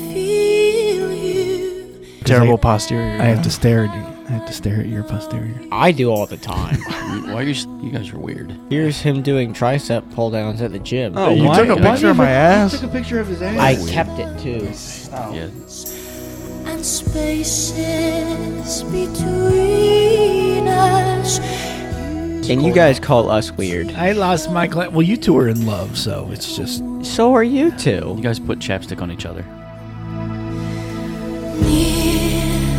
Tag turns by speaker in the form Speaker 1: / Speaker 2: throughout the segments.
Speaker 1: feel you.
Speaker 2: Terrible
Speaker 3: I-
Speaker 2: posterior.
Speaker 3: I have to stare at you. I have to stare at your posterior.
Speaker 4: I do all the time.
Speaker 5: Why are you? s- You guys are weird.
Speaker 4: Here's him doing tricep pull downs at the gym.
Speaker 3: Oh,
Speaker 2: You
Speaker 3: why-
Speaker 2: took a
Speaker 3: why
Speaker 2: picture
Speaker 3: did
Speaker 2: of my
Speaker 3: you-
Speaker 2: ass?
Speaker 3: you Took a picture of his ass.
Speaker 4: I kept it too.
Speaker 2: Oh.
Speaker 5: Yeah.
Speaker 1: and spaces between us.
Speaker 4: And you guys call us weird.
Speaker 3: I lost my gla- Well, you two are in love, so it's just.
Speaker 4: So are you
Speaker 5: You
Speaker 4: two.
Speaker 5: guys put chapstick on each other.
Speaker 1: Near,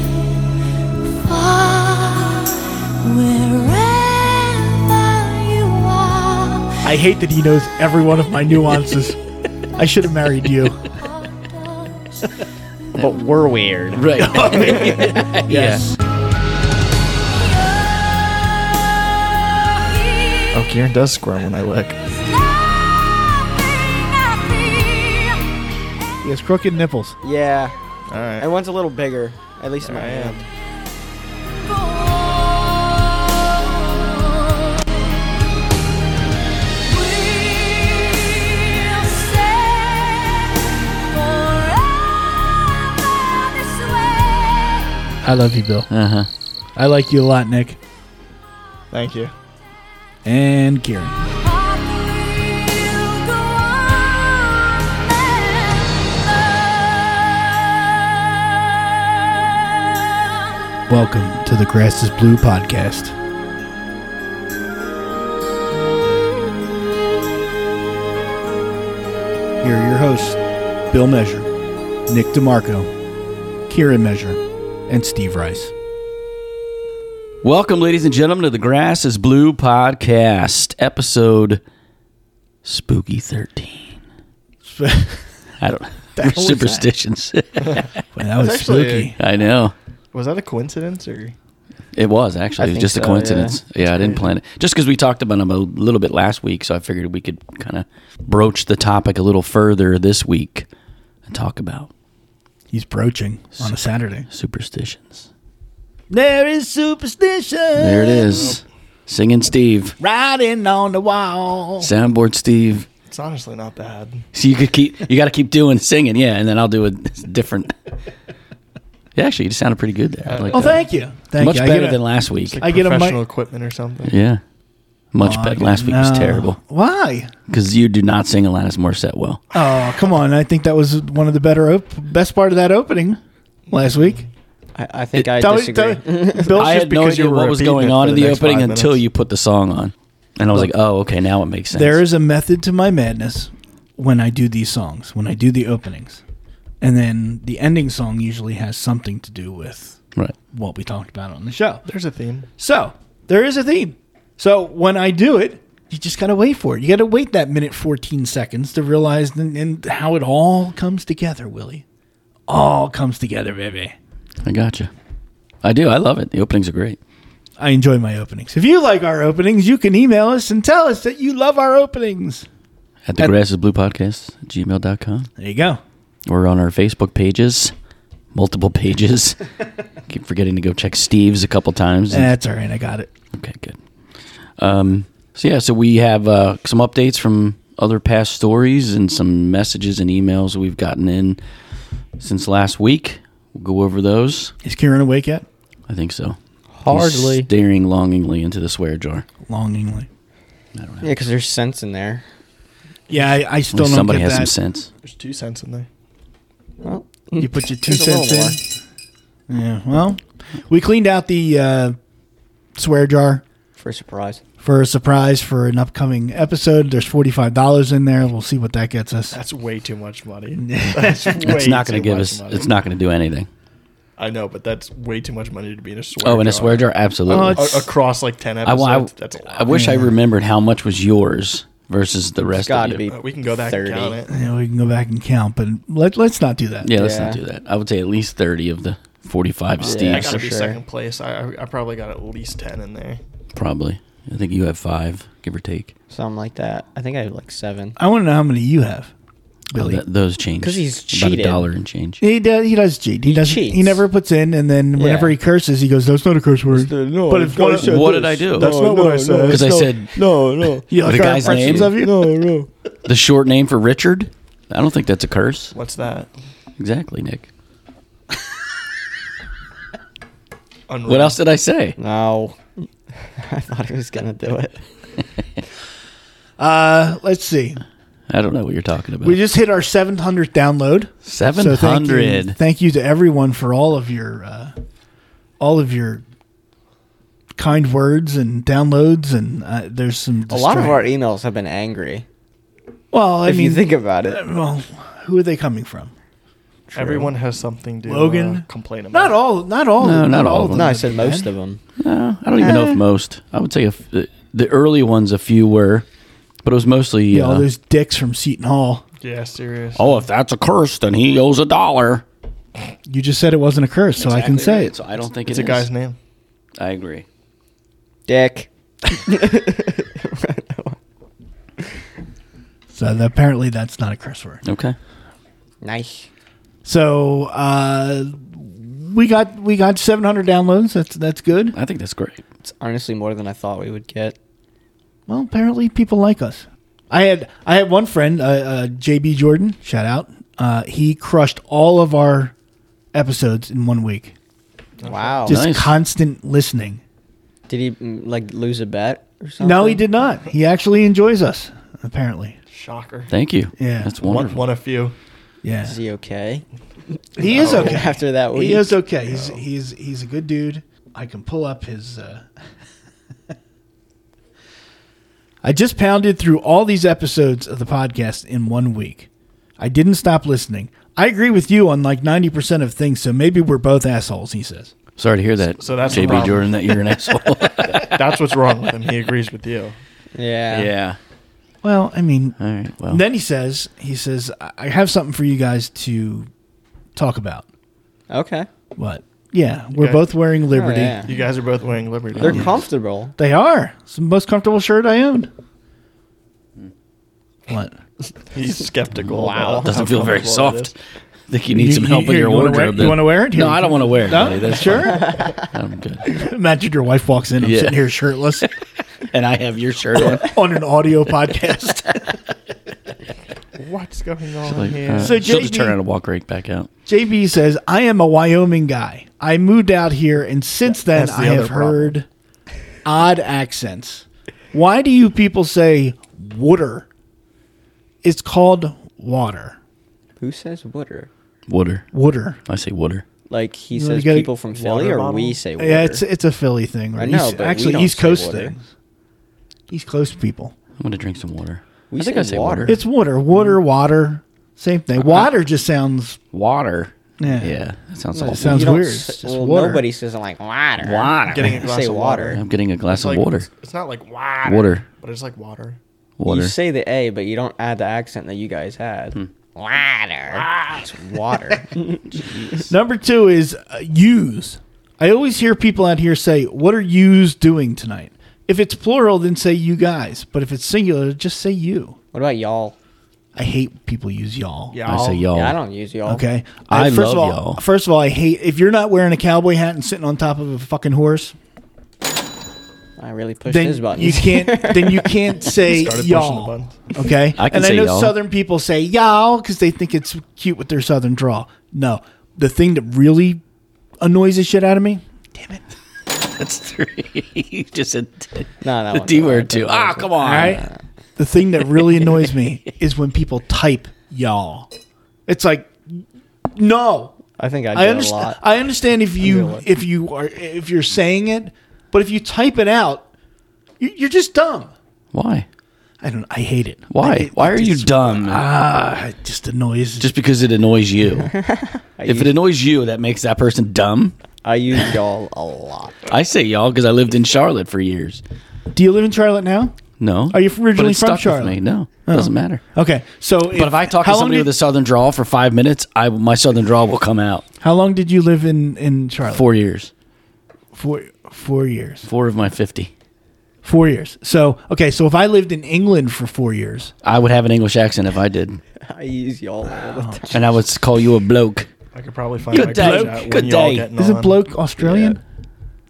Speaker 1: far, wherever you are.
Speaker 3: I hate that he knows every one of my nuances. I should have married you.
Speaker 4: But we're weird.
Speaker 5: Right.
Speaker 3: Yes.
Speaker 2: Oh, Kieran does squirm when I lick.
Speaker 3: He has crooked nipples.
Speaker 4: Yeah.
Speaker 2: All right.
Speaker 4: And one's a little bigger, at least in my hand.
Speaker 3: I love you, Bill.
Speaker 5: Uh huh.
Speaker 3: I like you a lot, Nick.
Speaker 2: Thank you.
Speaker 3: And Kieran. Welcome to the Grass is Blue podcast. Here are your hosts Bill Measure, Nick DeMarco, Kieran Measure, and Steve Rice.
Speaker 5: Welcome, ladies and gentlemen, to the Grass is Blue podcast, episode spooky 13.
Speaker 3: that
Speaker 5: I don't
Speaker 2: hell was
Speaker 5: Superstitions.
Speaker 3: was
Speaker 2: actually
Speaker 3: spooky.
Speaker 5: I know.
Speaker 2: Was that a coincidence or?
Speaker 5: It was actually. It was
Speaker 2: think
Speaker 5: just a
Speaker 2: so,
Speaker 5: coincidence. Yeah, I didn't plan it. Just because we talked about them a little bit last week, so I figured we could kind of broach the topic a little further this week and talk about
Speaker 3: He's broaching on a Saturday.
Speaker 5: superstitions.
Speaker 3: There is superstition.
Speaker 5: There it is. Singing Steve,
Speaker 3: Riding on the wall.
Speaker 5: soundboard Steve.
Speaker 2: It's honestly not bad.
Speaker 5: So you could keep. You got to keep doing singing, yeah, and then I'll do a different. Yeah, actually, you sounded pretty good there. I like
Speaker 3: Oh,
Speaker 5: that.
Speaker 3: thank you. Thank
Speaker 5: Much
Speaker 3: you. I
Speaker 5: better
Speaker 3: get a-
Speaker 5: than last week.
Speaker 2: Like
Speaker 3: I get a mic-
Speaker 2: professional equipment or something.
Speaker 5: Yeah, much
Speaker 3: Oh, I
Speaker 5: better.
Speaker 3: get-
Speaker 5: Last week was
Speaker 3: no.
Speaker 5: terrible
Speaker 3: Why?
Speaker 5: because you do not sing Alanis Morissette well.
Speaker 3: Oh, come on. I think that was one of the better op- best part of that opening last week.
Speaker 4: I, I think I
Speaker 3: Tell me- tell
Speaker 4: disagree.
Speaker 3: me- Bill's
Speaker 5: Mm-hmm. I
Speaker 2: just
Speaker 5: had no
Speaker 2: because you
Speaker 5: idea
Speaker 2: were
Speaker 5: what was
Speaker 2: repeating
Speaker 5: going
Speaker 2: it
Speaker 5: on
Speaker 2: for
Speaker 5: in
Speaker 2: the
Speaker 5: the
Speaker 2: next
Speaker 5: opening
Speaker 2: five
Speaker 5: until
Speaker 2: minutes.
Speaker 5: you put the song on, and I was like, "Oh, okay, now it makes sense."
Speaker 3: There is a method to my madness when I do these songs, when I do the openings. And then the ending song usually has something to do with
Speaker 5: right.
Speaker 3: what we talked about on the show.
Speaker 2: There's a theme.
Speaker 3: So there is a theme. So when I do it, you just gotta wait for it. You gotta wait that minute fourteen seconds to realize and, and how it all comes together, Willie. All comes together, baby.
Speaker 5: I gotcha. I do. I love it. The openings are great.
Speaker 3: I enjoy my openings. If you like our openings, you can email us and tell us that you love our openings.
Speaker 5: At the
Speaker 3: At-
Speaker 5: grass is blue podcast at gmail.com.
Speaker 3: There you go.
Speaker 5: We're on our Facebook pages, multiple pages. Keep forgetting to go check Steve's a couple times.
Speaker 3: That's all right. I got it.
Speaker 5: Okay, good. Um, so yeah, so we have uh, some updates from other past stories and some messages and emails we've gotten in since last week. We'll go over those.
Speaker 3: Is Kieran awake yet?
Speaker 5: I think so.
Speaker 4: Hardly.
Speaker 5: He's staring longingly into the swear jar.
Speaker 3: Longingly.
Speaker 4: Yeah, because there's sense in there.
Speaker 3: Yeah, I, I still don't
Speaker 5: Unless somebody
Speaker 3: get
Speaker 5: has
Speaker 3: that.
Speaker 5: some sense.
Speaker 2: There's two cents in there.
Speaker 4: Well,
Speaker 3: You put your two
Speaker 4: There's a little
Speaker 3: cents in. Yeah. Well, we cleaned out the uh, swear jar
Speaker 4: for a surprise.
Speaker 3: for a surprise for an upcoming episode. There's forty five dollars in there. We'll see what that gets us.
Speaker 2: That's way too much money. That's way
Speaker 5: It's not going to
Speaker 2: too
Speaker 5: give
Speaker 2: much
Speaker 5: us.
Speaker 2: money.
Speaker 5: It's not going to do anything.
Speaker 2: I know, but that's way too much money to be in a swear.
Speaker 5: Oh, and a swear jar, absolutely.
Speaker 3: Oh,
Speaker 2: A-
Speaker 3: it's-
Speaker 2: across like ten
Speaker 5: I,
Speaker 2: episodes.
Speaker 5: I,
Speaker 2: that's a
Speaker 5: I
Speaker 2: lot.
Speaker 5: wish I
Speaker 3: Yeah.
Speaker 5: remembered how much was yours versus the rest.
Speaker 4: gotta
Speaker 5: of
Speaker 4: be
Speaker 5: you.
Speaker 2: Uh, we can go back and
Speaker 4: 30.
Speaker 2: count it.
Speaker 3: Yeah, we can go back and count, but let, let's not do that.
Speaker 5: Yeah, let's not
Speaker 4: Yeah.
Speaker 5: do that. I would say at least thirty of the forty-five.
Speaker 4: Yeah,
Speaker 2: I
Speaker 5: Steve's
Speaker 2: gotta
Speaker 4: for
Speaker 2: be
Speaker 4: sure.
Speaker 2: second place. I, I I probably got at least ten in there.
Speaker 5: probably. I think you have five, give or take.
Speaker 4: Something like that. I think I have like seven.
Speaker 3: I want to know how many you have, Billy.
Speaker 5: That- those change
Speaker 4: 'Cause he's
Speaker 5: about a
Speaker 4: cheated.
Speaker 5: dollar and change.
Speaker 3: He does. He does cheat. He, doesn't. He
Speaker 4: cheats.
Speaker 3: never puts in, and then whenever
Speaker 4: Yeah.
Speaker 3: he curses, he goes, "That's not a curse word." but if one,
Speaker 5: said What did I do? That's
Speaker 2: not what I said.
Speaker 5: Because I said
Speaker 2: No, no.
Speaker 3: you like
Speaker 5: the
Speaker 3: our
Speaker 5: guy's
Speaker 3: impressions
Speaker 5: name?
Speaker 3: of you?
Speaker 2: No, no.
Speaker 5: the short name for Richard. I don't think that's a curse.
Speaker 2: What's that?
Speaker 5: Exactly, Nick.
Speaker 2: Unreal.
Speaker 5: What else did I say?
Speaker 4: No. I thought he was going to do it.
Speaker 3: Uh, let's see.
Speaker 5: I don't know what you're talking about.
Speaker 3: We just hit our 700th download.
Speaker 5: Seven
Speaker 3: thank you,
Speaker 5: hundred.
Speaker 3: thank you to everyone for all of your uh, all of your kind words and downloads and uh, there's some
Speaker 4: A lot of our
Speaker 3: distract-
Speaker 4: emails have been angry.
Speaker 3: well I
Speaker 4: if
Speaker 3: mean
Speaker 4: you think about it.
Speaker 3: well who are they coming from
Speaker 2: Everyone has something to
Speaker 3: Logan?
Speaker 2: uh, complain about.
Speaker 3: not all not all
Speaker 5: No, not all of them.
Speaker 4: No, I
Speaker 3: would
Speaker 4: said
Speaker 3: be
Speaker 4: most
Speaker 3: bad.
Speaker 4: of them.
Speaker 5: No, I don't even know if most. I would say a f- the, the early ones, a few were, but it was mostly.
Speaker 3: yeah,
Speaker 5: uh,
Speaker 3: all those dicks from Seton Hall
Speaker 2: Yeah, serious.
Speaker 5: oh, if that's a curse, then he owes a dollar.
Speaker 3: you just said it wasn't a curse so I can say it
Speaker 5: So I don't think
Speaker 2: it's a guy's name.
Speaker 5: I agree.
Speaker 4: Dick.
Speaker 3: so that- apparently that's not a curse word
Speaker 5: Okay.
Speaker 4: Nice.
Speaker 3: so uh we got we got 700 downloads that's that's good
Speaker 5: I think that's great.
Speaker 4: It's honestly more than I thought we would get.
Speaker 3: Well, apparently people like us. I had I had one friend, uh, uh, JB Jordan, shout out. Uh, he crushed all of our episodes in one week.
Speaker 4: Wow.
Speaker 3: Just
Speaker 5: nice.
Speaker 3: constant listening.
Speaker 4: Did he mm, like lose a bet or something?
Speaker 3: No, he did not. He actually enjoys us. Apparently,
Speaker 2: Shocker.
Speaker 5: Thank you.
Speaker 3: Yeah.
Speaker 5: That's
Speaker 2: One,
Speaker 5: wonderful.
Speaker 2: one a few.
Speaker 3: yeah,
Speaker 4: Is he okay?
Speaker 3: he is
Speaker 4: oh.
Speaker 3: okay.
Speaker 4: After that week.
Speaker 3: Oh, He is okay. He's he's he's a good dude. I can pull up his. Uh, I just pounded through all these episodes of the podcast in one week. I didn't stop listening. I agree with you on like 90% of things, so maybe we're both assholes, he says.
Speaker 5: Sorry to hear that.
Speaker 2: So that's the
Speaker 5: JB
Speaker 2: problem.
Speaker 5: Jordan that you're an asshole.
Speaker 2: That's what's wrong with him. He agrees with you.
Speaker 4: Yeah.
Speaker 5: yeah.
Speaker 3: Well, I mean,
Speaker 5: All right. Well,
Speaker 3: then he says, he says, I I have something for you guys to talk about.
Speaker 4: Okay.
Speaker 3: What? Yeah, we're
Speaker 2: guys-
Speaker 3: both wearing Liberty.
Speaker 4: Oh, yeah.
Speaker 2: You guys are both wearing Liberty.
Speaker 4: They're comfortable.
Speaker 3: They are. It's the most comfortable shirt I own. Hmm. What?
Speaker 2: He's skeptical.
Speaker 4: Wow.
Speaker 2: about how
Speaker 5: doesn't feel very
Speaker 2: comfortable it
Speaker 5: soft. I think you need some help with
Speaker 3: here,
Speaker 5: your
Speaker 3: you
Speaker 5: wardrobe.
Speaker 3: Wanna wear,
Speaker 5: then.
Speaker 3: you want to wear it?
Speaker 5: No, I don't want to wear it.
Speaker 3: No?
Speaker 5: buddy. That's
Speaker 3: Sure?
Speaker 5: fine. I'm good.
Speaker 3: Imagine your wife walks in. I'm
Speaker 5: Yeah.
Speaker 3: sitting here shirtless
Speaker 5: And I have your shirt on.
Speaker 3: on an audio podcast.
Speaker 2: is. What's going on
Speaker 5: Like,
Speaker 2: here?
Speaker 5: uh,
Speaker 3: So
Speaker 5: she'll just
Speaker 3: JB
Speaker 5: turn around and walk right back out.
Speaker 3: JB says, I am a Wyoming guy. I moved out here, and since then,
Speaker 2: That's the
Speaker 3: I
Speaker 2: other
Speaker 3: have
Speaker 2: problem.
Speaker 3: heard odd accents. Why do you people say water? It's called water.
Speaker 4: Who says water?
Speaker 5: Wooder.
Speaker 3: Water.
Speaker 5: I say Wooder.
Speaker 4: Like he
Speaker 3: You
Speaker 4: says
Speaker 3: gotta-
Speaker 4: people from Philly
Speaker 2: Water
Speaker 4: or
Speaker 2: bottle?
Speaker 4: we say water.
Speaker 3: Yeah, it's it's a Philly thing. Or
Speaker 4: I know,
Speaker 3: East,
Speaker 4: but we
Speaker 3: actually,
Speaker 4: don't
Speaker 3: East
Speaker 4: say
Speaker 3: Coast
Speaker 4: water.
Speaker 3: thing. East Coast people.
Speaker 5: I'm going to drink some water.
Speaker 4: We
Speaker 5: I think
Speaker 4: say
Speaker 5: I say
Speaker 4: water.
Speaker 5: water.
Speaker 3: It's water, water,
Speaker 5: Mm-hmm.
Speaker 3: water. Same thing. Water just sounds.
Speaker 5: water.
Speaker 3: Yeah.
Speaker 5: Yeah. That sounds
Speaker 4: Well,
Speaker 5: awful.
Speaker 4: you
Speaker 3: sounds
Speaker 4: don't
Speaker 3: weird.
Speaker 4: s-
Speaker 3: It's just
Speaker 4: well,
Speaker 3: water.
Speaker 4: nobody says like water.
Speaker 5: Water.
Speaker 2: Getting a glass
Speaker 4: say
Speaker 2: of
Speaker 4: water.
Speaker 5: I'm getting a glass
Speaker 2: It's like-
Speaker 5: of water.
Speaker 2: It's, it's not like water.
Speaker 5: Water.
Speaker 2: But it's like water.
Speaker 5: Water. Hmm.
Speaker 4: You say the A, but you don't add the accent that you guys had. Water. It's water.
Speaker 3: Number two is uh, use. I always hear people out here say, "What are yous doing tonight?" If it's plural, then say you guys. But if it's singular, just say you.
Speaker 4: what about y'all?
Speaker 3: I hate people use y'all.
Speaker 2: Yeah.
Speaker 5: I say y'all.
Speaker 4: Yeah, I don't use y'all.
Speaker 3: Okay.
Speaker 5: I
Speaker 3: first
Speaker 5: love
Speaker 3: of all,
Speaker 5: y'all.
Speaker 3: First of all, I hate if you're not wearing a cowboy hat and sitting on top of a fucking horse.
Speaker 4: I really pushed
Speaker 3: Then
Speaker 4: his button.
Speaker 3: you can't. then you can't say
Speaker 2: Started pushing the
Speaker 3: y'all.
Speaker 2: buttons.
Speaker 3: Okay.
Speaker 5: I can
Speaker 3: and
Speaker 5: say
Speaker 3: I know
Speaker 5: y'all.
Speaker 3: Southern people say y'all because they think it's cute with their Southern drawl. No. The thing that really annoys the shit out of me, damn it.
Speaker 5: That's three. you just said t-
Speaker 4: No, that
Speaker 5: the
Speaker 4: one's
Speaker 5: D
Speaker 4: all right.
Speaker 5: word too. Ah, come on.
Speaker 3: All right. The thing that really annoys me is when people type y'all. It's like, no.
Speaker 4: I think I do
Speaker 3: I
Speaker 4: a
Speaker 3: understand.
Speaker 4: lot.
Speaker 3: I understand if
Speaker 4: do a
Speaker 3: you
Speaker 4: lot.
Speaker 3: if you are if you're saying it, but if you type it out, you- you're just dumb.
Speaker 5: Why?
Speaker 3: I don't. I hate it.
Speaker 5: Why?
Speaker 3: It-
Speaker 5: Why are
Speaker 3: it
Speaker 5: you
Speaker 3: just-
Speaker 5: dumb?
Speaker 3: Ah, it just annoys.
Speaker 5: just because it annoys you.
Speaker 4: I
Speaker 5: if
Speaker 4: use,
Speaker 5: it annoys you, that makes that person dumb.
Speaker 4: I use y'all a lot.
Speaker 5: I say y'all because I lived in Charlotte for years.
Speaker 3: Do you live in Charlotte now?
Speaker 5: No.
Speaker 3: Are you
Speaker 5: But
Speaker 3: originally
Speaker 5: it
Speaker 3: from
Speaker 5: stuck
Speaker 3: Charlotte? Oh.
Speaker 5: With me. No, doesn't matter.
Speaker 3: Okay, so
Speaker 5: But if I talk to somebody
Speaker 3: did,
Speaker 5: with a southern drawl for five minutes, I my southern drawl will come out.
Speaker 3: how long did you live in in Charlotte?
Speaker 5: Four years,
Speaker 3: four, four years.
Speaker 5: four of my fifty,
Speaker 3: Four years. So okay, so if I lived in England for four years,
Speaker 5: I would have an English accent if I did,
Speaker 4: I use y'all all the time.
Speaker 5: and I would call you a bloke.
Speaker 2: I could probably find
Speaker 5: Good
Speaker 2: my group
Speaker 5: day.
Speaker 2: chat when
Speaker 5: Good
Speaker 2: y'all
Speaker 5: day.
Speaker 2: getting
Speaker 3: is a
Speaker 2: on.
Speaker 3: bloke Australian?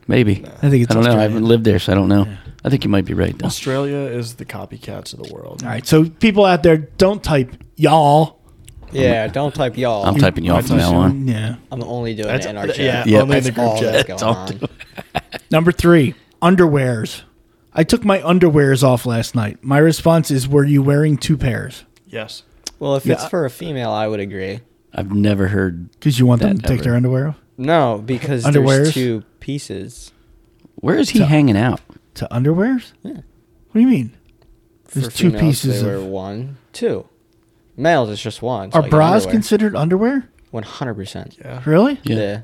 Speaker 5: Maybe.
Speaker 3: I think it's
Speaker 5: I don't know. I
Speaker 3: Australian.
Speaker 5: haven't lived there, so I don't know. I think you might be right though.
Speaker 2: Australia is the copycats of the world.
Speaker 3: All right, so people out there, don't type y'all.
Speaker 4: Yeah, don't type y'all.
Speaker 5: I'm
Speaker 4: I'm,
Speaker 5: typing you all from now on.
Speaker 3: Yeah.
Speaker 4: only doing
Speaker 2: That's-
Speaker 4: it in our
Speaker 2: th-
Speaker 4: chat.
Speaker 2: yeah,
Speaker 5: Yeah.
Speaker 2: only in the
Speaker 4: That's all
Speaker 2: group
Speaker 4: that's
Speaker 2: chat.
Speaker 4: going
Speaker 5: all
Speaker 4: on.
Speaker 3: Number three, underwears. I took my underwears off last night. My response is, were you wearing two pairs?
Speaker 2: Yes.
Speaker 4: Well, if
Speaker 3: Yeah.
Speaker 4: it's for a female, I would agree.
Speaker 5: I've never heard.
Speaker 3: Because you want them
Speaker 5: That
Speaker 3: to take
Speaker 5: ever.
Speaker 3: their underwear off?
Speaker 4: No, because
Speaker 3: Underwears?
Speaker 4: there's two pieces.
Speaker 5: Where is he hanging out?
Speaker 3: To underwears? Yeah. What do you mean? There's
Speaker 4: for
Speaker 3: two
Speaker 4: females,
Speaker 3: pieces
Speaker 4: They were
Speaker 3: of-
Speaker 4: one, two. Males, it's just one. It's
Speaker 3: Are
Speaker 4: like
Speaker 3: bras
Speaker 4: underwear.
Speaker 3: considered underwear?
Speaker 4: One hundred percent.
Speaker 3: Really?
Speaker 5: Yeah.
Speaker 4: Yeah.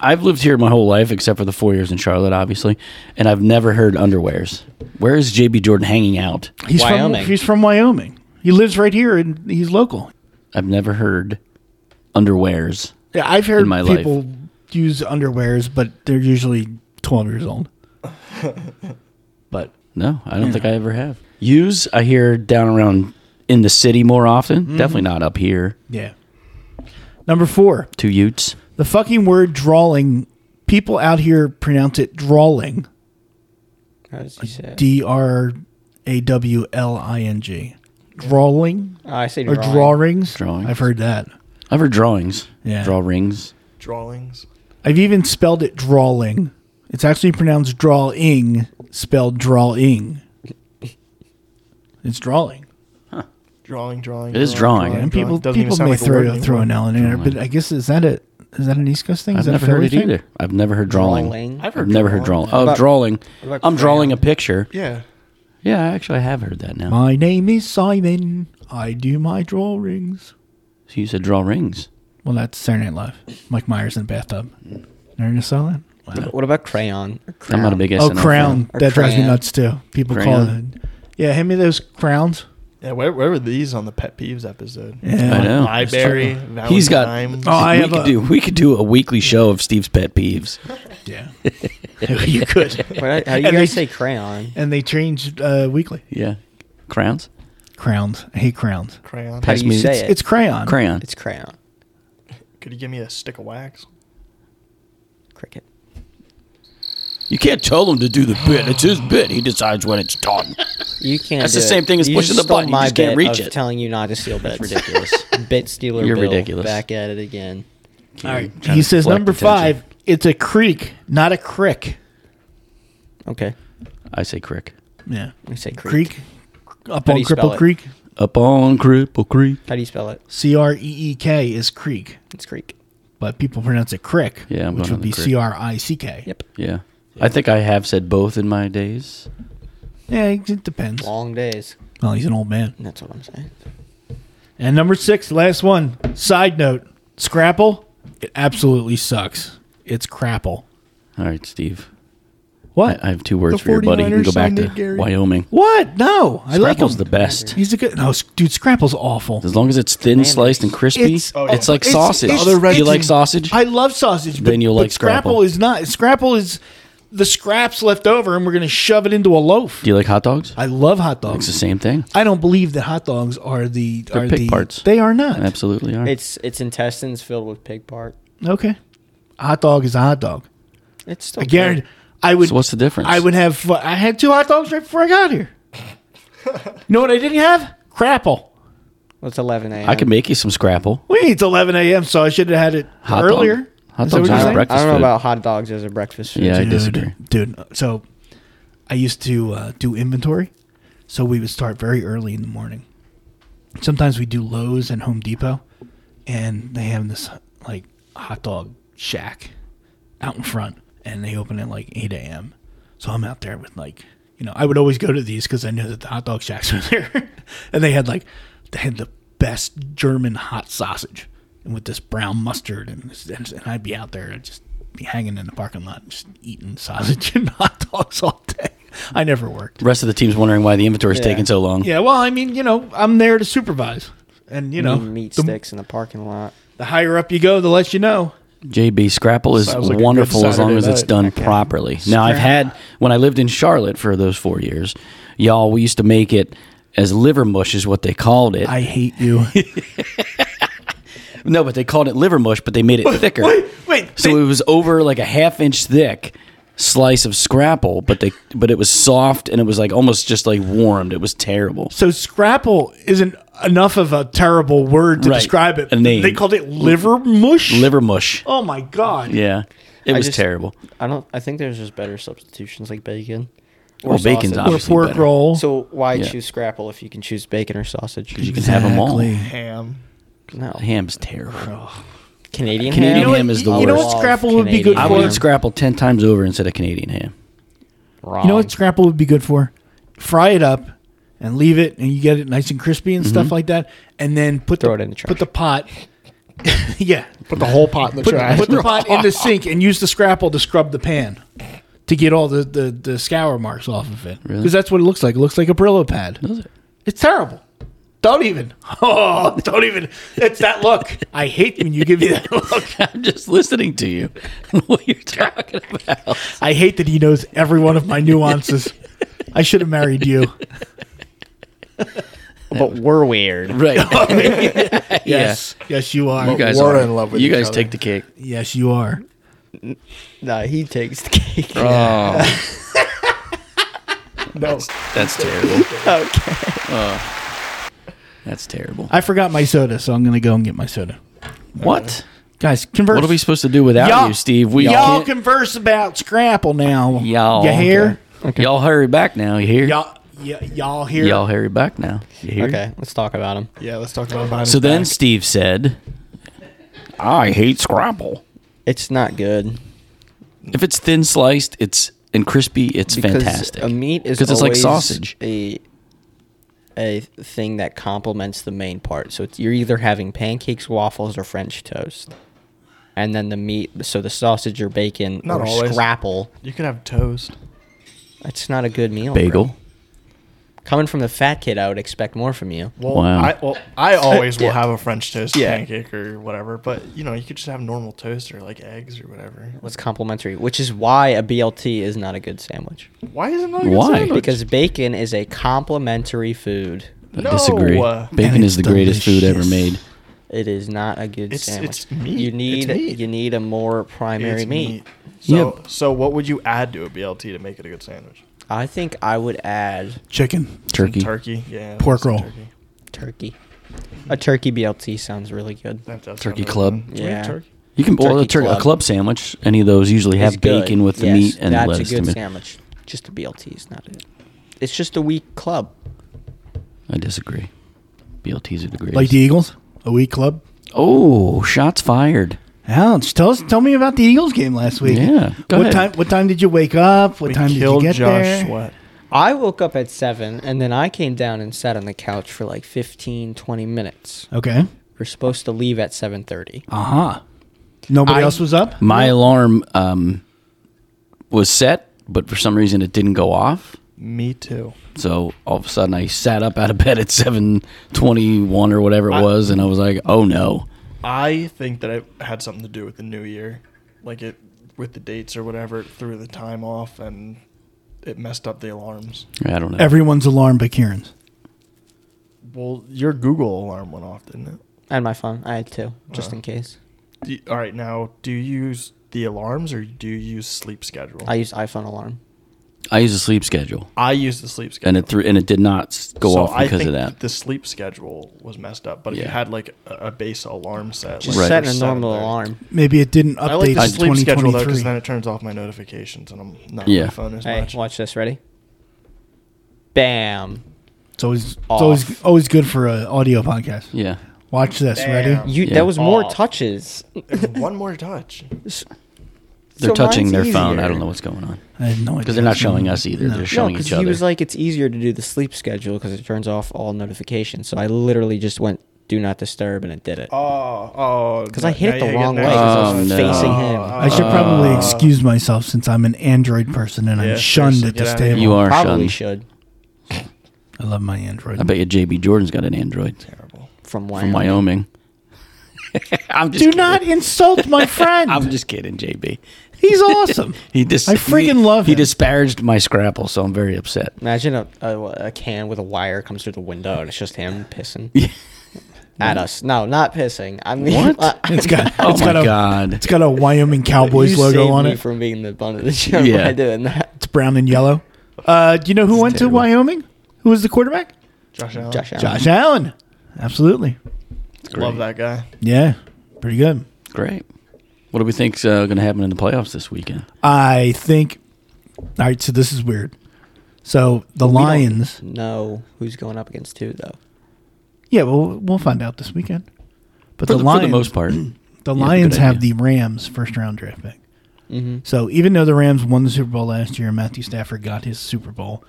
Speaker 5: I've lived here my whole life, except for the four years in Charlotte, obviously, and I've never heard underwears. Where is JB Jordan hanging out?
Speaker 3: He's
Speaker 4: Wyoming.
Speaker 3: from he's from Wyoming. He lives right here and he's local.
Speaker 5: I've never heard underwears.
Speaker 3: Yeah, I've heard
Speaker 5: In my life.
Speaker 3: people use underwears, but they're usually twelve years old. but
Speaker 5: No, I don't think I ever have. Use I hear down around in the city more often.
Speaker 4: Hmm.
Speaker 5: Definitely not up here.
Speaker 3: yeah. Number four.
Speaker 5: Two Utes.
Speaker 3: The fucking word drawling people out here pronounce it drawling.
Speaker 4: How does he say? it?
Speaker 3: D R A W L I N G. Drawling
Speaker 4: Oh, I say
Speaker 3: or
Speaker 4: drawing.
Speaker 3: drawings.
Speaker 5: Drawings.
Speaker 3: I've heard that.
Speaker 5: I've heard drawings.
Speaker 3: Yeah.
Speaker 5: Draw rings.
Speaker 2: Drawings.
Speaker 3: I've even spelled it drawling. It's actually pronounced drawing, spelled drawing. It's drawling.
Speaker 2: Drawing, drawing.
Speaker 5: It is drawing.
Speaker 3: And people
Speaker 2: Doesn't
Speaker 3: people
Speaker 2: even sound
Speaker 3: may
Speaker 2: like a word
Speaker 3: throw
Speaker 2: anymore.
Speaker 3: throw an L in there, but I guess is that a is that an East Coast thing?
Speaker 5: I've
Speaker 3: Is that
Speaker 5: never
Speaker 3: a
Speaker 5: heard
Speaker 3: Philly
Speaker 5: it
Speaker 3: thing?
Speaker 5: either. I've never heard drawling.
Speaker 4: Drawling.
Speaker 5: I've never heard drawling. Oh,
Speaker 4: about-
Speaker 5: drawing.
Speaker 4: about crayon?
Speaker 5: I'm drawing a picture.
Speaker 2: Yeah.
Speaker 5: Yeah, actually, I have heard that now.
Speaker 3: My name is Simon. I do my drawings.
Speaker 5: So you said draw rings.
Speaker 3: Well, that's Saturday Night Live. Mike Myers in the bathtub. Never gonna saw that.
Speaker 4: What about crayon?
Speaker 5: I'm not a big
Speaker 3: Oh,
Speaker 5: SNL fan.
Speaker 3: crown.
Speaker 4: Or
Speaker 3: That drives me
Speaker 4: crayon.
Speaker 3: nuts too. People call it.
Speaker 5: Crayon.
Speaker 3: Yeah, hand me those crowns.
Speaker 2: Yeah, where, where were these on the pet peeves episode?
Speaker 3: Yeah.
Speaker 5: I know.
Speaker 2: Library,
Speaker 5: He's got-
Speaker 2: Valentine's.
Speaker 3: Oh, I
Speaker 5: we
Speaker 3: have
Speaker 5: could
Speaker 3: a-
Speaker 5: do we could do a weekly show of Steve's pet peeves.
Speaker 3: Yeah. you could.
Speaker 4: But how do
Speaker 3: And
Speaker 4: you
Speaker 3: they-
Speaker 4: guys say crayon?
Speaker 3: And they changed uh, weekly.
Speaker 5: Yeah, crayons,
Speaker 3: Crowns. I hate crowns.
Speaker 2: crayon.
Speaker 4: How
Speaker 5: Pass
Speaker 4: do you
Speaker 5: me-
Speaker 4: say it?
Speaker 3: It's crayon.
Speaker 5: crayon.
Speaker 4: It's crayon.
Speaker 2: Could you give me a stick of wax?
Speaker 4: Cricket.
Speaker 5: You can't tell him to do the bit. It's his bit. He decides when it's done.
Speaker 4: You can't.
Speaker 5: That's
Speaker 4: do
Speaker 5: the
Speaker 4: it.
Speaker 5: same thing as
Speaker 4: You
Speaker 5: pushing
Speaker 4: just
Speaker 5: the button.
Speaker 4: stole
Speaker 5: You
Speaker 4: My
Speaker 5: just can't
Speaker 4: bit
Speaker 5: reach
Speaker 4: of
Speaker 5: it.
Speaker 4: Telling you not to steal bits. ridiculous. bit stealer.
Speaker 5: You're
Speaker 4: Bill,
Speaker 5: ridiculous.
Speaker 4: Back at it again.
Speaker 3: All right.
Speaker 5: Trying
Speaker 3: he
Speaker 5: to
Speaker 3: says
Speaker 5: collect
Speaker 3: number
Speaker 5: attention.
Speaker 3: five. It's a creek, not a crick.
Speaker 4: Okay.
Speaker 5: I say crick.
Speaker 3: Yeah.
Speaker 4: I say creek.
Speaker 3: Creek. Up
Speaker 4: How do
Speaker 3: on
Speaker 4: you spell
Speaker 3: Cripple
Speaker 4: it?
Speaker 3: Creek.
Speaker 5: Up on Cripple Creek.
Speaker 4: How do you spell it?
Speaker 3: C R E E K is creek,
Speaker 4: It's creek.
Speaker 3: but people pronounce it crick,
Speaker 5: Yeah, I'm
Speaker 3: which
Speaker 5: going on
Speaker 3: would
Speaker 5: the
Speaker 3: be
Speaker 5: crick.
Speaker 3: C R I C K.
Speaker 4: Yep.
Speaker 5: Yeah. I think I have said both in my days.
Speaker 3: Yeah, it depends.
Speaker 4: Long days.
Speaker 3: Well, he's an old man.
Speaker 4: That's what I'm saying.
Speaker 3: And number six, last one. Side note: Scrapple. It absolutely sucks. It's crapple.
Speaker 5: All right, Steve.
Speaker 3: What?
Speaker 5: I, I have two words
Speaker 2: The
Speaker 5: for your buddy. You can go
Speaker 2: 49ers
Speaker 5: back
Speaker 2: signed
Speaker 5: to
Speaker 2: Nate Gary.
Speaker 5: Wyoming.
Speaker 3: what? No, I like him.
Speaker 5: Scrapple's the best.
Speaker 3: He's a good. No, s- dude, Scrapple's awful.
Speaker 5: As long as it's thin, sliced, and crispy,
Speaker 3: It's-
Speaker 5: it's,
Speaker 3: oh,
Speaker 2: yeah.
Speaker 5: like sausage.
Speaker 3: it's-
Speaker 2: Other
Speaker 5: you
Speaker 2: it's-
Speaker 5: like sausage?
Speaker 3: I love sausage. But,
Speaker 5: Then you'll
Speaker 3: but
Speaker 5: like Scrapple.
Speaker 3: Scrapple is not. Scrapple is the scraps left over, and we're gonna shove it into a loaf.
Speaker 5: Do you like hot dogs?
Speaker 3: I love hot
Speaker 5: It's
Speaker 3: dogs.
Speaker 5: the same thing.
Speaker 3: I don't believe that hot dogs are the are
Speaker 5: pig
Speaker 3: the
Speaker 5: parts.
Speaker 3: They are not.
Speaker 5: Absolutely are.
Speaker 4: It's it's intestines filled with pig part.
Speaker 3: Okay, a hot dog is a hot dog.
Speaker 4: It's still
Speaker 3: I guarantee.
Speaker 4: pig.
Speaker 3: I would.
Speaker 5: so what's the difference?
Speaker 3: I would have. fu- I had two hot dogs right before I got here. you know what I didn't have? Crapple.
Speaker 4: Well, it's 11 a.m.
Speaker 5: I could make you some scrapple.
Speaker 3: Wait, it's 11 a.m., so I should have had it
Speaker 5: Hot dog.
Speaker 3: earlier.
Speaker 5: Hot
Speaker 3: Is that
Speaker 5: dogs
Speaker 3: what
Speaker 5: are
Speaker 3: you're
Speaker 4: I
Speaker 3: saying?
Speaker 4: don't, I
Speaker 5: breakfast
Speaker 4: don't know
Speaker 5: food.
Speaker 4: about hot dogs as a breakfast food.
Speaker 5: Yeah, I
Speaker 3: Dude,
Speaker 5: disagree.
Speaker 3: Dude, so I used to uh, do inventory, so we would start very early in the morning. Sometimes we do Lowe's and Home Depot, and they have this like hot dog shack out in front, and they open at like 8 a.m. So I'm out there with like, you know, I would always go to these because I knew that the hot dog shacks were there, and they had like they had the best German hot sausage. And with this brown mustard, and, this- and and I'd be out there and just be hanging in the parking lot, just eating sausage and hot dogs all day. I never worked.
Speaker 5: The rest of the team's wondering why the inventory's
Speaker 4: Yeah.
Speaker 5: taking so long.
Speaker 3: Yeah, well, I mean, you know, I'm there to supervise, and you know,
Speaker 4: meat
Speaker 3: the,
Speaker 4: sticks in the parking lot.
Speaker 3: the higher up you go, the less you know.
Speaker 5: JB Scrapple is
Speaker 2: Sounds like a good
Speaker 5: wonderful as long
Speaker 2: Saturday
Speaker 5: as it's
Speaker 2: night.
Speaker 5: done properly. Now I've had when I lived in Charlotte for those four years, y'all we used to make it as liver mush is what they called it.
Speaker 3: I hate you.
Speaker 5: no, but they called it liver mush, but they made it thicker.
Speaker 3: Wait,
Speaker 5: So it was over like a half inch thick slice of scrapple, but they but it was soft and it was like almost just like warmed. It was terrible.
Speaker 3: so Scrapple isn't enough of a terrible word to
Speaker 5: Right.
Speaker 3: describe it.
Speaker 5: A name.
Speaker 3: They called it liver mush.
Speaker 5: Liver mush.
Speaker 3: Oh my god.
Speaker 5: Yeah. It
Speaker 4: I
Speaker 5: was
Speaker 4: just-
Speaker 5: terrible.
Speaker 4: I don't. I think there's just better substitutions like bacon.
Speaker 5: Well, bacon's
Speaker 4: sausage.
Speaker 3: Or
Speaker 5: obviously
Speaker 3: pork
Speaker 5: better.
Speaker 3: roll.
Speaker 4: So why
Speaker 5: Yeah.
Speaker 4: choose scrapple if you can choose bacon or sausage?
Speaker 5: You can have them all.
Speaker 3: Exactly.
Speaker 2: ham.
Speaker 4: No,
Speaker 5: Ham's terrible.
Speaker 4: Canadian,
Speaker 5: Canadian
Speaker 4: ham.
Speaker 5: ham is the
Speaker 4: I
Speaker 3: You know
Speaker 5: worst.
Speaker 3: what
Speaker 4: love
Speaker 3: scrapple would be
Speaker 4: Canadian
Speaker 3: good
Speaker 5: I
Speaker 4: ham.
Speaker 5: would
Speaker 3: for?
Speaker 5: eat scrapple 10 times over instead of Canadian ham.
Speaker 4: Wrong.
Speaker 3: You know
Speaker 4: Um,
Speaker 3: what scrapple would be good for? Fry it up and leave it, and you get it nice and crispy and stuff like that. And then put
Speaker 4: Mhm. Throw
Speaker 3: the,
Speaker 4: it in the trash.
Speaker 3: Put the pot. yeah,
Speaker 2: Put the whole pot in the
Speaker 3: put,
Speaker 2: trash.
Speaker 3: put the pot in the sink and use the scrapple to scrub the pan to get all the the, the scour marks off of it. Because
Speaker 5: Really?
Speaker 3: that's what it looks like. It looks like a Brillo pad.
Speaker 5: Does it?
Speaker 3: It's terrible. Don't even. Oh, don't even. It's that look. I hate when you give me that look.
Speaker 5: I'm just listening to you. what you're talking about.
Speaker 3: I hate that he knows every one of my nuances. I should have married you.
Speaker 4: But we're weird.
Speaker 5: Right.
Speaker 3: Yes. Yes, you are.
Speaker 5: You guys
Speaker 2: we're
Speaker 5: are
Speaker 2: in love with
Speaker 5: You
Speaker 2: each
Speaker 5: guys
Speaker 2: other.
Speaker 5: take the cake.
Speaker 3: Yes, you are.
Speaker 4: Nah, he takes the cake.
Speaker 5: Oh,
Speaker 2: no.
Speaker 5: that's terrible. Oh.
Speaker 4: okay.
Speaker 5: That's terrible.
Speaker 3: I forgot my soda, so I'm gonna go and get my soda.
Speaker 5: What?
Speaker 3: Guys, converse.
Speaker 5: What are we supposed to do without
Speaker 3: Y'all-
Speaker 5: you, Steve? We
Speaker 3: y'all
Speaker 5: can't-
Speaker 3: converse about Scrapple now.
Speaker 5: y'all
Speaker 3: you hear?
Speaker 5: Y'all hurry back now. You hear?
Speaker 3: Y'all, y- y'all hear?
Speaker 5: Y'all hurry back now. You hear?
Speaker 4: Okay, let's talk about him.
Speaker 2: Yeah, let's talk about Biden's
Speaker 5: So then
Speaker 2: back.
Speaker 5: Steve said, "I hate scrapple.
Speaker 4: It's not good.
Speaker 5: If it's thin sliced, it's and crispy, it's
Speaker 4: Because
Speaker 5: fantastic.
Speaker 4: A meat is
Speaker 5: because it's like
Speaker 4: always
Speaker 5: sausage.
Speaker 4: A a thing that complements the main part. So it's, you're either having pancakes, waffles, or French toast, and then the meat. So the sausage or bacon
Speaker 2: Not
Speaker 4: or
Speaker 2: always.
Speaker 4: scrapple.
Speaker 2: you can have toast.
Speaker 4: It's not a good meal. bro.
Speaker 5: Bagel.
Speaker 4: Coming from the fat kid, I would expect more from you.
Speaker 2: Well,
Speaker 5: Wow.
Speaker 2: I, well, I always will
Speaker 4: Yeah.
Speaker 2: have a French toast
Speaker 4: Yeah.
Speaker 2: pancake or whatever, but you know, you could just have normal toast or like eggs or whatever.
Speaker 4: It's complimentary, which is why a BLT is not a good sandwich.
Speaker 2: Why is it not a good
Speaker 5: Why?
Speaker 2: sandwich?
Speaker 4: Because bacon is a complimentary food.
Speaker 5: I
Speaker 2: No.
Speaker 5: disagree. Bacon
Speaker 3: And
Speaker 5: is the
Speaker 3: it's
Speaker 5: greatest food ever made.
Speaker 3: delicious.
Speaker 4: It is not a good
Speaker 2: It's-
Speaker 4: sandwich.
Speaker 2: it's meat.
Speaker 4: You
Speaker 2: It's
Speaker 4: need
Speaker 2: meat.
Speaker 4: you need a more primary
Speaker 2: it's
Speaker 4: meat.
Speaker 2: So, so what would you add to a BLT to make it a good sandwich?
Speaker 4: I think I would add
Speaker 3: Chicken.
Speaker 5: Turkey.
Speaker 2: Turkey, yeah.
Speaker 3: Pork
Speaker 2: some
Speaker 3: roll.
Speaker 2: Turkey,
Speaker 4: turkey. A turkey BLT sounds really good.
Speaker 2: That does
Speaker 5: Turkey
Speaker 2: sound really
Speaker 5: club.
Speaker 2: good. Do we have
Speaker 4: Yeah.
Speaker 2: Turkey?
Speaker 5: You can order
Speaker 4: Turkey
Speaker 5: a, tur- a
Speaker 4: club.
Speaker 5: club sandwich. Any of those usually
Speaker 4: It's
Speaker 5: have
Speaker 4: good.
Speaker 5: bacon with the
Speaker 4: Yes,
Speaker 5: meat and
Speaker 4: that's
Speaker 5: lettuce.
Speaker 4: a good
Speaker 5: to it.
Speaker 4: sandwich. Just a BLT is not it. It's just a weak club.
Speaker 5: I disagree. BLTs are the greatest.
Speaker 3: Like the Eagles, a week club.
Speaker 5: oh, shots fired.
Speaker 3: Ouch! Tell us, tell me about the Eagles game last week.
Speaker 5: Yeah, go
Speaker 3: what
Speaker 5: ahead.
Speaker 3: time? What time did you wake up? What
Speaker 2: We
Speaker 3: time did you
Speaker 2: killed
Speaker 3: get
Speaker 2: Josh
Speaker 3: there?
Speaker 2: Sweat.
Speaker 4: I woke up at 7 and then I came down and sat on the couch for like 15 20 minutes.
Speaker 3: Okay.
Speaker 4: We're supposed to leave at 7:30.
Speaker 3: Uh huh. Nobody
Speaker 4: I-
Speaker 3: else was up.
Speaker 5: My alarm um, was set, but for some reason it didn't go off.
Speaker 2: Me too.
Speaker 5: So all of a sudden I sat up out of bed at seven twenty one or whatever it
Speaker 2: I-
Speaker 5: was, and I was like, "Oh no!"
Speaker 2: I think that it had something to do with the new year, like it with the dates or whatever. It threw the time off and it messed up the alarms.
Speaker 5: I don't know.
Speaker 3: Everyone's alarmed but Kieran's.
Speaker 2: Well, your Google alarm went off, didn't it?
Speaker 4: I had my phone. I had two just in case.
Speaker 2: Do you- all right, now do you use the alarms or do you use sleep schedule?
Speaker 4: I use iPhone alarm.
Speaker 5: I use a sleep schedule,
Speaker 2: I use the sleep schedule.
Speaker 5: and it threw, and it did not s- go
Speaker 2: So
Speaker 5: off
Speaker 2: I
Speaker 5: because
Speaker 2: think
Speaker 5: of that.
Speaker 2: The sleep schedule was messed up, but if you
Speaker 5: Yeah.
Speaker 2: had like a, a base alarm set,
Speaker 4: Just
Speaker 2: like
Speaker 4: set
Speaker 5: Right.
Speaker 2: for
Speaker 4: a normal
Speaker 2: 7:30.
Speaker 4: alarm.
Speaker 3: Maybe it didn't
Speaker 2: I
Speaker 3: update
Speaker 2: like the
Speaker 3: to
Speaker 2: sleep schedule though, because
Speaker 3: 2023.
Speaker 2: then it turns off my notifications, and I'm not on
Speaker 5: Yeah.
Speaker 2: my phone as
Speaker 4: Hey,
Speaker 2: much.
Speaker 4: watch this. Ready? Bam.
Speaker 3: it's always, it's
Speaker 4: Off.
Speaker 3: always, always good for an audio podcast.
Speaker 5: yeah,
Speaker 3: Watch this. Ready?
Speaker 4: You
Speaker 5: Yeah.
Speaker 4: that was more
Speaker 2: Off.
Speaker 4: touches.
Speaker 2: And One more touch.
Speaker 5: they're
Speaker 4: So
Speaker 5: touching
Speaker 4: mine's
Speaker 5: their phone. I
Speaker 4: easier.
Speaker 5: don't know what's going on
Speaker 3: I had no idea.
Speaker 5: because they're not showing us either. They're
Speaker 4: No,
Speaker 5: showing
Speaker 4: because
Speaker 5: each
Speaker 4: he
Speaker 5: other.
Speaker 4: was like, it's easier to do the sleep schedule because it turns off all notifications. So I literally just went do not disturb and it did it.
Speaker 2: Oh, oh,
Speaker 4: Because I hit it the wrong way
Speaker 5: Oh,
Speaker 4: because I was
Speaker 5: no. Oh.
Speaker 4: facing him.
Speaker 3: I should
Speaker 2: Uh,
Speaker 3: probably excuse myself since I'm an Android person and
Speaker 2: Yeah,
Speaker 3: I'm shunned
Speaker 2: seriously,
Speaker 3: at this
Speaker 2: get outta here.
Speaker 3: table.
Speaker 5: you are
Speaker 4: Probably
Speaker 5: shunned.
Speaker 4: should.
Speaker 3: I love my Android.
Speaker 5: I bet you JB Jordan's got an Android
Speaker 2: Terrible.
Speaker 4: From
Speaker 5: from
Speaker 4: Wyoming.
Speaker 5: Wyoming. I'm just
Speaker 3: Do
Speaker 5: kidding.
Speaker 3: not insult my friend.
Speaker 5: I'm just kidding, JB.
Speaker 3: He's awesome.
Speaker 5: He dis-
Speaker 3: I freaking
Speaker 5: he-
Speaker 3: love
Speaker 5: He
Speaker 3: him.
Speaker 5: disparaged my Scrapple, so I'm very upset.
Speaker 4: Imagine a, a, a can with a wire comes through the window and it's just him pissing at us. No, not pissing. I mean,
Speaker 5: What?
Speaker 4: I-
Speaker 3: It's got.
Speaker 5: Oh
Speaker 3: it's
Speaker 5: my
Speaker 3: got a,
Speaker 5: god!
Speaker 3: It's got a Wyoming Cowboys
Speaker 4: you
Speaker 3: logo
Speaker 4: saved
Speaker 3: on
Speaker 4: me
Speaker 3: it.
Speaker 4: From being the butt of the show
Speaker 5: Yeah.
Speaker 4: by doing that.
Speaker 3: It's brown and yellow. Uh, do you know who went
Speaker 5: terrible.
Speaker 3: to Wyoming? Who was the quarterback?
Speaker 2: Josh Allen.
Speaker 4: Josh Allen.
Speaker 3: Josh Allen. absolutely.
Speaker 2: Love that guy.
Speaker 3: Yeah, pretty good.
Speaker 5: Great. What do we think's uh, going to happen in the playoffs this weekend?
Speaker 3: I think. All right, so this is weird. So the
Speaker 4: We don't
Speaker 3: Lions.
Speaker 4: know who's going up against who though.
Speaker 3: Yeah, well, we'll find out this weekend. But
Speaker 5: For
Speaker 3: the,
Speaker 5: the,
Speaker 3: Lions,
Speaker 5: for the most part,
Speaker 3: the
Speaker 5: yeah,
Speaker 3: Lions
Speaker 5: good
Speaker 3: have
Speaker 5: idea.
Speaker 3: the Rams first round draft pick.
Speaker 4: Mm-hmm.
Speaker 3: So even though the Rams won the Super Bowl last year, Matthew Stafford got his Super Bowl.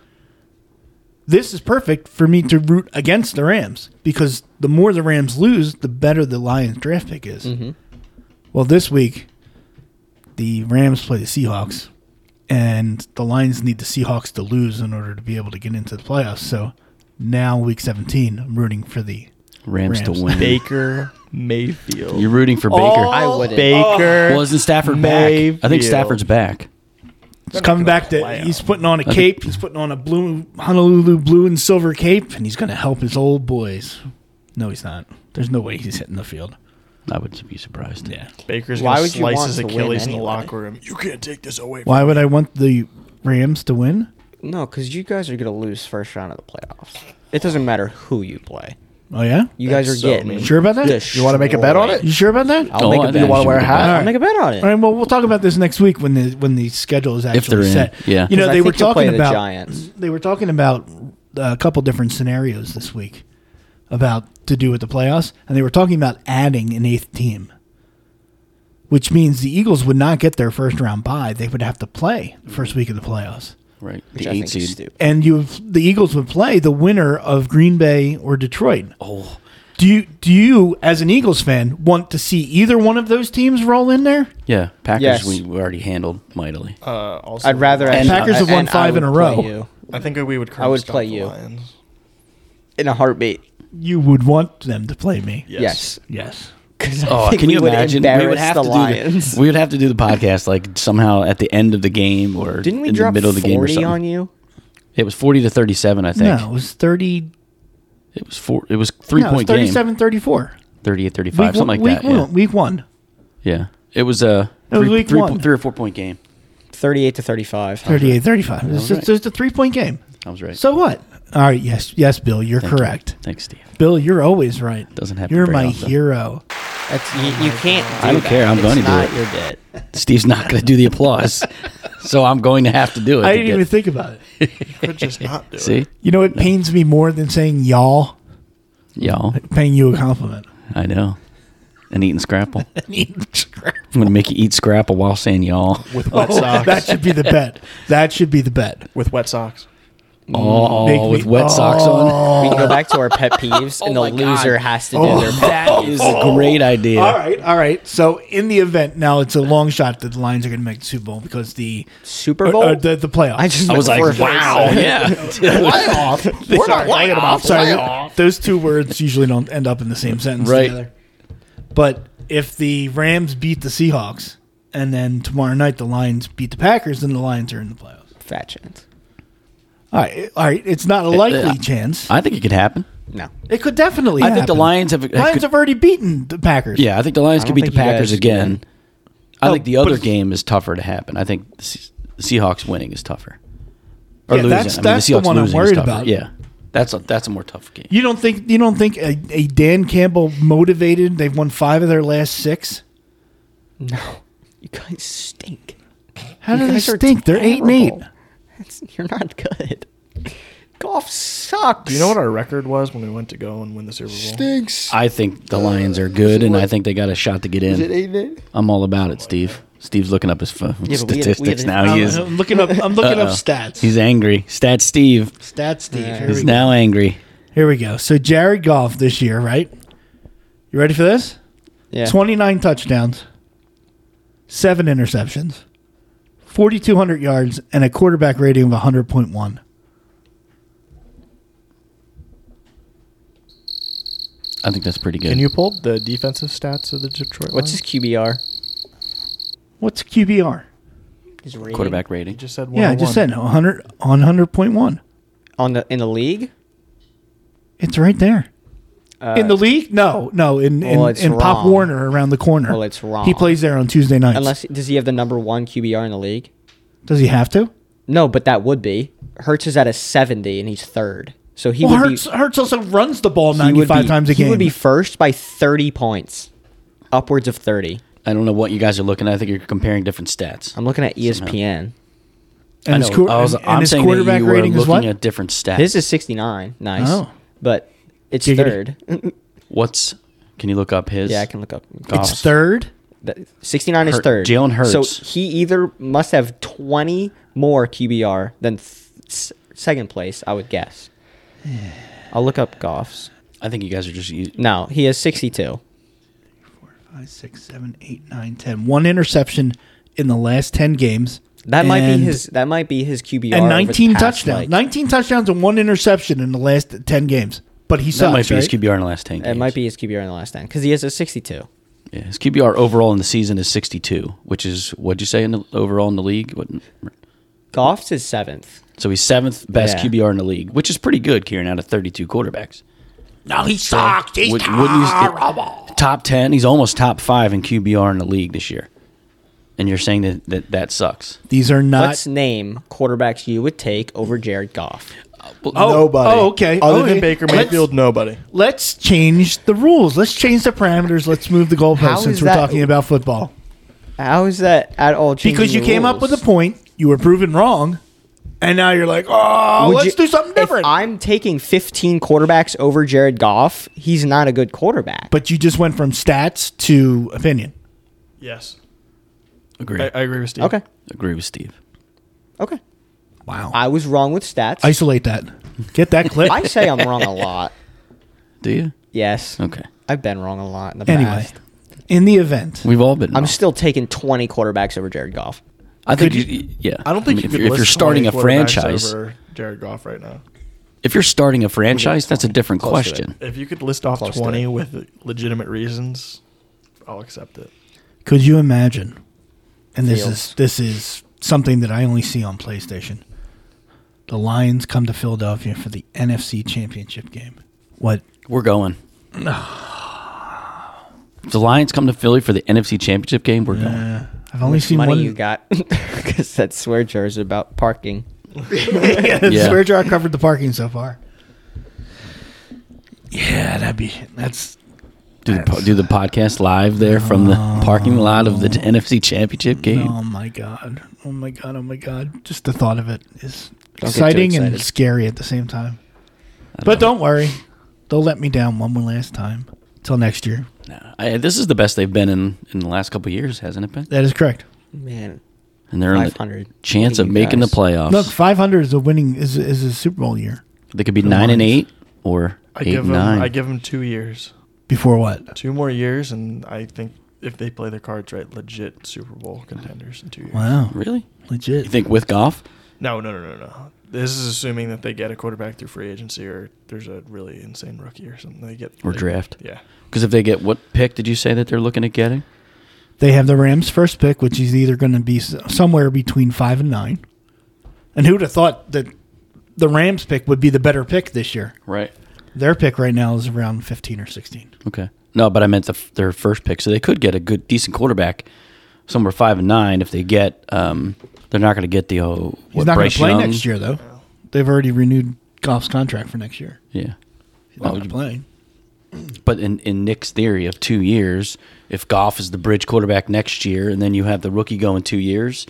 Speaker 3: This is perfect for me to root against the Rams because the more the Rams lose, the better the Lions draft pick is. Well, this week the Rams play the Seahawks, and the Lions need the Seahawks to lose in order to be able to get into the playoffs. So now, week 17, I'm rooting for the
Speaker 5: Rams, to
Speaker 3: Rams.
Speaker 5: win.
Speaker 2: Baker Mayfield.
Speaker 5: You're rooting for
Speaker 3: All-
Speaker 5: Baker.
Speaker 4: I wouldn't. Oh.
Speaker 2: Baker.
Speaker 5: Wasn't Stafford back? I think
Speaker 2: Mayfield.
Speaker 5: Stafford's back.
Speaker 3: He's coming back to.
Speaker 2: playoff.
Speaker 3: He's putting on a
Speaker 5: think-
Speaker 3: cape. He's putting on a blue Honolulu blue and silver cape, and he's going to help his old boys. No, he's not. There's no way he's hitting the field.
Speaker 5: I would be surprised.
Speaker 2: Baker's
Speaker 4: Why
Speaker 2: gonna
Speaker 4: would you
Speaker 2: slice
Speaker 4: want
Speaker 2: his
Speaker 4: to win
Speaker 2: Achilles in the
Speaker 4: anyway?
Speaker 2: locker room. You can't take this away.
Speaker 3: Why would I want the Rams to win?
Speaker 4: No, because you guys are gonna lose first round of the playoffs. It doesn't matter who you play.
Speaker 3: Oh yeah.
Speaker 4: You
Speaker 2: That's
Speaker 4: guys are
Speaker 2: so
Speaker 4: getting.
Speaker 2: mean.
Speaker 3: You sure about that?
Speaker 6: You want to make a bet on
Speaker 4: destroyed.
Speaker 6: it?
Speaker 3: You sure about that?
Speaker 4: I'll
Speaker 5: Oh,
Speaker 4: make
Speaker 5: I
Speaker 4: a bet.
Speaker 5: think
Speaker 6: wanna
Speaker 5: should
Speaker 6: wear a
Speaker 5: be
Speaker 6: hat?
Speaker 5: back.
Speaker 4: I'll make a bet on it.
Speaker 3: All right. Well, we'll talk about this next week when the when the schedule is actually
Speaker 5: they're in,
Speaker 3: set.
Speaker 5: yeah.
Speaker 3: You know
Speaker 4: 'Cause I
Speaker 3: they were
Speaker 4: think you'll play
Speaker 3: talking
Speaker 4: the
Speaker 3: about
Speaker 4: Giants.
Speaker 3: They were talking about uh, a couple different scenarios this week about to do with the playoffs, and they were talking about adding an eighth team, which means the Eagles would not get their first round bye. They would have to play the first week of the playoffs,
Speaker 5: Right.
Speaker 4: Which
Speaker 5: the
Speaker 4: I
Speaker 5: eight
Speaker 4: think
Speaker 5: seed.
Speaker 4: is stupid.
Speaker 3: and you the Eagles would play the winner of Green Bay or Detroit.
Speaker 5: Oh,
Speaker 3: Do you do you as an Eagles fan want to see either one of those teams roll in there?
Speaker 5: yeah. Packers
Speaker 4: Yes.
Speaker 5: we, we already handled mightily.
Speaker 2: Uh, also,
Speaker 4: I'd rather.
Speaker 3: And Packers have won
Speaker 4: and I
Speaker 3: five in
Speaker 4: would
Speaker 3: a
Speaker 4: play
Speaker 3: row.
Speaker 4: you
Speaker 2: I think we would. curb
Speaker 4: I would
Speaker 2: stomp
Speaker 4: play
Speaker 2: the
Speaker 4: you.
Speaker 2: Lions.
Speaker 4: in a heartbeat.
Speaker 3: You would want them to play me.
Speaker 4: Yes.
Speaker 3: Yes.
Speaker 4: Because
Speaker 5: Oh, can you imagine?
Speaker 4: Would
Speaker 5: We would have
Speaker 4: the
Speaker 5: to
Speaker 4: Lions.
Speaker 5: do the, we would have to do the podcast like somehow at the end of the game or
Speaker 4: Didn't we
Speaker 5: in
Speaker 4: drop
Speaker 5: the middle of the game or
Speaker 4: forty
Speaker 5: something.
Speaker 4: on you?
Speaker 5: It was forty to thirty-seven. I think
Speaker 3: No, it was 30
Speaker 5: it was four. It was three
Speaker 3: no, it was
Speaker 5: point game.
Speaker 3: 37 34.
Speaker 5: 38, 35,
Speaker 3: Week
Speaker 5: something
Speaker 3: one-
Speaker 5: like
Speaker 3: week
Speaker 5: that.
Speaker 3: One, Week 1.
Speaker 5: Yeah. yeah, it was a
Speaker 3: That was week
Speaker 5: three,
Speaker 3: one.
Speaker 5: three or four point game.
Speaker 4: Thirty-eight to thirty-five.
Speaker 3: 38 35. It's
Speaker 5: right.
Speaker 3: just, it's a three-point game.
Speaker 5: I was right.
Speaker 3: So what? All right, yes, yes, Bill, you're
Speaker 5: Thank you.
Speaker 3: correct.
Speaker 5: Thanks, Steve.
Speaker 3: Bill, you're always right.
Speaker 5: Doesn't happen
Speaker 3: You're
Speaker 5: very
Speaker 3: my
Speaker 5: often.
Speaker 3: hero.
Speaker 4: That's, you, you can't. Do
Speaker 5: I don't
Speaker 4: that.
Speaker 5: care, I'm
Speaker 4: It's
Speaker 5: gonna do
Speaker 4: not
Speaker 5: it.
Speaker 4: Your bit.
Speaker 5: Steve's not going to do the applause, so I'm going to have to do it.
Speaker 3: I
Speaker 5: to
Speaker 3: didn't
Speaker 5: get-
Speaker 3: even think about it.
Speaker 2: You could just not do
Speaker 5: See,
Speaker 2: it.
Speaker 3: You know, it pains me more than saying y'all,
Speaker 5: y'all.
Speaker 3: paying you a compliment.
Speaker 5: I know. And eating scrapple. I'm going to make you eat scrapple while saying y'all.
Speaker 2: with wet
Speaker 3: Oh,
Speaker 2: socks.
Speaker 3: that should be the bet. That should be the bet.
Speaker 2: with wet socks.
Speaker 5: Oh,
Speaker 3: Make me-
Speaker 5: with wet socks on.
Speaker 4: We can go back to our pet peeves, and the
Speaker 5: my God.
Speaker 4: loser has to do their
Speaker 5: That is a great idea.
Speaker 3: All right, all right. So in the event now, it's a long shot that the Lions are going to make the Super Bowl because the
Speaker 4: Super
Speaker 3: or-
Speaker 4: Bowl.
Speaker 3: or the the playoffs.
Speaker 4: I just
Speaker 5: I was
Speaker 4: went
Speaker 5: like,
Speaker 4: for a
Speaker 5: wow,
Speaker 4: face.
Speaker 5: yeah.
Speaker 3: playoff.
Speaker 5: We're not lying about
Speaker 3: Sorry, those two words usually don't end up in the same sentence
Speaker 5: Right.
Speaker 3: together. But if the Rams beat the Seahawks and then tomorrow night the Lions beat the Packers, then the Lions are in the playoffs.
Speaker 4: Fat chance.
Speaker 3: All right, all right. It's not a likely chance.
Speaker 5: I think it could happen.
Speaker 4: No.
Speaker 3: it could definitely.
Speaker 5: I think the
Speaker 3: happen.
Speaker 5: Lions have.
Speaker 3: Lions
Speaker 5: could-
Speaker 3: have already beaten the Packers.
Speaker 5: yeah, I think the Lions
Speaker 4: I
Speaker 5: could
Speaker 4: don't
Speaker 5: beat the
Speaker 4: think you
Speaker 5: Packers
Speaker 4: guys
Speaker 5: again.
Speaker 4: can.
Speaker 5: I
Speaker 3: No,
Speaker 5: think the
Speaker 3: but
Speaker 5: other
Speaker 3: it's-
Speaker 5: game is tougher to happen. I think the Se- the Seahawks winning is tougher. Or
Speaker 3: Yeah,
Speaker 5: losing.
Speaker 3: that's-
Speaker 5: I mean,
Speaker 3: that's the
Speaker 5: Seahawks
Speaker 3: one I'm
Speaker 5: losing is
Speaker 3: worried
Speaker 5: tougher.
Speaker 3: about.
Speaker 5: Yeah, that's a that's a more tough game.
Speaker 3: You don't think you don't think a, a Dan Campbell motivated? They've won five of their last six.
Speaker 4: No. You guys stink.
Speaker 3: How do
Speaker 4: You
Speaker 3: they
Speaker 4: guys are
Speaker 3: stink? They're eight and eight.
Speaker 4: terrible. That's, you're not good. Golf sucks.
Speaker 2: Do you know what our record was when we went to go and win the Super Bowl?
Speaker 6: Stinks.
Speaker 5: I think the Lions are good, and I think they got a shot to get in. I'm all about it, Steve. Steve's looking up his phone
Speaker 4: we had- we had-
Speaker 5: statistics now. He
Speaker 3: I'm,
Speaker 5: is.
Speaker 3: I'm looking up. I'm looking up
Speaker 5: Uh-oh.
Speaker 3: stats.
Speaker 5: He's angry. Stat Steve
Speaker 3: stats, Steve. Here, we
Speaker 5: is
Speaker 3: go.
Speaker 5: now angry.
Speaker 3: Here we go. So Jared Goff this year, right? You ready for this?
Speaker 4: Yeah.
Speaker 3: 29 touchdowns, seven interceptions, 4,200 yards, and a quarterback rating of 100.1.
Speaker 5: I think that's pretty good.
Speaker 2: Can you pull the defensive stats of the Detroit?
Speaker 4: What's
Speaker 2: Lions?
Speaker 4: his QBR?
Speaker 3: What's QBR?
Speaker 4: His rating?
Speaker 5: quarterback
Speaker 2: You
Speaker 5: rating?
Speaker 2: just said
Speaker 3: Yeah, I just said 100 on 100.1.
Speaker 4: on the in the league.
Speaker 3: It's right there.
Speaker 4: Uh,
Speaker 3: in the league? No, no. In in,
Speaker 4: Well, it's
Speaker 3: in Pop
Speaker 4: wrong.
Speaker 3: Warner around the corner.
Speaker 4: Well, it's wrong.
Speaker 3: He plays there on Tuesday nights.
Speaker 4: unless does he have the number one QBR in the league?
Speaker 3: Does he have to?
Speaker 4: No, but that would be. Hertz is at a seventy and he's third. So he
Speaker 3: Well,
Speaker 4: would
Speaker 3: Hertz,
Speaker 4: be
Speaker 3: Hertz also runs the ball
Speaker 4: he would
Speaker 3: 95
Speaker 4: be-
Speaker 3: times a game.
Speaker 4: He would be first by 30 points, upwards of 30.
Speaker 5: I don't know what you guys are looking at. I think you're comparing different stats.
Speaker 4: I'm looking at E ESPN.
Speaker 3: and
Speaker 5: I
Speaker 3: his,
Speaker 5: know.
Speaker 3: quar-
Speaker 5: I was,
Speaker 3: and, and
Speaker 5: I'm
Speaker 3: his
Speaker 5: saying that
Speaker 3: quarterback
Speaker 5: you were
Speaker 3: rating is what?
Speaker 5: looking at different stats.
Speaker 4: His is 69. Nice.
Speaker 3: Oh.
Speaker 4: But it's
Speaker 3: Giggity.
Speaker 4: third.
Speaker 5: What's? Can you look up his?
Speaker 4: yeah, I can look up.
Speaker 5: Goff's.
Speaker 3: It's third.
Speaker 4: That- 69 is
Speaker 5: Hurt-
Speaker 4: third.
Speaker 5: Jalen Hurts.
Speaker 4: So he either must have 20 more QBR than th- s- second place, I would guess. I'll look up Goff's.
Speaker 5: I think you guys are just. u-
Speaker 4: No, he has 62.
Speaker 3: Five, six, seven, eight, nine, ten. One interception in the last 10 games.
Speaker 4: That might be
Speaker 3: And-
Speaker 4: his. That might be his QBR.
Speaker 3: And
Speaker 4: over the
Speaker 3: 19
Speaker 4: past,
Speaker 3: touchdowns.
Speaker 4: like-
Speaker 3: 19 touchdowns and one interception in the last 10 games. But he
Speaker 5: That
Speaker 3: sucks,
Speaker 5: might be his
Speaker 3: right?
Speaker 5: QBR in the last ten.
Speaker 4: It
Speaker 5: games.
Speaker 4: might be his QBR in the last ten because he has a 62.
Speaker 5: Yeah, his QBR overall in the season is 62, which is what'd you say in the, overall in the league? What,
Speaker 4: Goff's is seventh.
Speaker 5: so he's seventh best
Speaker 4: Yeah.
Speaker 5: QBR in the league, which is pretty good, Kieran, out of 32 quarterbacks.
Speaker 3: No, he sucks. He's
Speaker 5: Would- wouldn't you- top 10. He's almost top five in QBR in the league this year. And you're saying that that, that sucks.
Speaker 3: These are not.
Speaker 4: Let's name quarterbacks you would take over Jared Goff.
Speaker 3: Oh,
Speaker 2: nobody.
Speaker 3: oh, okay.
Speaker 2: Other
Speaker 3: Okay.
Speaker 2: than Baker
Speaker 3: Let's-
Speaker 2: Mayfield, nobody.
Speaker 3: Let's change the rules. Let's change the parameters. Let's move the
Speaker 4: How
Speaker 3: goalpost since
Speaker 4: is
Speaker 3: we're
Speaker 4: that-
Speaker 3: talking about football.
Speaker 4: How is that at all? changing
Speaker 3: Because you
Speaker 4: the
Speaker 3: came up
Speaker 4: rules?
Speaker 3: with a point, you were proven wrong, and now you're like, oh,
Speaker 4: Would
Speaker 3: let's
Speaker 4: you-
Speaker 3: do something
Speaker 4: if
Speaker 3: different.
Speaker 4: I'm taking 15 quarterbacks over Jared Goff. He's not a good quarterback.
Speaker 3: but you just went from stats to opinion.
Speaker 2: Yes.
Speaker 5: Agree.
Speaker 2: I, I agree with Steve.
Speaker 4: okay,
Speaker 5: Agree with Steve.
Speaker 4: okay,
Speaker 3: Wow.
Speaker 4: I was wrong with stats. I,
Speaker 3: Isolate that. Get that clip.
Speaker 4: say I'm wrong a lot.
Speaker 5: Do you?
Speaker 4: Yes,
Speaker 5: Okay.
Speaker 4: I've been wrong a lot in the
Speaker 3: anyway,
Speaker 4: past.
Speaker 3: in the event,
Speaker 5: We've all been.
Speaker 4: I'm
Speaker 5: wrong.
Speaker 4: still taking 20 quarterbacks over Jared Goff.
Speaker 5: I think.
Speaker 3: could
Speaker 5: You, yeah.
Speaker 2: I don't think
Speaker 5: mean,
Speaker 2: you
Speaker 5: if,
Speaker 2: could
Speaker 5: you're- if you're
Speaker 2: list
Speaker 5: starting a
Speaker 2: 20 quarterbacks
Speaker 5: franchise,
Speaker 2: over Jared Goff right now.
Speaker 5: if you're starting a franchise, that's a different
Speaker 4: Close to it.
Speaker 5: question.
Speaker 2: If you could list off
Speaker 4: Close to
Speaker 2: 20
Speaker 4: it.
Speaker 2: with legitimate reasons, I'll accept it.
Speaker 3: could you imagine? And this
Speaker 4: Fields.
Speaker 3: is this is something that I only see on PlayStation. The Lions come to Philadelphia for the NFC Championship game. What
Speaker 5: We're going. If the Lions come to Philly for the NFC Championship game, we're going.
Speaker 3: Uh, I've only seen
Speaker 4: Money
Speaker 3: one.
Speaker 4: you got because that swear jar is about parking.
Speaker 3: yeah,
Speaker 5: Yeah.
Speaker 3: Swear jar covered the parking so far. Yeah, that'd be that's
Speaker 5: Do the, po- do the podcast live there from the parking lot of the NFC Championship game.
Speaker 3: oh my god, oh my god, oh my god. Just the thought of it is
Speaker 4: too
Speaker 3: exciting and
Speaker 4: excited.
Speaker 3: scary at the same time. But don't worry, they'll let me down one more last time till next year.
Speaker 5: Nah, I, this is the best they've been in in the last couple of years, hasn't it been?
Speaker 3: That is correct.
Speaker 4: Man,
Speaker 5: And they're on the
Speaker 4: 500.
Speaker 5: chance of
Speaker 4: You
Speaker 5: making
Speaker 4: guys.
Speaker 5: the playoffs.
Speaker 3: Look, 500 is a winning is is a Super Bowl year.
Speaker 5: they could be nine and
Speaker 3: Lions.
Speaker 5: eight or
Speaker 2: I
Speaker 5: eight
Speaker 2: give
Speaker 5: and
Speaker 2: him
Speaker 5: nine.
Speaker 2: I give him 2 years.
Speaker 3: Before what?
Speaker 2: Two more years and I think if they play their cards right, legit Super Bowl contenders in 2 years.
Speaker 3: Wow,
Speaker 5: really?
Speaker 3: legit.
Speaker 5: You think with golf?
Speaker 2: No, no, no, no, no. This is assuming that they get a quarterback through free agency or there's a really insane rookie or something they get
Speaker 5: Or
Speaker 2: they-
Speaker 5: draft.
Speaker 2: Yeah.
Speaker 5: Because if they get what pick did you say that they're looking at getting?
Speaker 3: They have the Rams' first pick, which is either going to be s- somewhere between five and nine. And who'd have thought that the Rams' pick would be the better pick this year?
Speaker 5: Right.
Speaker 3: Their pick right now is around fifteen or sixteen.
Speaker 5: Okay. No, but I meant the, f- their first pick, so they could get a good, decent quarterback. Somewhere five and nine. If they get, um, they're not going to get the oh,
Speaker 3: He's not going to play next year, though. They've already renewed Goff's contract for next year.
Speaker 5: Yeah.
Speaker 3: He's not
Speaker 5: Well,
Speaker 3: gonna play.
Speaker 5: But in, in Nick's theory of two years, if Goff is the bridge quarterback next year, and then you have the rookie going two years,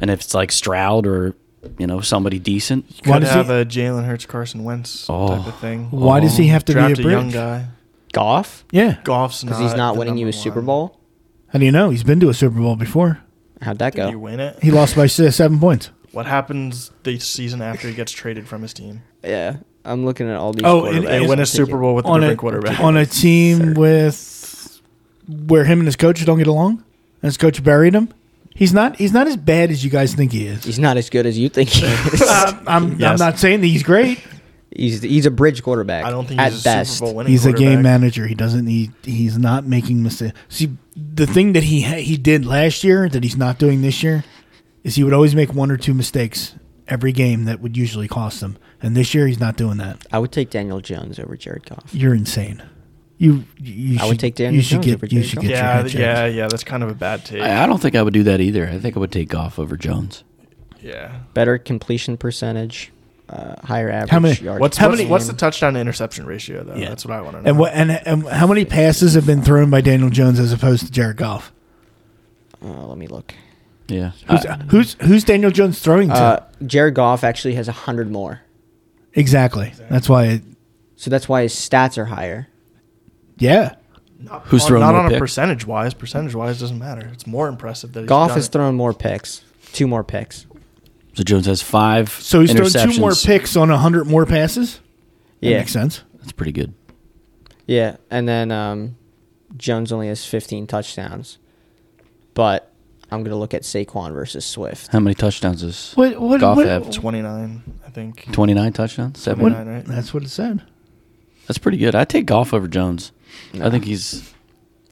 Speaker 5: and if it's like Stroud or you know somebody decent,
Speaker 2: Could
Speaker 3: Why does
Speaker 2: have
Speaker 3: he-
Speaker 2: a Jalen Hurts, Carson Wentz type
Speaker 5: Oh.
Speaker 2: of thing.
Speaker 3: Why does he have to
Speaker 2: draft
Speaker 3: be a
Speaker 2: a,
Speaker 3: bridge?
Speaker 2: young guy.
Speaker 4: Goff
Speaker 3: Yeah.
Speaker 2: Goff's not
Speaker 4: because he's not
Speaker 2: the
Speaker 4: winning you a
Speaker 2: number
Speaker 4: Super
Speaker 2: one.
Speaker 4: Bowl.
Speaker 3: How do you know? He's been to a Super Bowl before.
Speaker 4: How'd that
Speaker 2: Did he
Speaker 4: go?
Speaker 2: win it?
Speaker 3: He lost by s- seven points.
Speaker 2: What happens the season after he gets traded from his team?
Speaker 4: Yeah, I'm looking at all these.
Speaker 3: Oh,
Speaker 4: quarterbacks.
Speaker 3: and-
Speaker 2: They
Speaker 3: and-
Speaker 2: win a
Speaker 4: I'll take
Speaker 2: Super
Speaker 4: it.
Speaker 2: Bowl with a
Speaker 3: on
Speaker 2: different
Speaker 3: a
Speaker 2: quarterback.
Speaker 3: on a team
Speaker 4: Third.
Speaker 3: with where him and his coach don't get along, and his coach buried him. He's not he's not as bad as you guys think he is.
Speaker 4: He's not as good as you think he is.
Speaker 3: I'm, I'm,
Speaker 2: Yes.
Speaker 3: I'm not saying that he's great.
Speaker 4: he's he's a bridge quarterback.
Speaker 2: I don't think
Speaker 4: at
Speaker 2: he's a
Speaker 4: best.
Speaker 2: Super Bowl winning.
Speaker 3: He's a game
Speaker 2: quarterback.
Speaker 3: manager. He doesn't he he's not making mistakes. See, the thing that he ha- he did last year that he's not doing this year is he would always make one or two mistakes every game that would usually cost him. And this year he's not doing that.
Speaker 4: I would take Daniel Jones over Jared Goff.
Speaker 3: You're insane. You you
Speaker 4: I
Speaker 3: should,
Speaker 4: would take Daniel
Speaker 3: you should
Speaker 4: Jones
Speaker 3: get
Speaker 4: over
Speaker 3: you
Speaker 4: Jerry
Speaker 3: should
Speaker 4: Jones.
Speaker 3: get your
Speaker 2: Yeah,
Speaker 3: head checked.
Speaker 2: yeah, yeah. That's kind of a bad take.
Speaker 5: I, I don't think I would do that either. I think I would take Goff over Jones.
Speaker 2: yeah.
Speaker 4: Better completion percentage. uh, higher average.
Speaker 3: How many-
Speaker 4: yards
Speaker 2: What's
Speaker 3: How
Speaker 2: how
Speaker 3: many-
Speaker 2: many? What's the touchdown to interception ratio though?
Speaker 3: Yeah.
Speaker 2: That's what I want to know.
Speaker 3: And what and, and how many passes have been thrown by Daniel Jones as opposed to Jared Goff?
Speaker 4: Uh, let me look.
Speaker 5: Yeah.
Speaker 3: Who's
Speaker 5: I-
Speaker 3: who's, who's Daniel Jones throwing to?
Speaker 4: Uh, Jared Goff actually has 100 more.
Speaker 3: exactly. That's why. It,
Speaker 4: So that's why his stats are higher.
Speaker 3: yeah.
Speaker 5: who's
Speaker 2: on,
Speaker 5: throwing
Speaker 2: not
Speaker 5: more
Speaker 2: on a
Speaker 5: picks?
Speaker 2: percentage wise. Percentage wise doesn't matter. It's more impressive that he's
Speaker 4: Goff
Speaker 2: done
Speaker 4: has
Speaker 2: it.
Speaker 4: thrown more picks, two more picks.
Speaker 5: so Jones has five.
Speaker 3: So he's thrown two more
Speaker 5: interceptions.
Speaker 3: picks on hundred more passes. That
Speaker 4: Yeah,
Speaker 3: makes sense.
Speaker 5: That's pretty good.
Speaker 4: yeah. And then um, Jones only has 15 touchdowns. But I'm gonna look at Saquon versus Swift.
Speaker 5: How many touchdowns is
Speaker 3: What what
Speaker 5: Goff
Speaker 3: what,
Speaker 5: have?
Speaker 2: 29, Oh, I think.
Speaker 5: 29 touchdowns? Seven?
Speaker 3: what-
Speaker 2: 29, right?
Speaker 3: That's what it said.
Speaker 5: That's pretty good. I take Goff over Jones. I think he's.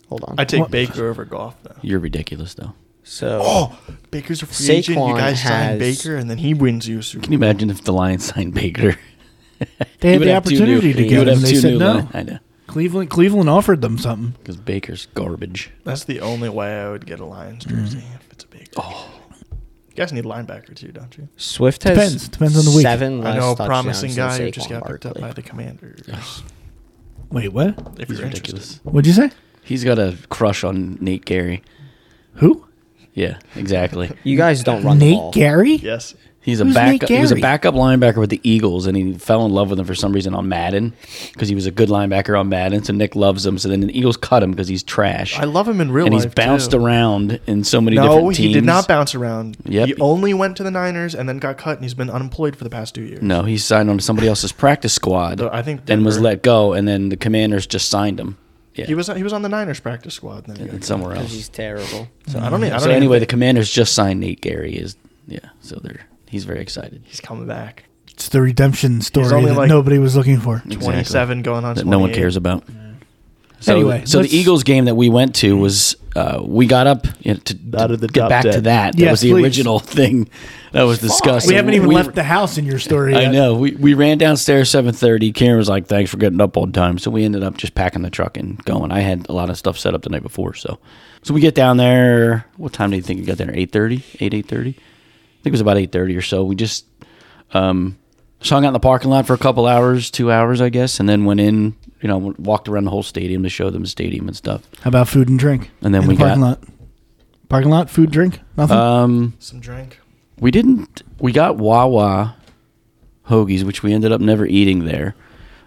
Speaker 4: Hold on.
Speaker 2: I take
Speaker 3: What-
Speaker 2: Baker over Goff though.
Speaker 5: You're ridiculous, though.
Speaker 4: so
Speaker 2: Oh, Baker's a free agent. You
Speaker 4: Saquon
Speaker 2: guys sign
Speaker 4: has-
Speaker 2: Baker, and then he wins you. a Super
Speaker 5: Can you imagine if the Lions signed Baker?
Speaker 3: They had
Speaker 5: You would
Speaker 3: the
Speaker 5: have two
Speaker 3: opportunity
Speaker 5: new-
Speaker 3: to
Speaker 5: you
Speaker 3: get
Speaker 5: would
Speaker 3: him.
Speaker 5: have
Speaker 3: They
Speaker 5: two
Speaker 3: said
Speaker 5: new
Speaker 3: no.
Speaker 5: Lions. I know.
Speaker 3: Cleveland Cleveland offered them something.
Speaker 5: Because Baker's garbage.
Speaker 2: That's the only way I would get a Lions jersey if it's a Baker. Oh. You guys need linebacker too, don't you?
Speaker 4: Swift has
Speaker 3: Depends. Depends on the week.
Speaker 4: Seven less
Speaker 2: I know a
Speaker 4: touchdowns
Speaker 2: promising
Speaker 4: than
Speaker 2: guy who just
Speaker 4: Saquon
Speaker 2: got picked up
Speaker 4: Barkley.
Speaker 2: by the Commanders.
Speaker 3: Wait, what?
Speaker 2: If
Speaker 5: He's
Speaker 2: you're
Speaker 5: ridiculous.
Speaker 2: interested,
Speaker 3: What'd you say?
Speaker 5: He's got a crush on Nate Gary.
Speaker 3: Who?
Speaker 5: Yeah, exactly.
Speaker 4: You guys don't run the ball.
Speaker 3: Nate Gary?
Speaker 2: yes.
Speaker 5: He's a
Speaker 3: Who's Nate
Speaker 5: backup. He was a
Speaker 3: Gary?
Speaker 5: backup linebacker with the Eagles, and he fell in love with him for some reason on Madden because he was a good linebacker on Madden. So Nick loves him. So then the Eagles cut him because he's trash.
Speaker 2: I love him in real
Speaker 5: and he's
Speaker 2: life,
Speaker 5: bounced
Speaker 2: too.
Speaker 5: around in so many
Speaker 2: No,
Speaker 5: different teams.
Speaker 2: he did not bounce around.
Speaker 5: Yep.
Speaker 2: He only went to the Niners and then got cut, and he's been unemployed for the past two years.
Speaker 5: No, he signed on to somebody else's practice squad.
Speaker 2: So I think
Speaker 5: and was
Speaker 2: Denver-
Speaker 5: let go, and then the Commanders just signed him. Yeah,
Speaker 2: He was he was on the Niners practice squad. Then he got
Speaker 5: and somewhere
Speaker 4: Because
Speaker 5: else.
Speaker 4: he's terrible.
Speaker 2: cut. I don't. e- I don't
Speaker 5: So
Speaker 2: even
Speaker 5: anyway, the
Speaker 2: think
Speaker 5: Commanders just signed Nate Gary. Is yeah, so they're he's very excited.
Speaker 2: he's coming back.
Speaker 3: It's the redemption story
Speaker 2: only
Speaker 3: that
Speaker 2: like-
Speaker 3: nobody was looking for.
Speaker 5: Exactly.
Speaker 2: Twenty-seven going on.
Speaker 5: that no one
Speaker 2: 28.
Speaker 5: cares about. So,
Speaker 3: Anyway,
Speaker 5: so the
Speaker 3: let's-
Speaker 5: Eagles game that we went to was uh, we got up you know, to,
Speaker 2: Out
Speaker 5: to
Speaker 2: of the
Speaker 5: get
Speaker 2: top
Speaker 5: back to
Speaker 2: ten.
Speaker 5: that. That
Speaker 3: Yes,
Speaker 5: was the
Speaker 3: please.
Speaker 5: original thing that was discussed.
Speaker 3: We
Speaker 5: So
Speaker 3: haven't even left the house in your story.
Speaker 5: I
Speaker 3: yet.
Speaker 5: know. We we ran downstairs seven thirty. Karen was like, "Thanks for getting up on time." So we ended up just packing the truck and going. I had a lot of stuff set up the night before, so so we get down there. What time do you think we got there? 8.30? 8, 8.30? I think it was about eight thirty or so. We just um, just hung out in the parking lot for a couple hours, two hours, I guess, and then went in. You know, walked around the whole stadium to show them the stadium and stuff.
Speaker 3: How about food and drink?
Speaker 5: And then
Speaker 3: In
Speaker 5: we
Speaker 3: the parking
Speaker 5: got-
Speaker 3: lot. Parking lot, food, drink, nothing.
Speaker 5: Um,
Speaker 2: Some drink.
Speaker 5: We didn't. We got Wawa hoagies, which we ended up never eating there.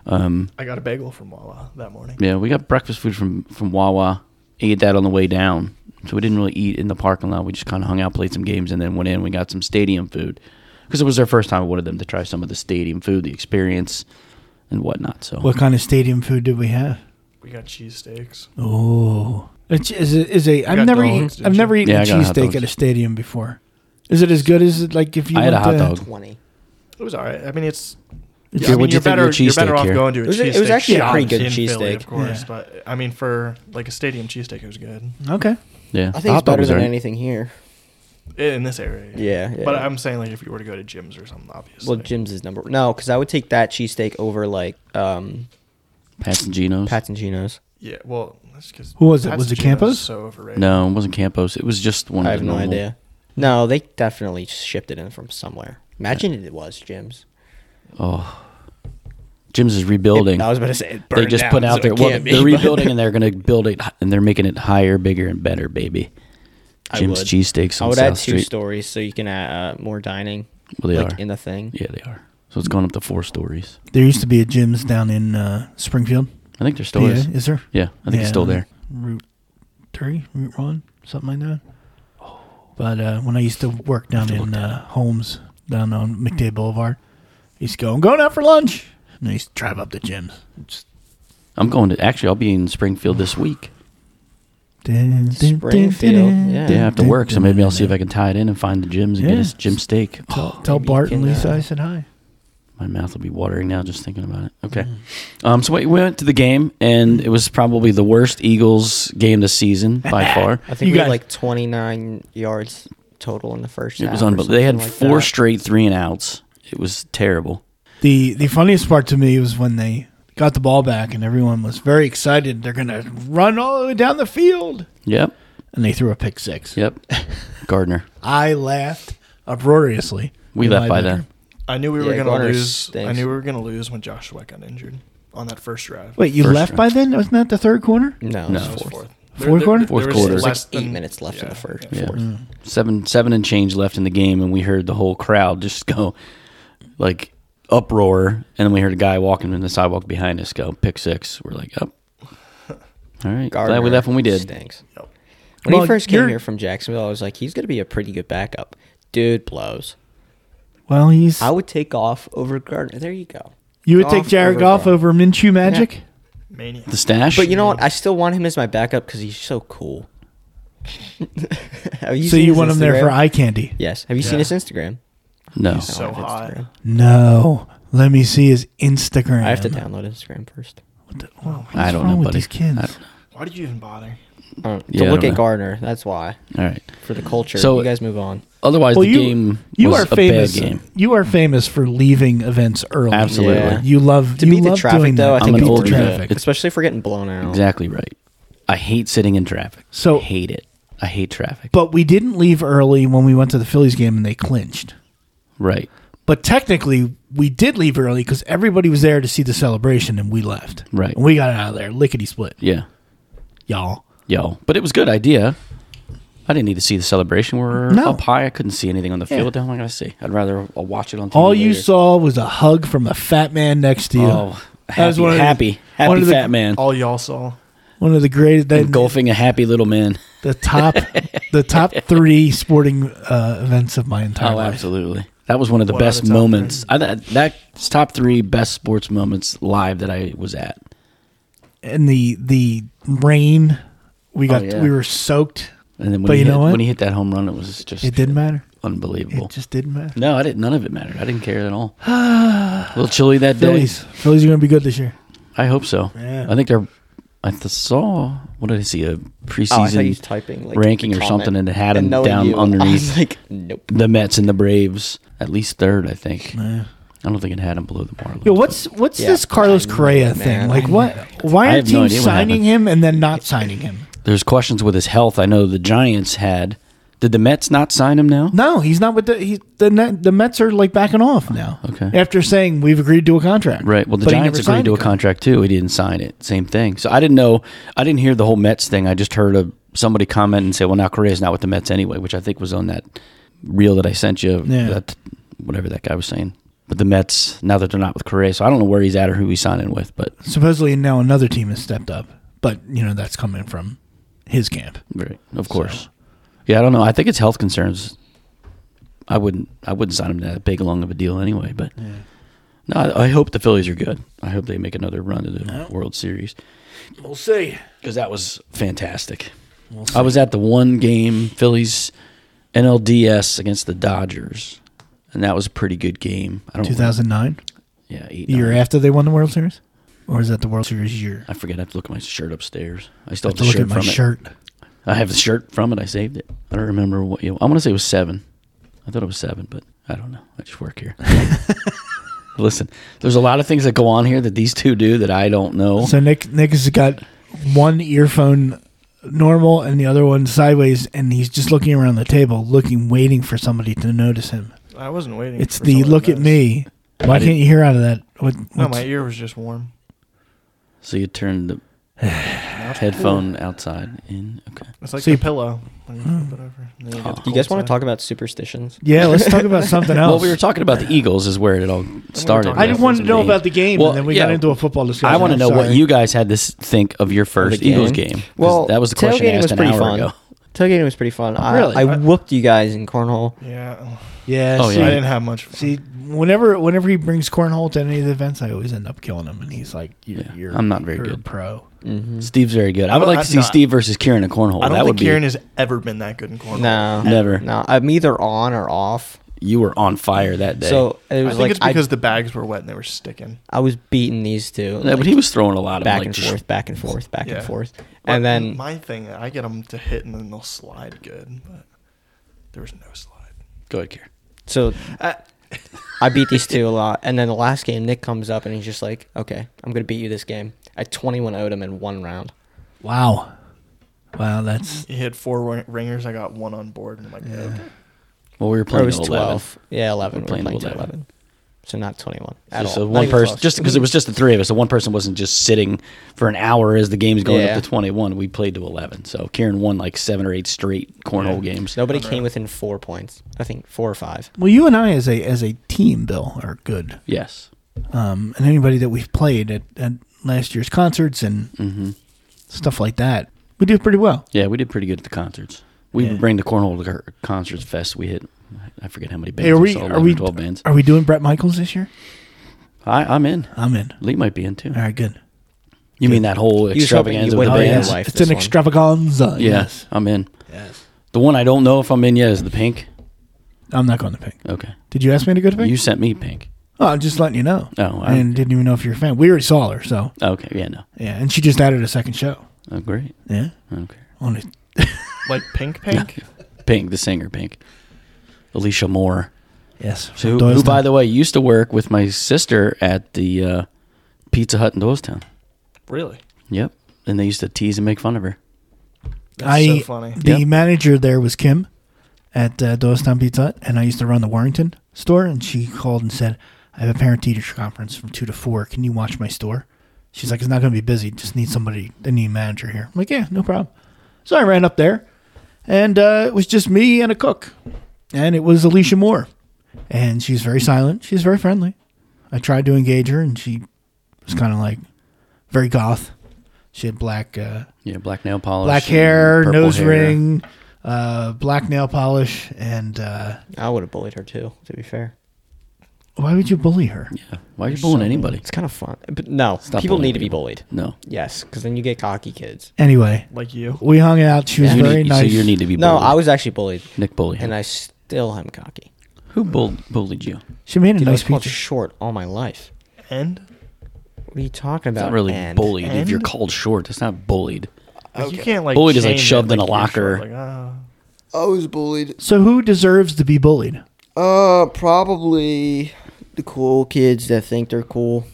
Speaker 5: Um,
Speaker 2: I got a bagel from Wawa that morning.
Speaker 5: yeah, we got breakfast food from from Wawa. Ate that on the way down, so we didn't really eat in the parking lot. We just kind of hung out, played some games, and then went in. We got some stadium food because it was their first time. I wanted them to try some of the stadium food, the experience, and whatnot. So
Speaker 3: what kind of stadium food did we have?
Speaker 2: We got cheesesteaks.
Speaker 3: Oh, it's is it is a. I've
Speaker 2: got
Speaker 3: never
Speaker 2: dogs,
Speaker 3: eaten.
Speaker 2: didn't
Speaker 3: I've
Speaker 2: you?
Speaker 3: never eaten
Speaker 5: Yeah,
Speaker 3: a
Speaker 5: I got hot
Speaker 3: cheesesteak
Speaker 5: dogs.
Speaker 3: at a stadium before. Is it as good as it, like if you
Speaker 5: I had a
Speaker 3: went
Speaker 5: hot
Speaker 3: to-
Speaker 5: dog.
Speaker 4: 20.
Speaker 2: It was all right. I mean, it's.
Speaker 5: Yeah,
Speaker 2: I mean,
Speaker 5: what'd you
Speaker 2: you're
Speaker 5: think of
Speaker 2: better.
Speaker 5: your
Speaker 2: You're better
Speaker 5: cheesesteak
Speaker 2: off
Speaker 5: here?
Speaker 2: going to a
Speaker 4: It was-
Speaker 2: cheesesteak.
Speaker 4: it was actually a
Speaker 2: shop
Speaker 4: pretty good
Speaker 2: in Philly,
Speaker 4: cheesesteak.
Speaker 2: of course.
Speaker 3: Yeah.
Speaker 2: But I mean, for like a stadium cheesesteak, it was good
Speaker 3: Okay,
Speaker 5: yeah,
Speaker 4: I
Speaker 5: the
Speaker 4: think it's
Speaker 5: hot dog
Speaker 4: better
Speaker 5: was
Speaker 4: than
Speaker 5: alright.
Speaker 4: anything here.
Speaker 2: in this area.
Speaker 4: Yeah, yeah.
Speaker 2: But I'm saying like if you were to go to gyms or something, obviously.
Speaker 4: Well, Jim's is number no, because I would take that cheesesteak over like um,
Speaker 5: Pat's and Geno's.
Speaker 4: Pat's and Gino's.
Speaker 2: Yeah. Well, that's because.
Speaker 3: Who was it? Was it Campos?
Speaker 2: So overrated.
Speaker 5: No, it wasn't Campos. It was just one.
Speaker 4: I
Speaker 5: of
Speaker 4: have
Speaker 5: the
Speaker 4: no
Speaker 5: normal-
Speaker 4: idea. No, they definitely shipped it in from somewhere. Imagine it was Jim's.
Speaker 5: Jim's Oh. is rebuilding.
Speaker 4: I was about to say it
Speaker 5: they
Speaker 4: burned
Speaker 5: just
Speaker 4: down,
Speaker 5: put
Speaker 4: so
Speaker 5: out
Speaker 4: it
Speaker 5: there. Well,
Speaker 4: can't be,
Speaker 5: they're
Speaker 4: but-
Speaker 5: rebuilding and they're going to build it h- and they're making it higher, bigger, and better, baby.
Speaker 4: I
Speaker 5: Jim's
Speaker 4: would.
Speaker 5: cheesesteaks
Speaker 4: I
Speaker 5: on
Speaker 4: would
Speaker 5: South
Speaker 4: add two
Speaker 5: Street.
Speaker 4: stories so you can add uh, more dining.
Speaker 5: Well, they
Speaker 4: like
Speaker 5: are.
Speaker 4: in the thing.
Speaker 5: yeah, they are. So it's gone up to four stories.
Speaker 3: there used to be a Jim's down in uh, Springfield.
Speaker 5: I think they're still
Speaker 3: yeah,
Speaker 5: is.
Speaker 3: is there?
Speaker 5: Yeah, I think it's
Speaker 3: Yeah,
Speaker 5: still
Speaker 3: on
Speaker 5: there.
Speaker 3: Route three, Route one, something like that. But uh, when I used to work down in uh, Holmes, down on McDay Boulevard, I used to go, I'm going out for lunch. And I used to drive up to gyms. Just
Speaker 5: I'm going to actually. I'll be in Springfield this week.
Speaker 4: Springfield, yeah.
Speaker 5: Yeah, I have to work, so maybe I'll see if I can tie it in and find the gyms and
Speaker 3: Yeah.
Speaker 5: get us gym steak.
Speaker 3: Tell,
Speaker 5: Oh,
Speaker 3: tell
Speaker 4: you
Speaker 3: Bart and
Speaker 4: can,
Speaker 3: Lisa
Speaker 4: uh,
Speaker 3: I said hi.
Speaker 5: my mouth will be watering now just thinking about it. Okay, um, so we we went to the game and it was probably the worst Eagles game this season by far.
Speaker 4: I think
Speaker 3: You
Speaker 4: we
Speaker 3: guys-
Speaker 4: had like 29 yards total in the first.
Speaker 5: It
Speaker 4: half
Speaker 5: was
Speaker 4: or
Speaker 5: unbelievable. They had
Speaker 4: something like
Speaker 5: four
Speaker 4: that.
Speaker 5: straight three and outs. It was terrible.
Speaker 3: The the funniest part to me was when they got the ball back and everyone was very excited. They're gonna run all the way down the field.
Speaker 5: Yep.
Speaker 3: And they threw a pick six.
Speaker 5: Yep. Gardner.
Speaker 3: I laughed uproariously.
Speaker 5: We
Speaker 3: in
Speaker 5: left
Speaker 3: my
Speaker 5: by
Speaker 3: bedroom.
Speaker 5: then.
Speaker 2: I knew we were
Speaker 4: Yeah,
Speaker 2: gonna
Speaker 4: Garner
Speaker 2: lose. I
Speaker 4: stinks.
Speaker 2: knew we were gonna lose when Josh Sweat got injured on that first drive.
Speaker 3: Wait, you
Speaker 5: First
Speaker 3: left
Speaker 5: round.
Speaker 3: by then? Wasn't that the third corner?
Speaker 4: No,
Speaker 5: No.
Speaker 4: it's
Speaker 2: That was
Speaker 4: fourth.
Speaker 2: fourth.
Speaker 3: Fourth quarter?
Speaker 5: Fourth
Speaker 2: was
Speaker 5: quarter. There's
Speaker 4: like
Speaker 2: less
Speaker 4: eight
Speaker 2: than-
Speaker 4: minutes left in the first.
Speaker 2: Yeah.
Speaker 5: Yeah.
Speaker 3: Mm.
Speaker 5: Seven seven and change left in the game, and we heard the whole crowd just go like uproar, and then we heard a guy walking in the sidewalk behind us go pick six. We're like, oh, all right, glad we
Speaker 4: Gardner
Speaker 5: left when we did.
Speaker 4: Stinks.
Speaker 2: Yep.
Speaker 4: When
Speaker 3: Well,
Speaker 4: he first came
Speaker 3: you're-
Speaker 4: here from Jacksonville, I was like, he's going to be a pretty good backup. Dude blows.
Speaker 3: Well, he's.
Speaker 4: I would take off over Gardner. There you go.
Speaker 3: you would
Speaker 4: Goff
Speaker 3: take Jared
Speaker 4: over
Speaker 3: Goff
Speaker 4: Goff.
Speaker 3: over Minshew Magic?
Speaker 2: Mania.
Speaker 5: The stash,
Speaker 4: But you know what? I still want him as my backup because he's so cool. Have
Speaker 3: So
Speaker 4: seen
Speaker 3: you
Speaker 4: his
Speaker 3: want him there for
Speaker 4: Instagram?
Speaker 3: eye candy?
Speaker 4: Yes. Have you seen
Speaker 2: Yeah.
Speaker 4: his Instagram?
Speaker 5: no,
Speaker 2: So
Speaker 4: I don't have
Speaker 2: hot.
Speaker 4: Instagram.
Speaker 3: No. Let me see his Instagram.
Speaker 4: I have to download Instagram first.
Speaker 3: What the- whoa, what's
Speaker 5: I don't
Speaker 3: wrong
Speaker 5: know,
Speaker 3: with
Speaker 5: buddy.
Speaker 3: these kids?
Speaker 5: I don't know.
Speaker 2: Oh Why did you even bother?
Speaker 4: Uh,
Speaker 5: Yeah, I
Speaker 4: to
Speaker 5: don't
Speaker 4: look at
Speaker 5: know.
Speaker 4: Gardner. That's why.
Speaker 5: All right.
Speaker 4: For the culture.
Speaker 5: So-
Speaker 4: you guys move on.
Speaker 5: Otherwise,
Speaker 3: Well,
Speaker 5: the
Speaker 3: you-
Speaker 5: game
Speaker 3: You
Speaker 5: was
Speaker 3: are
Speaker 5: a
Speaker 3: famous.
Speaker 5: bad game.
Speaker 3: You are famous for leaving events early.
Speaker 5: Absolutely.
Speaker 4: Yeah.
Speaker 3: You love
Speaker 4: To
Speaker 3: you
Speaker 4: beat the
Speaker 3: love doing
Speaker 4: traffic, though,
Speaker 3: that.
Speaker 4: I
Speaker 5: I'm
Speaker 4: think
Speaker 5: an
Speaker 3: Beat the
Speaker 5: old
Speaker 4: people do
Speaker 5: traffic.
Speaker 4: that. Especially if we're getting blown out.
Speaker 5: Exactly right. I hate sitting in traffic.
Speaker 3: So-
Speaker 5: hate it. I hate traffic.
Speaker 3: But we didn't leave early when we went to the Phillies game and they clinched.
Speaker 5: right.
Speaker 3: But technically, we did leave early because everybody was there to see the celebration and we left.
Speaker 5: Right.
Speaker 3: And we got out of there lickety split,
Speaker 5: Yeah.
Speaker 3: y'all.
Speaker 5: Yo. But it was a good idea. I didn't need to see the celebration. We're
Speaker 3: No.
Speaker 5: up high. I couldn't see anything on the
Speaker 3: Yeah.
Speaker 5: field. How am I going to see? I'd rather I'll watch it on TV.
Speaker 3: All you
Speaker 5: later.
Speaker 3: saw was a hug from the fat man next to you.
Speaker 5: Oh, happy,
Speaker 3: was one of the-
Speaker 5: happy, happy
Speaker 3: one of the-
Speaker 5: fat man.
Speaker 2: All y'all saw.
Speaker 3: One of the greatest. That,
Speaker 5: Engulfing a happy little man.
Speaker 3: the top, the top three sporting uh, events of my entire
Speaker 5: Oh,
Speaker 3: life.
Speaker 5: absolutely. That was one of the
Speaker 2: One of
Speaker 5: best
Speaker 2: the top
Speaker 5: moments. I, that, that's top three best sports moments live that I was at.
Speaker 3: And the the rain, we got
Speaker 5: Oh, yeah.
Speaker 3: we were soaked.
Speaker 5: And then when,
Speaker 3: But
Speaker 5: he
Speaker 3: you
Speaker 5: hit,
Speaker 3: know what?
Speaker 5: when he hit that home run, it was just
Speaker 3: It didn't matter.
Speaker 5: unbelievable.
Speaker 3: It just didn't matter.
Speaker 5: No, I didn't. None of it mattered. I didn't care at all. a little chilly that day.
Speaker 3: Phillies, Phillies are going to be good this year.
Speaker 5: I hope so.
Speaker 3: Yeah.
Speaker 5: I think they're. I th- saw what did I see a
Speaker 4: Oh, I thought you
Speaker 5: preseason
Speaker 4: was typing like
Speaker 5: ranking or
Speaker 4: comment.
Speaker 5: something, and it had
Speaker 4: And
Speaker 5: them
Speaker 4: knowing
Speaker 5: down
Speaker 4: you, I
Speaker 5: underneath
Speaker 4: was like, nope.
Speaker 5: the Mets and the Braves, at least third. I think.
Speaker 3: Yeah.
Speaker 5: I don't think it had them below the Marlins.
Speaker 3: Yo, what's what's
Speaker 4: Yeah,
Speaker 3: this Carlos
Speaker 4: I know,
Speaker 3: Correa
Speaker 4: man.
Speaker 3: thing? Like,
Speaker 4: I
Speaker 3: what?
Speaker 5: I
Speaker 3: Why are
Speaker 5: have no
Speaker 3: teams
Speaker 5: idea what
Speaker 3: signing
Speaker 5: happened.
Speaker 3: him and then not signing him?
Speaker 5: There's questions with his health. I know the Giants had. Did the Mets not sign him now?
Speaker 3: No, he's not with the he, the Net- the Mets are like backing off now.
Speaker 5: Okay.
Speaker 3: After saying we've agreed to a contract.
Speaker 5: Right. Well, the
Speaker 3: But he
Speaker 5: Giants
Speaker 3: never signed
Speaker 5: agreed to a contract too. He didn't sign it. Same thing. So I didn't know. I didn't hear the whole Mets thing. I just heard a, somebody comment and say, "Well, now Correa's not with the Mets anyway," which I think was on that reel that I sent you.
Speaker 3: Yeah.
Speaker 5: That whatever that guy was saying. But the Mets now that they're not with Correa, so I don't know where he's at or who he's signing with. But
Speaker 3: Supposedly now another team has stepped up, but you know that's coming from his camp.
Speaker 5: right, of course. Yeah, I don't know. I think it's health concerns. I wouldn't. I wouldn't sign him to that big long of a deal anyway. But no, I, I hope the Phillies are good. I hope they make another run to the World Series.
Speaker 3: We'll see.
Speaker 5: because that was fantastic. I was at the one game Phillies NLDS against the Dodgers, and that was a pretty good game. I don't
Speaker 3: Two thousand nine,
Speaker 5: yeah eight,
Speaker 3: year
Speaker 5: nine.
Speaker 3: after they won the World Series, or is that the World Series year?
Speaker 5: I forget. I have to look at my shirt upstairs. I
Speaker 3: I
Speaker 5: still
Speaker 3: have to
Speaker 5: have, the
Speaker 3: look
Speaker 5: shirt
Speaker 3: at my
Speaker 5: from
Speaker 3: shirt.
Speaker 5: it. I have the shirt from it. I saved it. I don't remember what. You know, I want to say it was seven. I thought it was seven, but I don't know. I just work here. Listen, there's a lot of things that go on here that these two do that I don't know.
Speaker 3: So Nick Nick has got one earphone normal and the other one sideways, and he's just looking around the table, looking, waiting for somebody to notice him.
Speaker 2: I wasn't waiting.
Speaker 3: It's
Speaker 2: for
Speaker 3: the
Speaker 2: someone to
Speaker 3: look at
Speaker 2: notice.
Speaker 3: me. Why can't you hear out of that? What,
Speaker 2: No,
Speaker 3: what's-
Speaker 2: my ear was just warm.
Speaker 5: So you turn the headphone outside in. Okay.
Speaker 2: It's like
Speaker 3: See-
Speaker 2: the pillow. When you flip it over. and then Hmm. you get
Speaker 5: Oh.
Speaker 2: the
Speaker 4: You
Speaker 2: cold
Speaker 4: guys want
Speaker 2: side.
Speaker 4: to talk about superstitions?
Speaker 3: yeah, let's talk about something else.
Speaker 5: Well, we were talking about the Eagles is where it all started.
Speaker 2: talking I just about wanted
Speaker 3: to know about the game,
Speaker 5: Well,
Speaker 3: and then we got
Speaker 5: yeah.
Speaker 3: into a football discussion.
Speaker 5: I want to
Speaker 3: I'm
Speaker 5: know what
Speaker 3: sorry.
Speaker 5: you guys had to s- think of your first
Speaker 4: game?
Speaker 5: Eagles game. 'cause
Speaker 4: Well,
Speaker 5: that was the question I
Speaker 4: tailgating
Speaker 5: asked
Speaker 4: was
Speaker 5: an
Speaker 4: pretty
Speaker 5: hour
Speaker 4: fun.
Speaker 5: ago.
Speaker 4: Tailgating was pretty fun. I,
Speaker 3: Really?
Speaker 4: I whooped you guys in cornhole.
Speaker 2: Yeah.
Speaker 3: Yeah.
Speaker 5: Oh,
Speaker 3: see,
Speaker 2: I
Speaker 5: yeah.
Speaker 2: didn't have much. Fun.
Speaker 3: See, whenever whenever he brings cornhole to any of the events, I always end up killing him, and he's like, "You're,
Speaker 5: Yeah,
Speaker 3: you're
Speaker 5: I'm not very
Speaker 3: you're a
Speaker 5: good.
Speaker 3: pro."
Speaker 4: Mm-hmm.
Speaker 5: Steve's very good. I
Speaker 2: I
Speaker 5: would
Speaker 2: don't-
Speaker 5: like to
Speaker 2: I'm
Speaker 5: see
Speaker 2: not-
Speaker 5: Steve versus Kieran in cornhole.
Speaker 2: I don't
Speaker 5: that
Speaker 2: think
Speaker 5: would
Speaker 2: Kieran
Speaker 5: be.
Speaker 2: has ever been that good in cornhole.
Speaker 4: No,
Speaker 5: Never.
Speaker 4: No, I'm either on or off.
Speaker 5: you were on fire that day.
Speaker 4: So it
Speaker 2: I
Speaker 4: was
Speaker 2: think
Speaker 4: like
Speaker 2: it's
Speaker 4: I,
Speaker 2: because the bags were wet and they were sticking.
Speaker 4: I was beating these two
Speaker 5: yeah,
Speaker 4: like,
Speaker 5: but he was throwing a lot of
Speaker 4: back
Speaker 5: like,
Speaker 4: and
Speaker 5: just-
Speaker 4: forth, back and forth, back
Speaker 2: Yeah.
Speaker 4: and forth,
Speaker 2: But
Speaker 4: and then
Speaker 2: my thing, I get them to hit and then they'll slide good, but there was no slide.
Speaker 5: Go ahead, Kieran.
Speaker 4: so
Speaker 2: Uh,
Speaker 4: I beat these two a lot. And then the last game, Nick comes up and he's just like, "Okay, I'm gonna beat you this game." I 21 owed him in one round.
Speaker 3: Wow, wow, that's
Speaker 2: he hit four ri- ringers. I got one on board, and I'm like, okay.
Speaker 5: Well, we were
Speaker 4: Or it
Speaker 5: playing
Speaker 4: was
Speaker 5: at 11.
Speaker 4: 12. Yeah, 11. We We're playing,
Speaker 5: playing
Speaker 4: to
Speaker 5: 11.
Speaker 4: 11. So not 21 at
Speaker 5: just
Speaker 4: all.
Speaker 5: a
Speaker 4: Not
Speaker 5: one
Speaker 4: even
Speaker 5: person,
Speaker 4: close.
Speaker 5: just because it was just the three of us, so one person wasn't just sitting for an hour as the game's going
Speaker 4: Yeah.
Speaker 5: up to twenty-one. We played to eleven, so Kieran won like seven or eight straight cornhole games.
Speaker 4: Nobody came within four points. I think four or five.
Speaker 3: Well, you and I as a as a team, Bill, are good.
Speaker 5: Yes,
Speaker 3: Um, and anybody that we've played at, at last year's concerts and
Speaker 5: Mm-hmm.
Speaker 3: stuff like that, we do pretty well.
Speaker 5: yeah, we did pretty good at the concerts. We
Speaker 3: Yeah.
Speaker 5: would bring the cornhole to our concerts fest. We hit, I forget how many bands.
Speaker 3: Hey, are
Speaker 5: we,
Speaker 3: we
Speaker 5: saw,
Speaker 3: are
Speaker 5: 11
Speaker 3: we
Speaker 5: twelve bands?
Speaker 3: are we doing Brett Michaels this year?
Speaker 5: I, I'm in.
Speaker 3: I'm in.
Speaker 5: Lee might be in too.
Speaker 3: All right, good. Oh,
Speaker 5: You mean that whole
Speaker 4: was hoping you
Speaker 5: extravaganza with
Speaker 4: wouldn't
Speaker 5: the
Speaker 4: be in
Speaker 5: bands?
Speaker 4: your life
Speaker 3: it's
Speaker 4: this
Speaker 3: an
Speaker 4: one.
Speaker 3: extravaganza.
Speaker 5: Yeah,
Speaker 3: Yes,
Speaker 5: I'm in. Yes. The one I don't know if I'm in yet is the pink.
Speaker 3: I'm not going to pick.
Speaker 5: Okay.
Speaker 3: Did you ask me to go to pick?
Speaker 5: You sent me pink.
Speaker 3: oh, I'm just letting you know.
Speaker 5: Oh,
Speaker 3: I
Speaker 5: I-
Speaker 3: didn't even know if you're a fan. We already saw her, so
Speaker 5: Okay. Yeah. No.
Speaker 3: yeah, and she just added a second show.
Speaker 5: Oh, great.
Speaker 3: Yeah,
Speaker 5: I don't care.
Speaker 3: on a,
Speaker 2: Like Pink Pink?
Speaker 5: Pink, the singer, Pink. Alicia Moore,
Speaker 3: yes.
Speaker 5: So who, who,
Speaker 3: Doylestown.
Speaker 5: by the way, used to work with my sister at the uh, Pizza Hut in Doylestown.
Speaker 2: Really?
Speaker 5: Yep. And they used to tease and make fun of her.
Speaker 2: That's
Speaker 3: I
Speaker 2: so funny.
Speaker 3: the
Speaker 5: Yeah.
Speaker 3: manager there was Kim at uh, Doylestown Pizza, Hut, and I used to run the Warrington store. And she called and said, "I have a parent teacher conference from two to four. Can you watch my store?" She's like, "It's not going to be busy. Just need somebody. I need a manager here." I'm like, "Yeah, no problem." So I ran up there, and uh, it was just me and a cook, and it was Alicia Moore, and she's very silent. She's very friendly. I tried to engage her, and she was kind of like very goth. She had black. Uh,
Speaker 5: Yeah, black nail polish,
Speaker 3: black
Speaker 5: and
Speaker 3: hair,
Speaker 5: purple
Speaker 3: nose
Speaker 5: hair.
Speaker 3: ring, uh, black nail polish, and uh,
Speaker 4: I would have bullied her too. To be fair,
Speaker 3: why would you bully her?
Speaker 5: Yeah. Why are you bullying anybody?
Speaker 4: it's kind of fun. But no,
Speaker 5: Stop
Speaker 4: people
Speaker 5: bullying
Speaker 4: need to be
Speaker 5: people.
Speaker 4: bullied.
Speaker 5: No.
Speaker 4: Yes, because then you get cocky kids.
Speaker 3: Anyway,
Speaker 2: Like you.
Speaker 3: we hung out. She was
Speaker 5: You
Speaker 3: very
Speaker 5: need,
Speaker 3: nice.
Speaker 5: So you need to be
Speaker 4: No,
Speaker 5: bullied.
Speaker 4: I was actually bullied,
Speaker 5: Nick bully.
Speaker 4: and I still am cocky.
Speaker 5: Who bull, bullied you?
Speaker 3: she made a
Speaker 4: Dude, I was
Speaker 3: nice
Speaker 4: called
Speaker 3: pizza.
Speaker 4: short all my life.
Speaker 2: And
Speaker 4: What are you talking
Speaker 5: It's
Speaker 4: about?
Speaker 5: not really
Speaker 4: man?
Speaker 5: bullied. If you're
Speaker 2: and-
Speaker 5: called short, it's not bullied.
Speaker 2: like, you can't like
Speaker 5: Bullied is, like,
Speaker 2: shame
Speaker 5: shoved
Speaker 2: it,
Speaker 5: in a
Speaker 2: you're short,
Speaker 5: locker.
Speaker 2: Like, ah.
Speaker 6: I was bullied.
Speaker 3: So who deserves to be bullied?
Speaker 6: Uh,
Speaker 4: Probably the cool kids that think they're cool.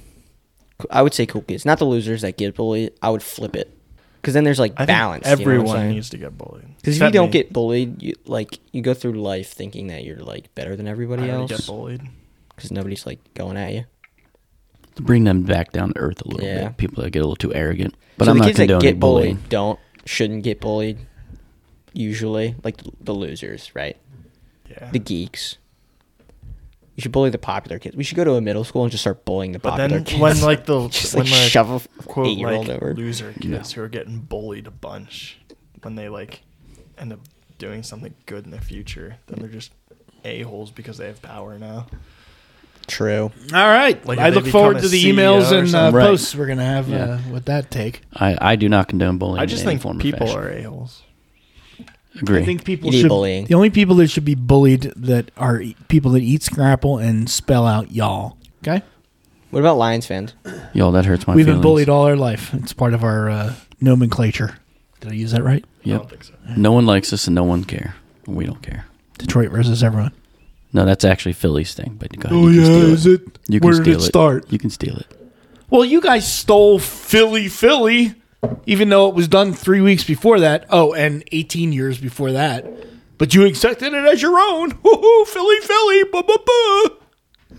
Speaker 4: I would say cool kids, not the losers that get bullied. I would flip it, because then there's like
Speaker 2: I
Speaker 4: balance.
Speaker 2: Think everyone
Speaker 4: you know
Speaker 2: needs to get bullied.
Speaker 4: Because if you
Speaker 2: Except
Speaker 4: don't
Speaker 2: me.
Speaker 4: get bullied, you like you go through life thinking that you're like better than everybody
Speaker 2: I already get
Speaker 4: else,
Speaker 2: bullied.
Speaker 4: because nobody's like going at you.
Speaker 5: To bring them back down to earth a little
Speaker 4: Yeah.
Speaker 5: bit. People that get a little too arrogant. But
Speaker 4: So
Speaker 5: I'm
Speaker 4: the
Speaker 5: not
Speaker 4: kids that
Speaker 5: condoning
Speaker 4: get
Speaker 5: bullying.
Speaker 4: bullied don't shouldn't get bullied. Usually, like the, the losers, right?
Speaker 2: Yeah.
Speaker 4: The geeks. You should bully the popular kids. We should go to a middle school and just start bullying the
Speaker 2: But
Speaker 4: popular
Speaker 2: then
Speaker 4: kids.
Speaker 2: when like the
Speaker 4: just
Speaker 2: when
Speaker 4: like, shove a f-
Speaker 2: quote
Speaker 4: eight-year-old
Speaker 2: like
Speaker 4: over.
Speaker 2: loser kids who are getting bullied a bunch when they like end up doing something good in the future, then they're just a holes because they have power now.
Speaker 4: True.
Speaker 3: All right,
Speaker 2: Like,
Speaker 3: I
Speaker 2: if they
Speaker 3: look forward
Speaker 2: become
Speaker 3: to
Speaker 2: a
Speaker 3: the
Speaker 2: CEO
Speaker 3: emails
Speaker 2: or
Speaker 3: and uh,
Speaker 2: something.
Speaker 5: Right.
Speaker 3: posts we're gonna have
Speaker 5: Yeah.
Speaker 3: uh, with that take.
Speaker 5: I, I do not condone bullying.
Speaker 2: I just
Speaker 5: in any
Speaker 2: think
Speaker 5: form or
Speaker 2: people
Speaker 5: fashion.
Speaker 2: are a holes.
Speaker 5: Agree.
Speaker 3: I think people
Speaker 4: You need
Speaker 3: should.
Speaker 4: bullying.
Speaker 3: The only people that should be bullied that are e- people that eat scrapple and spell out y'all. Okay,
Speaker 4: What about Lions fans?
Speaker 5: Yo, that hurts my
Speaker 3: we've
Speaker 5: feelings.
Speaker 3: been bullied all our life. It's part of our uh, nomenclature. Did I use that right?
Speaker 2: I don't
Speaker 5: Yep.
Speaker 2: think so.
Speaker 5: No one likes us and no one care. We don't care.
Speaker 3: Detroit versus everyone.
Speaker 5: No, that's actually Philly's thing. But go ahead,
Speaker 3: Oh
Speaker 5: you can
Speaker 3: yeah,
Speaker 5: steal
Speaker 3: is it?
Speaker 5: You can
Speaker 3: Where did
Speaker 5: steal
Speaker 3: it start?
Speaker 5: You can steal it.
Speaker 3: Well, you guys stole Philly, Philly, even though it was done three weeks before that. Oh, and 18 years before that. But you accepted it as your own. Woohoo, Philly, Philly. Ba, ba, ba.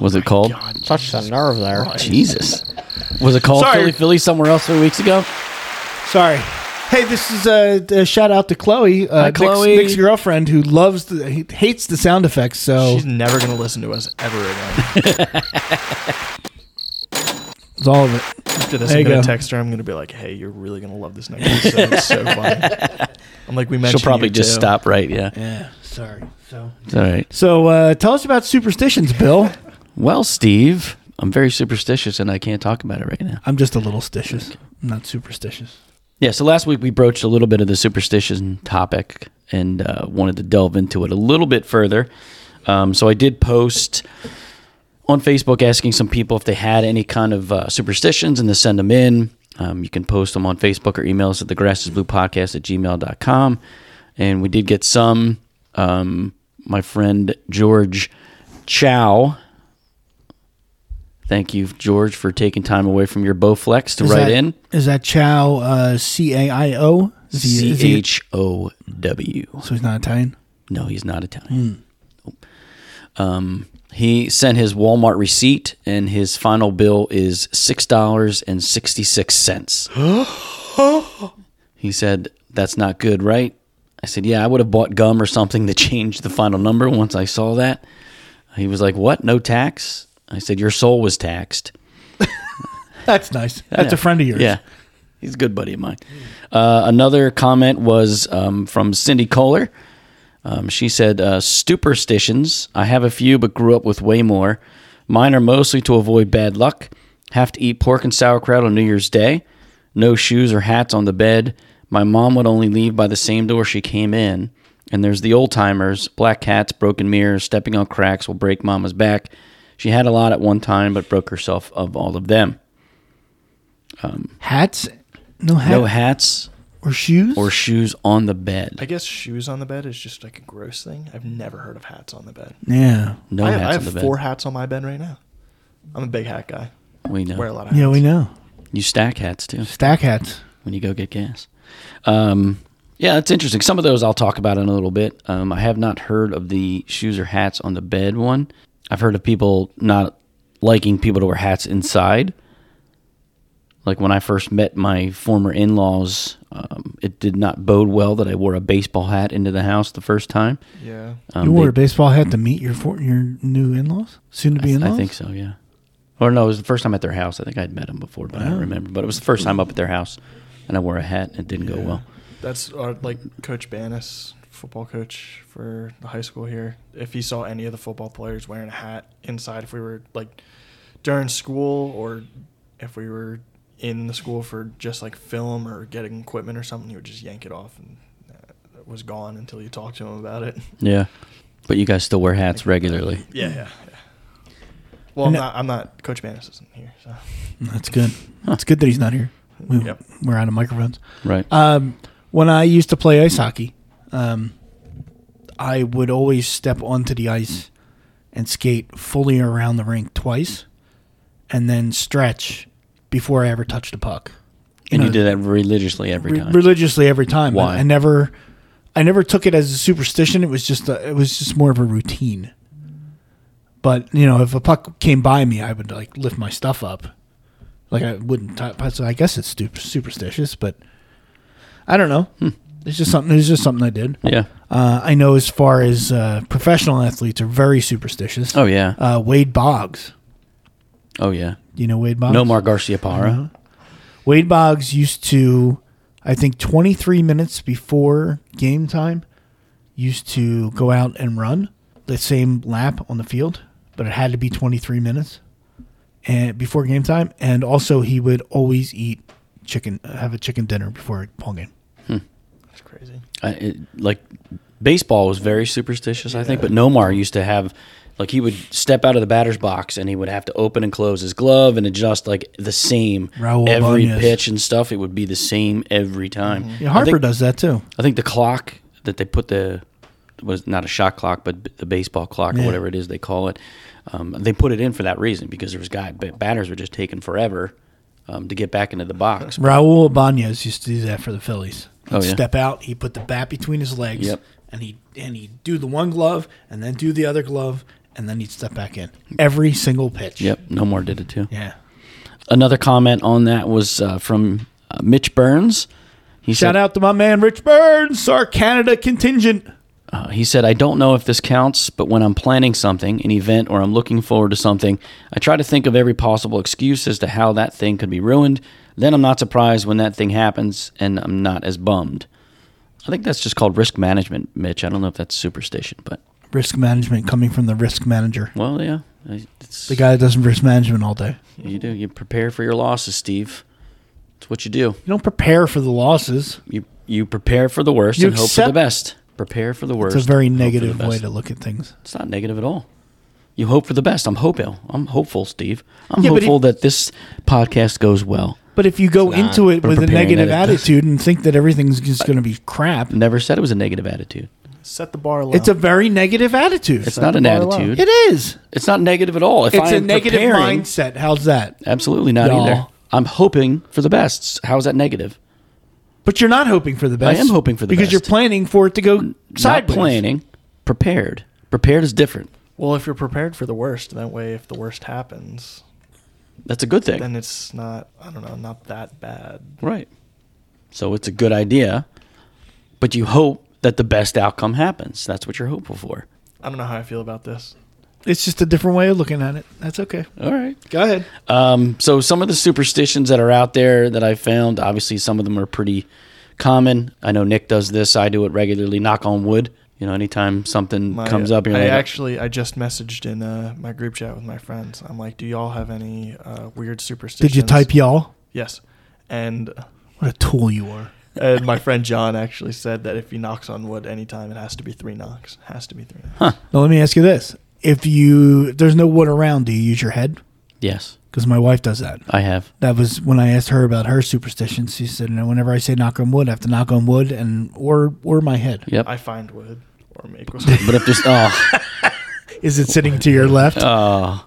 Speaker 5: Was it called?
Speaker 4: Touched the nerve there.
Speaker 5: Jesus. Was it called
Speaker 3: Sorry.
Speaker 5: Philly Philly somewhere else three weeks ago?
Speaker 3: Sorry. Hey, this is a, a shout out to Chloe, uh, Nick's-
Speaker 5: Chloe.
Speaker 3: Nick's, girlfriend, who loves the h- hates the sound effects. So
Speaker 2: She's never gonna listen to us ever again.
Speaker 3: it's all of it.
Speaker 2: After this,
Speaker 3: There
Speaker 2: I'm
Speaker 3: you
Speaker 2: gonna
Speaker 3: go.
Speaker 2: text her. I'm gonna be like, "Hey, you're really gonna love this next episode. It's so funny." I'm like, "We mentioned."
Speaker 5: She'll probably
Speaker 2: you
Speaker 5: just
Speaker 2: too.
Speaker 5: stop right. Yeah.
Speaker 3: Yeah, sorry. So,
Speaker 5: It's all right.
Speaker 3: so uh, tell us about superstitions, Bill.
Speaker 5: Well, Steve, I'm very superstitious and I can't talk about it right now.
Speaker 3: I'm just a little stitious. I'm not superstitious.
Speaker 5: Yeah, so last week we broached a little bit of the superstition topic and uh, wanted to delve into it a little bit further. Um, so I did post on Facebook asking some people if they had any kind of uh, superstitions and to send them in. Um, you can post them on Facebook or email us at the grass is blue podcast at gmail.com. And we did get some. Um, my friend George Chow. Thank you, George, for taking time away from your Bowflex to
Speaker 3: Is
Speaker 5: write
Speaker 3: that-
Speaker 5: in.
Speaker 3: Is that Chow uh, C A I O? Z-
Speaker 5: C
Speaker 3: Z-
Speaker 5: H O W.
Speaker 3: So he's not Italian.
Speaker 5: No, he's not Italian. Um, He sent his Walmart receipt, and his final bill is six dollars and sixty six cents. he said, "That's not good, right?" I said, "Yeah, I would have bought gum or something to change the final number once I saw that." He was like, "What? No tax?" I said, "Your soul was taxed."
Speaker 3: That's nice. That's a friend of yours.
Speaker 5: Yeah. He's a good buddy of mine. Uh, another comment was um, from Cindy Kohler. Um, she said, uh, Superstitions. I have a few, but grew up with way more. Mine are mostly to avoid bad luck. Have to eat pork and sauerkraut on New Year's Day. No shoes or hats on the bed. My mom would only leave by the same door she came in. And there's the old timers black cats, broken mirrors, stepping on cracks will break mama's back. She had a lot at one time, but broke herself of all of them.
Speaker 3: Hats, no hat
Speaker 5: No hats,
Speaker 3: or shoes
Speaker 5: or shoes on the
Speaker 2: I
Speaker 5: bed.
Speaker 2: guess shoes on the bed is just like a gross thing. I've never heard of hats on the bed.
Speaker 3: yeah.
Speaker 5: No
Speaker 2: I have,
Speaker 5: hats
Speaker 2: I have
Speaker 5: on the
Speaker 2: four
Speaker 5: bed.
Speaker 2: hats on my bed right now. I'm a big hat guy.
Speaker 5: We know.
Speaker 2: Wear a lot of hats.
Speaker 3: Yeah, we know.
Speaker 5: You stack hats too
Speaker 3: Stack hats.
Speaker 5: when you go get gas. Um, yeah, that's interesting. Some of those I'll talk about in a little bit. Um, I have not heard of the shoes or hats on the bed one. I've heard of people not liking people to wear hats inside. Like when I first met my former in laws, um, it did not bode well that I wore a baseball hat into the house the first time.
Speaker 2: Yeah.
Speaker 5: Um,
Speaker 3: you wore
Speaker 5: they-
Speaker 3: a baseball hat to meet your for, your new in laws, soon to be in
Speaker 5: I
Speaker 3: laws.
Speaker 5: think so, yeah. Or no, it was the first time at their house. I think I'd met him before, but I
Speaker 3: Oh.
Speaker 5: don't remember. But it was the first time up at their house, and I wore a hat, and it didn't go well.
Speaker 2: That's our, like Coach Banis, football coach for the high school here. If he saw any of the football players wearing a hat inside, if we were like during school or if we were in the school for just like film or getting equipment or something, he would just yank it off and uh, it was gone until you talked to him about it.
Speaker 5: Yeah, but you guys still wear hats regularly.
Speaker 2: Yeah, yeah. yeah. Mm. Well, I'm
Speaker 3: No.
Speaker 2: not. I'm not. Coach Banis isn't here, so
Speaker 3: That's good. It's good that he's not here. We,
Speaker 2: Yep.
Speaker 3: We're out of microphones.
Speaker 5: Right.
Speaker 3: Um, when I used to play ice hockey, um, I would always step onto the ice and skate fully around the rink twice, and then stretch before I ever touched the puck.
Speaker 5: and you
Speaker 3: know,
Speaker 5: did that religiously every
Speaker 3: re-
Speaker 5: time.
Speaker 3: religiously every time.
Speaker 5: Why?
Speaker 3: I, I never, I never took it as a superstition. It was just a, it was just more of a routine. But you know, if a puck came by me, I would like lift my stuff up. Like I wouldn't. T- so I guess it's stup- superstitious, but I don't know.
Speaker 5: Hmm.
Speaker 3: It's just something. It's just something I did.
Speaker 5: yeah.
Speaker 3: Uh, I know as far as uh, professional athletes are very superstitious.
Speaker 5: Oh yeah.
Speaker 3: Uh, Wade Boggs.
Speaker 5: oh yeah.
Speaker 3: You know Wade Boggs.
Speaker 5: No Nomar Garcia
Speaker 3: uh-huh.
Speaker 5: Parra.
Speaker 3: Wade Boggs used to, I think, 23 minutes before game time, used to go out and run the same lap on the field, but it had to be 23 minutes and before game time. And also, he would always eat chicken, have a chicken dinner before a ball game.
Speaker 2: that's crazy.
Speaker 5: I, it, like baseball was very superstitious, I think. But Nomar used to have. Like he would step out of the batter's box and he would have to open and close his glove and adjust like the same
Speaker 3: Raul
Speaker 5: every
Speaker 3: Banez.
Speaker 5: pitch and stuff. It would be the same every time.
Speaker 3: Yeah,
Speaker 5: I
Speaker 3: Mm-hmm. Harper
Speaker 5: think-
Speaker 3: does that too.
Speaker 5: I think the clock that they put the was not a shot clock, but b- the baseball clock
Speaker 3: Yeah.
Speaker 5: or whatever it is they call it. Um, they put it in for that reason because there was guy b- batters were just taking forever um, to get back into the box.
Speaker 3: Raul Abanez used to do that for the Phillies. He'd
Speaker 5: Oh, yeah.
Speaker 3: Step out, he put the bat between his legs,
Speaker 5: Yep.
Speaker 3: and he and he'd do the one glove, and then do the other glove, and then he'd step back in every single pitch.
Speaker 5: Yep, no more did it too.
Speaker 3: Yeah.
Speaker 5: Another comment on that was uh, from uh, Mitch Burns. He
Speaker 3: Shout
Speaker 5: said,
Speaker 3: out to my man Rich Burns, our Canada contingent.
Speaker 5: Uh, he said, I don't know if this counts, but when I'm planning something, an event, or I'm looking forward to something, I try to think of every possible excuse as to how that thing could be ruined. Then I'm not surprised when that thing happens and I'm not as bummed. I think that's just called risk management, Mitch. I don't know if that's superstition, but,
Speaker 3: Risk management coming from the risk manager,
Speaker 5: well, yeah. I- It's,
Speaker 3: the guy that does risk management all day.
Speaker 5: you do. You prepare for your losses, Steve. It's what you do.
Speaker 3: You don't prepare for the losses.
Speaker 5: You, you prepare for the worst
Speaker 3: You
Speaker 5: and hope for the
Speaker 3: accept-
Speaker 5: best. Prepare for the worst.
Speaker 3: It's a very
Speaker 5: hope for the
Speaker 3: negative way
Speaker 5: best.
Speaker 3: to look at things.
Speaker 5: It's not negative at all. You hope for the best. I'm hopeful. I'm hopeful, Steve. I'm
Speaker 3: Yeah, but
Speaker 5: hopeful that this podcast goes well.
Speaker 3: But if you go
Speaker 4: It's not.
Speaker 3: into it
Speaker 5: We're
Speaker 3: with a
Speaker 5: preparing
Speaker 3: negative
Speaker 5: that it does.
Speaker 3: attitude and think that everything's just going to be crap,
Speaker 5: Never said it was a negative attitude.
Speaker 2: Set the bar low.
Speaker 3: it's a very negative attitude.
Speaker 5: It's not an
Speaker 2: bar low.
Speaker 5: attitude.
Speaker 3: It is.
Speaker 5: It's not negative at all. If
Speaker 3: It's
Speaker 5: I
Speaker 3: a
Speaker 5: am
Speaker 3: negative
Speaker 5: preparing,
Speaker 3: mindset. How's that?
Speaker 5: absolutely not
Speaker 3: Y'all.
Speaker 5: either. I'm hoping for the best. How is that negative?
Speaker 3: But you're not hoping for the best.
Speaker 5: am hoping for the
Speaker 3: because
Speaker 5: best.
Speaker 3: you're planning for it to go sideways.
Speaker 5: Not planning, prepared. Prepared is different.
Speaker 2: Well, if you're prepared for the worst, that way, if the worst happens,
Speaker 5: That's a good thing.
Speaker 2: then it's not, I don't know, not that bad.
Speaker 5: Right. So it's a good idea, but you hope that the best outcome happens. That's what you're hopeful for.
Speaker 2: I don't know how I feel about this.
Speaker 3: It's just a different way of looking at it. That's okay.
Speaker 5: All right.
Speaker 3: Go ahead.
Speaker 5: Um, so some of the superstitions that are out there that I found, obviously some of them are pretty common. I know Nick does this. I do it regularly. Knock on wood. You know, anytime something
Speaker 2: My-
Speaker 5: comes up, you're
Speaker 2: I
Speaker 5: like,
Speaker 2: actually, I just messaged in uh, my group chat with my friends. I'm like, do y'all have any uh, weird superstitions?
Speaker 3: Did you type y'all?
Speaker 2: Yes. And,
Speaker 3: What a tool you are.
Speaker 2: and my friend John actually said that if he knocks on wood anytime, it has to be three knocks. Has to be three knocks.
Speaker 3: Now let me ask you this: If you if there's no wood around, do you use your head?
Speaker 5: yes,
Speaker 3: Because my wife does that.
Speaker 5: I have.
Speaker 3: That was when I asked her about her superstitions. She said, "No, whenever I say knock on wood, I have to knock on wood and or or my head.
Speaker 5: Yep.
Speaker 2: I find wood or make wood.
Speaker 5: but if there's, oh,
Speaker 3: Is it sitting to your left?
Speaker 5: oh.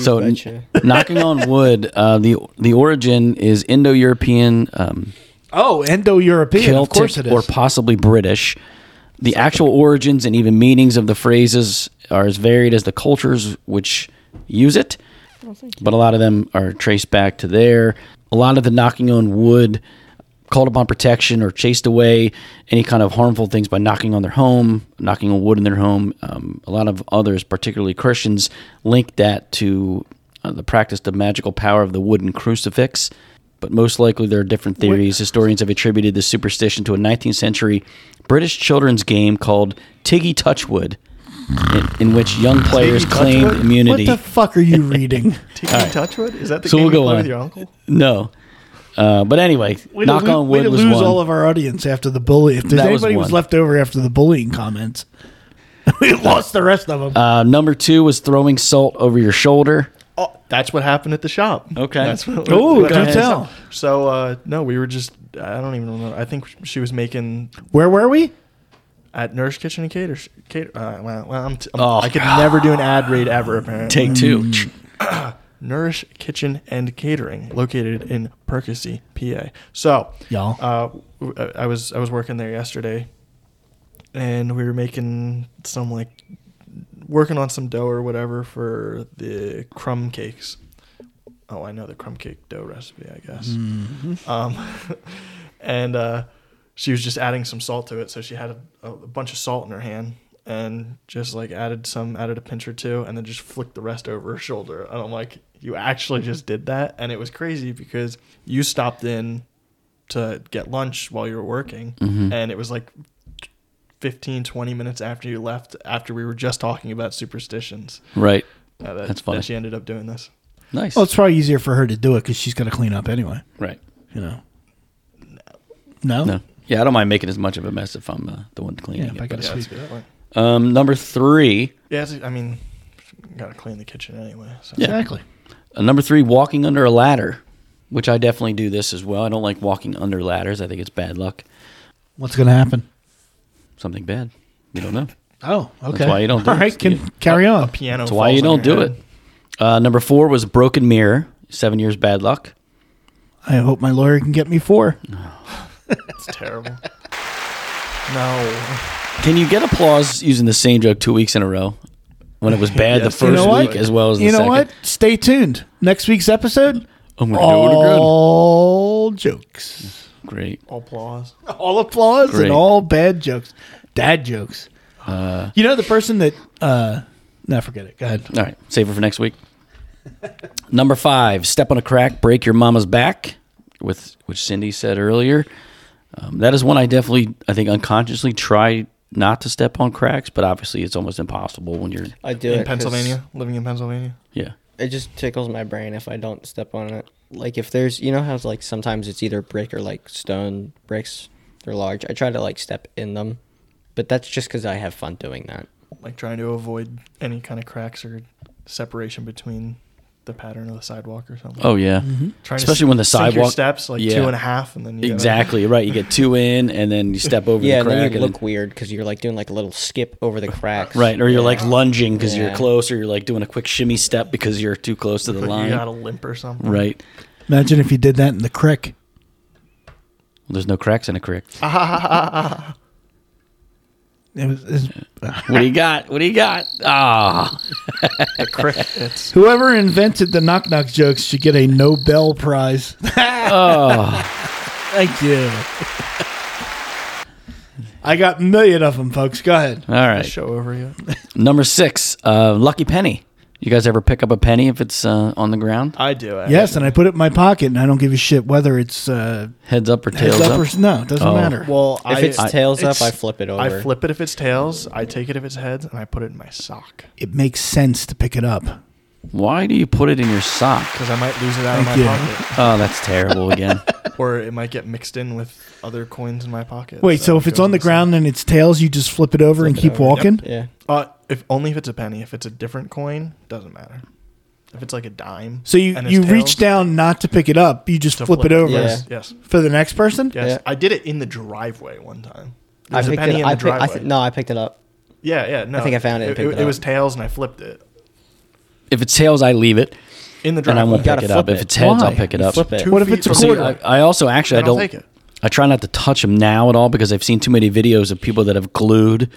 Speaker 5: So n- knocking on wood, uh, the the origin is Indo-European um,
Speaker 3: oh, Indo-European.
Speaker 5: Celtic
Speaker 3: of course it is.
Speaker 5: or possibly British. The actual origins and even meanings of the phrases are as varied as the cultures which use it, but a lot of them are traced back to there. A lot of the knocking on wood, called upon protection or chased away any kind of harmful things by knocking on their home, knocking on wood in their home. Um, a lot of others, particularly Christians, link that to uh, the practice of magical power of the wooden crucifix but most likely there are different theories. Historians have attributed this superstition to a 19th century British children's game called Tiggy Touchwood, in, in which young players claimed
Speaker 3: what
Speaker 5: immunity.
Speaker 3: the fuck are you reading?
Speaker 2: Tiki Touchwood? Is that the
Speaker 5: So
Speaker 2: game
Speaker 5: we'll
Speaker 2: you
Speaker 5: go
Speaker 2: play
Speaker 5: on.
Speaker 2: with your uncle?
Speaker 5: no. Uh, but anyway,
Speaker 3: Way to
Speaker 5: knock
Speaker 3: lo-
Speaker 5: on
Speaker 3: way
Speaker 5: wood
Speaker 3: to
Speaker 5: was
Speaker 3: lose
Speaker 5: one.
Speaker 3: all of our audience after the bully. If there's
Speaker 5: That was
Speaker 3: anybody was
Speaker 5: one.
Speaker 3: left over after the bullying comments, we lost the rest of them.
Speaker 5: uh, number two was throwing salt over your shoulder.
Speaker 2: Oh, that's what happened at the shop.
Speaker 5: Okay.
Speaker 2: That's what,
Speaker 3: Oh,
Speaker 2: what
Speaker 3: do
Speaker 2: happened at the
Speaker 3: tell.
Speaker 2: shop. So, uh, no, we were just, I don't even remember. I think she was making
Speaker 3: Where were we?
Speaker 2: at Nurse Kitchen and Cater. cater uh, well, well, I'm t- I'm,
Speaker 5: Oh,
Speaker 2: I could never do an ad read ever, apparently.
Speaker 3: Mm.
Speaker 5: Take two.
Speaker 2: Nourish Kitchen and Catering, located in Percy, PA. So,
Speaker 3: Y'all.
Speaker 2: uh, w- I I was I was working there yesterday, and we were making some like working on some dough or whatever for the crumb cakes. Oh, I know the crumb cake dough recipe, I guess. Um, and uh, she was just adding some salt to it, so she had a, a bunch of salt in her hand. And just like added some, added a pinch or two, and then just flicked the rest over her shoulder. And I'm like, you actually just did that, and it was crazy because you stopped in to get lunch while you were working
Speaker 5: Mm-hmm.
Speaker 2: and it was like 15 20 minutes after you left after we were just talking about superstitions
Speaker 5: Right.
Speaker 2: uh, that,
Speaker 5: That's funny.
Speaker 2: that she ended up doing this
Speaker 5: Nice.
Speaker 3: Well, Oh, it's probably easier for her to do it because she's got to clean up anyway.
Speaker 5: right.
Speaker 3: You know. No.
Speaker 5: No. Yeah, I don't mind making as much of a mess if I'm uh, the one
Speaker 3: Oh. Yeah,
Speaker 5: cleaning
Speaker 3: if I
Speaker 5: it.
Speaker 3: got to
Speaker 2: yeah, that's
Speaker 3: sweep
Speaker 2: a good point.
Speaker 5: but- um, number three.
Speaker 2: yeah it's- i mean gotta clean the kitchen anyway so
Speaker 3: Exactly.
Speaker 5: Uh, number three, walking under a ladder, which I definitely do this as well. I don't like walking under ladders. I think it's bad luck.
Speaker 3: What's going to happen?
Speaker 5: Something bad. You don't know.
Speaker 3: Oh, okay.
Speaker 5: why you don't do
Speaker 3: All
Speaker 5: it.
Speaker 3: right, can
Speaker 5: Yeah.
Speaker 3: carry on.
Speaker 2: piano
Speaker 5: That's why
Speaker 2: falls
Speaker 5: you
Speaker 2: on
Speaker 5: don't
Speaker 2: your
Speaker 5: do it.
Speaker 2: head.
Speaker 5: Uh, number four was broken mirror. Seven years bad luck.
Speaker 3: I hope my lawyer can get me four.
Speaker 2: it's terrible no
Speaker 5: Can you get applause using the same joke two weeks in a row? When it was bad
Speaker 2: Yes,
Speaker 5: the
Speaker 2: you
Speaker 5: first
Speaker 2: know what?
Speaker 5: week as well as the
Speaker 3: You know
Speaker 5: second.
Speaker 3: what? Stay tuned. Next week's episode,
Speaker 5: I'm gonna do
Speaker 3: all jokes,
Speaker 5: it again. Great.
Speaker 2: applause
Speaker 3: all applause,
Speaker 5: Great.
Speaker 3: and all bad jokes, dad jokes. you know the person that. uh No, forget it. Go ahead.
Speaker 5: All right, save it for next week. Number five, step on a crack, break your mama's back, with which Cindy said earlier. Um, that is one I definitely, I think, unconsciously try not to step on cracks, but obviously it's almost impossible when you're,
Speaker 4: I do it
Speaker 2: in
Speaker 4: 'cause
Speaker 2: pennsylvania living in pennsylvania
Speaker 5: yeah,
Speaker 4: It just tickles my brain if I don't step on it. Like if there's, you know how it's like sometimes it's either brick or like stone bricks. They're large. I try to like step in them, but that's just because I have fun doing that.
Speaker 2: like trying to avoid any kind of cracks or separation between the pattern of the sidewalk or something
Speaker 5: oh yeah,
Speaker 2: trying
Speaker 5: especially
Speaker 2: s-
Speaker 5: when the
Speaker 2: Mm-hmm. sink your
Speaker 5: sidewalk-
Speaker 2: steps like
Speaker 5: yeah.
Speaker 2: two and a half and then you gotta-
Speaker 5: exactly right. You get two in, and then you step over
Speaker 4: yeah,
Speaker 5: the
Speaker 4: and
Speaker 5: crack,
Speaker 4: then you
Speaker 5: and
Speaker 4: look weird because you're like doing like a little skip over the cracks.
Speaker 5: right, or you're like lunging because you're
Speaker 4: Yeah.
Speaker 5: close, or you're like doing a quick shimmy step because you're too close to the
Speaker 2: Like,
Speaker 5: line,
Speaker 2: you got a limp or something
Speaker 5: right?
Speaker 3: Imagine if you did that in the crick.
Speaker 5: There's no cracks in a crick.
Speaker 3: It was, it was-
Speaker 5: What do you got? What do you got? Ah,
Speaker 2: Crickets.
Speaker 3: whoever invented the knock knock jokes should get a Nobel Prize.
Speaker 5: Oh.
Speaker 3: Thank you. I got a million of them, folks. Go ahead.
Speaker 5: all right.
Speaker 2: Show over yet?
Speaker 5: Number six, uh, Lucky Penny. You guys ever pick up a penny if it's uh, on the ground?
Speaker 2: I do. Actually.
Speaker 3: Yes, and I put it in my pocket, and I don't give a shit whether it's uh,
Speaker 5: Heads up or
Speaker 3: heads
Speaker 5: tails
Speaker 3: up,
Speaker 5: up?
Speaker 3: or no. It doesn't
Speaker 5: Oh.
Speaker 3: matter.
Speaker 2: Well,
Speaker 4: If
Speaker 2: I,
Speaker 4: it's tails up, I flip it
Speaker 2: I
Speaker 4: over.
Speaker 2: flip it if it's tails. I take it if it's heads, and I put it in my sock
Speaker 3: it makes sense to pick it up.
Speaker 5: Why do you put it in your sock?
Speaker 2: because I might lose it out of my
Speaker 3: Thank you.
Speaker 2: pocket,
Speaker 5: Oh, that's terrible again.
Speaker 2: or it might get mixed in with other coins in my pocket.
Speaker 3: Wait, so, if
Speaker 2: it
Speaker 3: it's
Speaker 2: goes
Speaker 3: on the
Speaker 2: in sock.
Speaker 3: ground and it's tails, you just flip it over and keep walking?
Speaker 4: Yeah.
Speaker 2: Uh, if only if it's a penny. If it's a different coin, doesn't matter. If it's like a dime.
Speaker 3: So you,
Speaker 2: and it's
Speaker 3: you
Speaker 2: tails,
Speaker 3: reach down not to pick it up, you just
Speaker 2: to
Speaker 3: flip, it over
Speaker 4: Yeah.
Speaker 2: Yes.
Speaker 3: for the next person?
Speaker 2: Yes.
Speaker 4: Yeah.
Speaker 2: I did it in the driveway one time. There
Speaker 4: I
Speaker 2: was a
Speaker 4: picked
Speaker 2: penny
Speaker 4: it.
Speaker 2: in
Speaker 4: I
Speaker 2: the
Speaker 4: pick, I
Speaker 2: driveway.
Speaker 4: th- no, I picked it up.
Speaker 2: Yeah, yeah. No.
Speaker 4: think I found it and
Speaker 2: It,
Speaker 4: picked it
Speaker 2: it was
Speaker 4: up.
Speaker 2: tails, and I flipped it
Speaker 5: if it's tails, I leave it
Speaker 2: in the
Speaker 5: and
Speaker 2: driveway.
Speaker 5: I won't pick
Speaker 4: gotta
Speaker 5: it up.
Speaker 4: flip
Speaker 5: If
Speaker 4: it.
Speaker 5: it's heads,
Speaker 3: Why?
Speaker 5: I'll pick it
Speaker 2: You
Speaker 5: up.
Speaker 2: flip it.
Speaker 3: What if it's a
Speaker 2: Well, see,
Speaker 5: See,
Speaker 3: quarter?
Speaker 5: I, I also actually I
Speaker 2: Then I'll
Speaker 5: don't.
Speaker 2: take it.
Speaker 5: I try not to touch them now at all because I've seen too many videos of people that have glued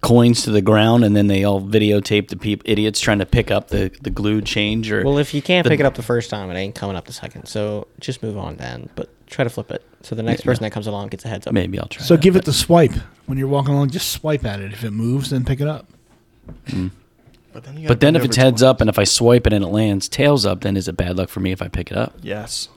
Speaker 5: coins to the ground and then they all videotape the peop idiots trying to pick up the, the glued change or
Speaker 4: Well, if you can't
Speaker 5: The-
Speaker 4: pick it up the first time, it ain't coming up the second. So just move on then. But try to flip it. So the next person that comes along gets a heads up.
Speaker 5: maybe I'll try.
Speaker 3: So
Speaker 5: that,
Speaker 3: give it
Speaker 5: but-
Speaker 3: the swipe. When you're walking along, just swipe at it. If it moves, then pick it up.
Speaker 2: But then, you gotta
Speaker 5: But then
Speaker 2: bend
Speaker 5: if it's
Speaker 2: over
Speaker 5: heads
Speaker 2: twice.
Speaker 5: up and if I swipe it and it lands tails up, then is it bad luck for me if I pick it up?
Speaker 2: Yes.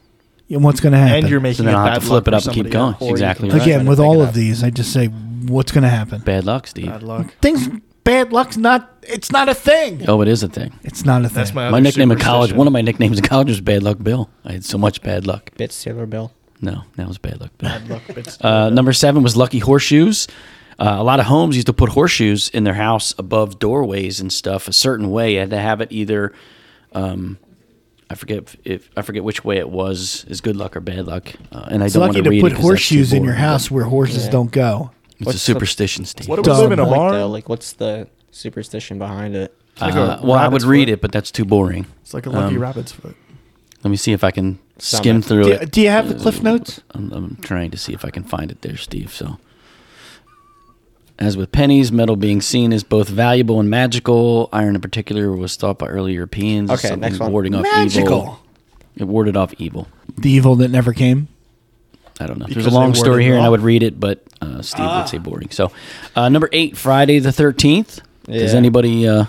Speaker 3: And what's going to happen?
Speaker 2: And you're making
Speaker 5: then
Speaker 2: it
Speaker 5: I'll have
Speaker 2: bad
Speaker 5: to flip
Speaker 2: luck
Speaker 5: it
Speaker 2: for
Speaker 5: up and keep
Speaker 2: somebody
Speaker 5: going.
Speaker 2: else, or you
Speaker 5: Exactly
Speaker 2: can-
Speaker 5: right.
Speaker 3: Again,
Speaker 2: Trying to
Speaker 3: with
Speaker 2: pick
Speaker 3: all
Speaker 2: it
Speaker 3: of
Speaker 2: up.
Speaker 3: these, I just say, what's going to happen?
Speaker 5: Bad luck, Steve.
Speaker 2: Bad luck.
Speaker 3: Things, bad luck's not, it's not a thing.
Speaker 5: Oh, it is a thing.
Speaker 3: It's not a thing.
Speaker 2: That's my
Speaker 5: my
Speaker 2: other
Speaker 5: nickname in college,
Speaker 2: superstition.
Speaker 5: one of my nicknames in college was Bad Luck Bill. I had so much bad luck.
Speaker 4: Bit Sailor Bill.
Speaker 5: No, that was Bad Luck Bill.
Speaker 2: Bad luck. It's
Speaker 5: Uh, number seven was lucky horseshoes. Uh, a lot of homes used to put horseshoes in their house above doorways and stuff a certain way. You had to have it either, um, I forget if, if I forget which way it was is good luck or bad luck. Uh, and I
Speaker 3: it's
Speaker 5: don't want
Speaker 3: lucky
Speaker 5: to
Speaker 3: to,
Speaker 5: read it
Speaker 3: put
Speaker 5: 'cause that's too
Speaker 3: horseshoes in your
Speaker 5: boring, but
Speaker 3: house where horses
Speaker 4: Yeah.
Speaker 3: don't go.
Speaker 5: It's a
Speaker 4: What's the-
Speaker 5: superstition, Steve.
Speaker 2: What do
Speaker 3: Dumb.
Speaker 2: we live in a
Speaker 3: Like
Speaker 4: Like,
Speaker 2: barn?
Speaker 4: though, like, what's the superstition behind it?
Speaker 2: like a
Speaker 5: Uh, well, I would
Speaker 2: rabbit's
Speaker 5: read
Speaker 2: foot.
Speaker 5: it, but that's too boring.
Speaker 2: It's like a lucky
Speaker 5: Um,
Speaker 2: rabbit's foot.
Speaker 5: Let me see if I can
Speaker 4: Some
Speaker 5: skim
Speaker 4: it.
Speaker 5: through
Speaker 3: Do,
Speaker 5: it.
Speaker 3: do you have the cliff notes?
Speaker 5: I'm, I'm trying to see if I can find it there, Steve. So, as with pennies, metal being seen as both valuable and magical. Iron, in particular, was thought by early Europeans as
Speaker 4: Okay,
Speaker 5: something
Speaker 4: next one.
Speaker 5: warding off evil.
Speaker 3: Magical.
Speaker 5: It warded off evil.
Speaker 3: The evil that never came.
Speaker 5: I don't know.
Speaker 2: Because
Speaker 5: There's a
Speaker 2: they
Speaker 5: long
Speaker 2: warded
Speaker 5: story here,
Speaker 2: it
Speaker 5: and I
Speaker 2: off.
Speaker 5: would read it, but uh, Steve would say boring. So, uh, number eight, Friday the Thirteenth. Does
Speaker 4: Yeah.
Speaker 5: anybody? Uh,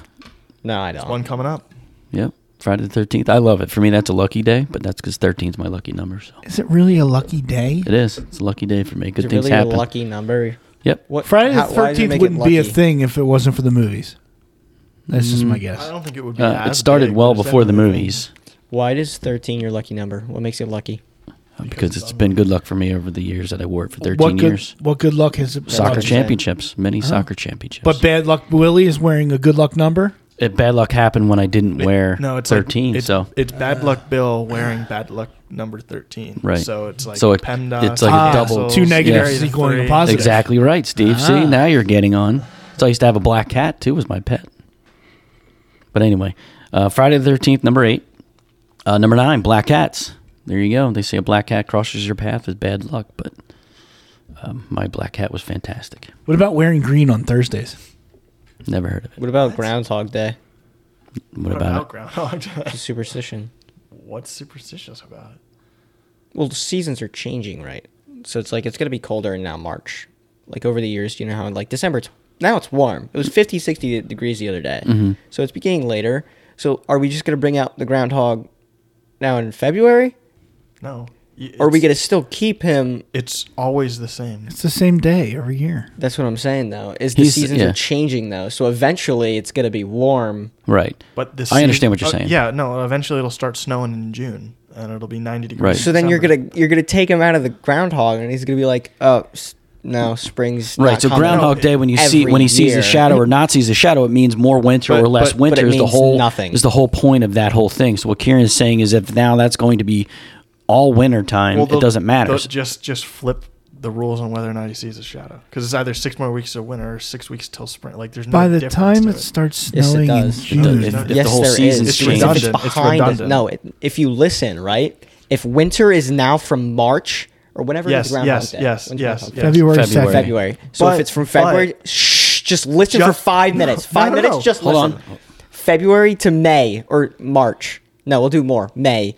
Speaker 4: No, I don't.
Speaker 2: One coming up.
Speaker 5: yep. Friday the Thirteenth. I love it. For me, that's a lucky day, but that's because thirteen's my lucky number. So
Speaker 3: Is it really a lucky day?
Speaker 5: it is. It's a lucky day for me. Good
Speaker 4: Is it
Speaker 5: things
Speaker 4: really
Speaker 5: happen.
Speaker 4: a lucky number?
Speaker 5: Yep.
Speaker 4: What
Speaker 3: Friday the
Speaker 4: how- why does it
Speaker 3: Thirteenth
Speaker 4: make it
Speaker 3: wouldn't be a
Speaker 4: lucky? Hmm.
Speaker 3: thing if it wasn't for the movies. That's just my guess.
Speaker 2: I don't think it would be.
Speaker 5: Uh, it
Speaker 2: as
Speaker 5: started
Speaker 2: big,
Speaker 5: well
Speaker 2: but it's
Speaker 5: before the
Speaker 2: definitely-
Speaker 5: movies
Speaker 4: Why is thirteen your lucky number? What makes it lucky?
Speaker 5: uh, because it's been good luck for me over the years that I wore it for 13
Speaker 3: what good,
Speaker 5: years.
Speaker 3: What good luck has it been?
Speaker 5: Soccer
Speaker 4: luck.
Speaker 5: championships, many soccer championships.
Speaker 3: But bad luck Willie is wearing a good luck number.
Speaker 5: It- bad luck happened when I didn't wear
Speaker 2: No, it's like-
Speaker 5: 13.
Speaker 2: it's-
Speaker 5: so
Speaker 2: it's bad luck Bill wearing bad luck number thirteen.
Speaker 5: Right.
Speaker 2: So it's like
Speaker 5: So it-
Speaker 2: PEMDAS,
Speaker 5: it's like
Speaker 3: Ah,
Speaker 5: a double-
Speaker 3: two negatives
Speaker 5: yes.
Speaker 3: is equaling a
Speaker 2: Three.
Speaker 3: positive.
Speaker 5: exactly right, Steve. See,
Speaker 3: Ah.
Speaker 5: now you're getting on. So I used to have a black cat too, was my pet. But anyway, uh, Friday the 13th, number eight. Uh, number nine, black cats. There you go. They say a black cat crosses your path is bad luck, but um, my black cat was fantastic.
Speaker 3: What about wearing green on Thursdays?
Speaker 5: Never heard of it.
Speaker 4: What about Groundhog Day?
Speaker 5: What
Speaker 2: What
Speaker 5: about
Speaker 2: about
Speaker 5: it?
Speaker 2: groundhog? Day?
Speaker 4: It's a superstition.
Speaker 2: What's superstitious about it?
Speaker 4: Well, the seasons are changing, right? So it's like it's gonna be colder in now March. Like over the years, you know how like December it's, now it's warm. It was 50, 60 degrees the other day.
Speaker 5: Mm-hmm.
Speaker 4: So it's beginning later. So are we just gonna bring out the groundhog now in February,
Speaker 2: No. Y-
Speaker 4: or are we
Speaker 2: it's-
Speaker 4: gonna still keep him?
Speaker 2: It's always the same.
Speaker 3: It's the same day every year.
Speaker 4: That's what I'm saying though. Is the
Speaker 5: He's-
Speaker 4: seasons
Speaker 5: yeah.
Speaker 4: are changing though? So eventually it's gonna be warm.
Speaker 5: Right.
Speaker 2: But this
Speaker 5: I understand what you're saying.
Speaker 2: yeah, no. Eventually, it'll start snowing in June, and it'll be 90 degrees.
Speaker 5: Right.
Speaker 2: in
Speaker 4: So then you're
Speaker 2: December.
Speaker 4: gonna you're gonna take him out of the groundhog, and he's gonna be like, oh s- no, spring's
Speaker 5: Right.
Speaker 4: not
Speaker 5: So
Speaker 4: coming."
Speaker 5: Groundhog Day, when you see
Speaker 4: Every
Speaker 5: when he sees
Speaker 4: year.
Speaker 5: a shadow or not sees a shadow, it means more winter
Speaker 2: But-
Speaker 5: or less
Speaker 2: but- but
Speaker 5: winter.
Speaker 4: it
Speaker 5: is the
Speaker 4: means
Speaker 5: whole
Speaker 4: nothing.
Speaker 5: Is the whole point of that whole thing. So what Kieran is saying is if now that's going to be all winter time,
Speaker 2: Well,
Speaker 5: it doesn't matter.
Speaker 2: they'll Just just flip the rules on whether or not he sees a shadow, because it's either six more weeks of winter or six weeks till spring. Like there's no
Speaker 3: By the
Speaker 2: difference
Speaker 3: time
Speaker 2: to
Speaker 3: it starts
Speaker 4: Yes, it
Speaker 3: snowing
Speaker 4: does.
Speaker 3: in June,
Speaker 5: If- if
Speaker 2: the
Speaker 4: yes,
Speaker 5: whole
Speaker 4: there is.
Speaker 5: season's
Speaker 2: It's changed. redundant.
Speaker 4: If
Speaker 2: It's
Speaker 4: it's behind us-
Speaker 2: redundant.
Speaker 4: no, it, if you listen, right? If winter is now from March or whenever
Speaker 2: Yes,
Speaker 4: it's Groundhog
Speaker 2: yes,
Speaker 4: Day.
Speaker 2: yes,
Speaker 4: when's
Speaker 2: yes,
Speaker 4: Groundhog Day?
Speaker 2: yes.
Speaker 3: February
Speaker 5: February.
Speaker 3: second.
Speaker 4: February. So
Speaker 2: But-
Speaker 4: if it's from February,
Speaker 2: but-
Speaker 4: shh. Just listen for
Speaker 2: Just-
Speaker 4: five
Speaker 2: no,
Speaker 4: minutes.
Speaker 2: no,
Speaker 4: Five
Speaker 2: no,
Speaker 4: minutes.
Speaker 2: no.
Speaker 4: Just
Speaker 5: Hold
Speaker 4: listen.
Speaker 5: on.
Speaker 4: February to May or March. No, we'll do more. May.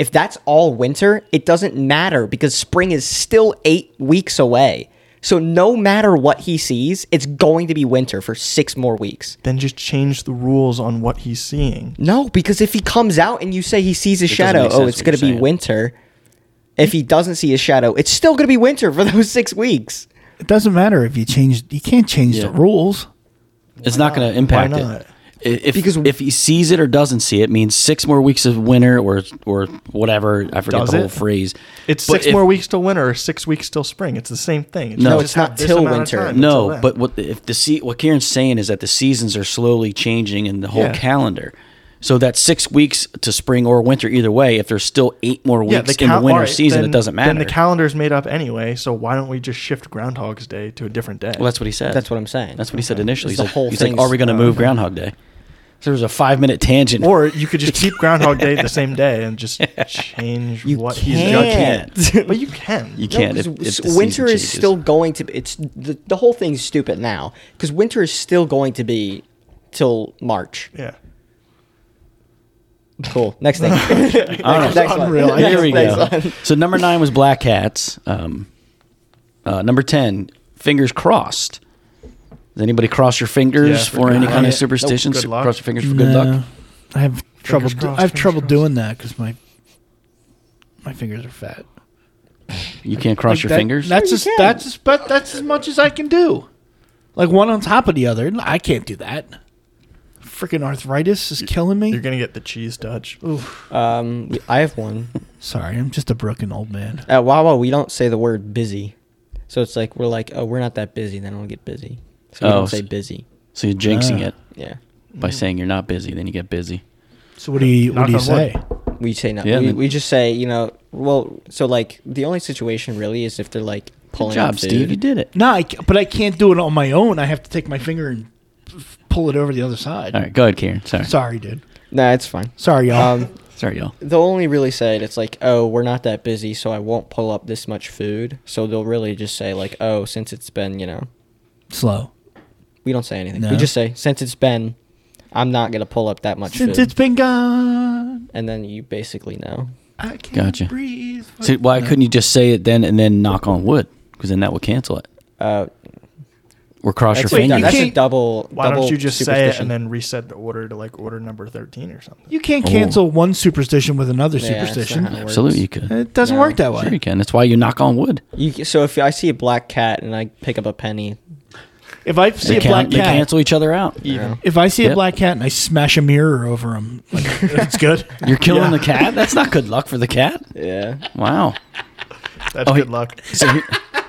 Speaker 4: If that's all winter, it doesn't matter because spring is still eight weeks away. So no matter what he sees, it's going to be winter for six more weeks.
Speaker 2: Then just change the rules on what he's seeing.
Speaker 4: No, because if he comes out and you say he sees his
Speaker 5: doesn't
Speaker 4: shadow,
Speaker 5: make sense
Speaker 4: oh, it's
Speaker 5: what
Speaker 4: going to
Speaker 5: you're
Speaker 4: be
Speaker 5: saying.
Speaker 4: winter. If he doesn't see his shadow, it's still going to be winter for those six weeks.
Speaker 3: It doesn't matter if you change. You can't change
Speaker 5: Yeah.
Speaker 3: the rules.
Speaker 5: It's not, going to impact
Speaker 2: Why
Speaker 5: it.
Speaker 2: not?
Speaker 5: I- If
Speaker 4: Because-
Speaker 5: if he sees it or doesn't see it, means six more weeks of winter or or whatever. I forget
Speaker 2: Does
Speaker 5: the whole
Speaker 2: it?
Speaker 5: phrase.
Speaker 2: It's
Speaker 5: But
Speaker 2: six
Speaker 5: if-
Speaker 2: more weeks till winter, or six weeks till spring. It's the same thing.
Speaker 5: No,
Speaker 2: just
Speaker 4: it's
Speaker 2: have
Speaker 4: not
Speaker 2: this
Speaker 4: till
Speaker 2: amount of
Speaker 4: winter.
Speaker 2: time until
Speaker 5: No,
Speaker 2: then.
Speaker 5: but what the- if the se- what Kieran's saying is that the seasons are slowly changing in the whole
Speaker 2: Yeah.
Speaker 5: calendar. So that six weeks to spring or winter, either way, if there's still eight more weeks in
Speaker 2: cal-
Speaker 5: the winter
Speaker 2: alright,
Speaker 5: season,
Speaker 2: then-
Speaker 5: it doesn't matter.
Speaker 2: Then the calendar is made up anyway, so why don't we just shift Groundhog's Day to a different day?
Speaker 5: well, that's what he said.
Speaker 4: That's what I'm saying.
Speaker 5: That's what he said initially.
Speaker 4: It's the
Speaker 5: He's like,
Speaker 4: whole Uh,
Speaker 5: he's like,
Speaker 4: thing's-
Speaker 5: are we going to move Groundhog Day? So there was a five minute tangent.
Speaker 2: or you could just keep Groundhog Day the same day and just change what he's judging.
Speaker 4: can't.
Speaker 2: But you can.
Speaker 5: you can't. if,
Speaker 4: 'Cause
Speaker 5: if the
Speaker 4: s- winter
Speaker 5: season
Speaker 4: is
Speaker 5: changes.
Speaker 4: still going to be it's the, the whole thing's stupid now because winter is still going to be till march
Speaker 2: Yeah.
Speaker 4: cool next thing next, next one.
Speaker 3: Unreal.
Speaker 4: Next-
Speaker 5: Here we
Speaker 4: next
Speaker 5: go.
Speaker 4: one.
Speaker 5: So number nine was Black Cats. Um, uh, number ten, fingers crossed. Does anybody cross your fingers
Speaker 2: Yeah, for
Speaker 5: for
Speaker 2: good
Speaker 5: any
Speaker 2: luck.
Speaker 5: kind of
Speaker 2: Yeah.
Speaker 5: superstition?
Speaker 2: Nope, good
Speaker 5: So
Speaker 2: luck.
Speaker 5: cross your fingers for good
Speaker 3: Nah,
Speaker 5: luck.
Speaker 3: I have trouble. do-
Speaker 2: crossed,
Speaker 3: I have
Speaker 2: fingers
Speaker 3: trouble
Speaker 2: crossed.
Speaker 3: doing that because my my fingers are fat.
Speaker 5: You can't cross
Speaker 3: Like
Speaker 5: your
Speaker 3: that-
Speaker 5: fingers.
Speaker 3: That's
Speaker 4: you
Speaker 3: as,
Speaker 4: can.
Speaker 3: that's as, but that's as much as I can do. Like one on top of the other. and I can't do that. Freaking arthritis is killing me.
Speaker 2: You're going to get the cheese dodge.
Speaker 4: um i have one
Speaker 3: Sorry, I'm just a broken old man.
Speaker 4: at wawa we don't say the word busy so it's like we're like oh we're not that busy then i'll get busy so we
Speaker 5: Oh,
Speaker 4: don't say
Speaker 5: s-
Speaker 4: busy
Speaker 5: so you're jinxing
Speaker 3: Ah.
Speaker 5: it
Speaker 4: yeah
Speaker 5: by saying you're not busy. Then you get busy.
Speaker 3: So what do you what
Speaker 2: Knock
Speaker 3: do you
Speaker 2: on wood.
Speaker 3: say?
Speaker 4: we say no
Speaker 5: Yeah,
Speaker 4: we,
Speaker 5: man.
Speaker 4: we just say you know well so like the only situation really is if they're like pulling
Speaker 5: Good
Speaker 4: out
Speaker 5: job, Steve.
Speaker 4: food.
Speaker 5: You did it.
Speaker 3: No, I ca- but I can't do it on my own. I have to take my finger and f- pull it over the other side.
Speaker 5: All right, go ahead, Kieran. Sorry,
Speaker 3: Sorry,
Speaker 5: sorry,
Speaker 3: dude.
Speaker 4: nah it's fine
Speaker 3: Sorry, y'all.
Speaker 4: um
Speaker 5: y'all.
Speaker 4: they'll only really say it, it's like, oh, we're not that busy, so I won't pull up this much food. So they'll really just say like, oh, since it's been, you know,
Speaker 3: Slow.
Speaker 4: we don't say anything.
Speaker 3: No.
Speaker 4: We just say since it's been, I'm not gonna pull up that much
Speaker 3: Since
Speaker 4: food,
Speaker 3: it's been gone,
Speaker 4: and then you basically know.
Speaker 3: I can't
Speaker 5: Gotcha.
Speaker 3: breathe.
Speaker 5: So why couldn't you just say it then and then knock on wood? Because then that would cancel it.
Speaker 4: Uh,
Speaker 5: Or cross
Speaker 4: that's,
Speaker 5: your
Speaker 4: a,
Speaker 3: you
Speaker 5: fingers.
Speaker 4: that's a
Speaker 3: can't-
Speaker 4: double.
Speaker 2: Why
Speaker 4: double
Speaker 2: don't you just say it
Speaker 4: superstition.
Speaker 2: and then reset the order to like order number 13 or something?
Speaker 3: You can't
Speaker 5: Oh.
Speaker 3: cancel one superstition with another
Speaker 4: Yeah, uh, that's not
Speaker 3: superstition.
Speaker 4: how it works.
Speaker 5: Absolutely, you could.
Speaker 3: It doesn't
Speaker 4: No.
Speaker 3: work that way.
Speaker 5: Sure, you can. That's why you knock on wood.
Speaker 4: You, so if I see a black cat and I pick up a penny,
Speaker 3: If I see
Speaker 5: They,
Speaker 3: a black
Speaker 5: can, they
Speaker 3: cat,
Speaker 5: cancel each other out.
Speaker 4: you know,
Speaker 3: if I see a
Speaker 5: Yep.
Speaker 3: black cat and I smash a mirror over him, like, it's good.
Speaker 5: You're killing the cat. That's not good luck for the cat.
Speaker 4: yeah,
Speaker 5: Wow.
Speaker 2: That's
Speaker 5: Oh, he-
Speaker 2: good luck.
Speaker 5: So here-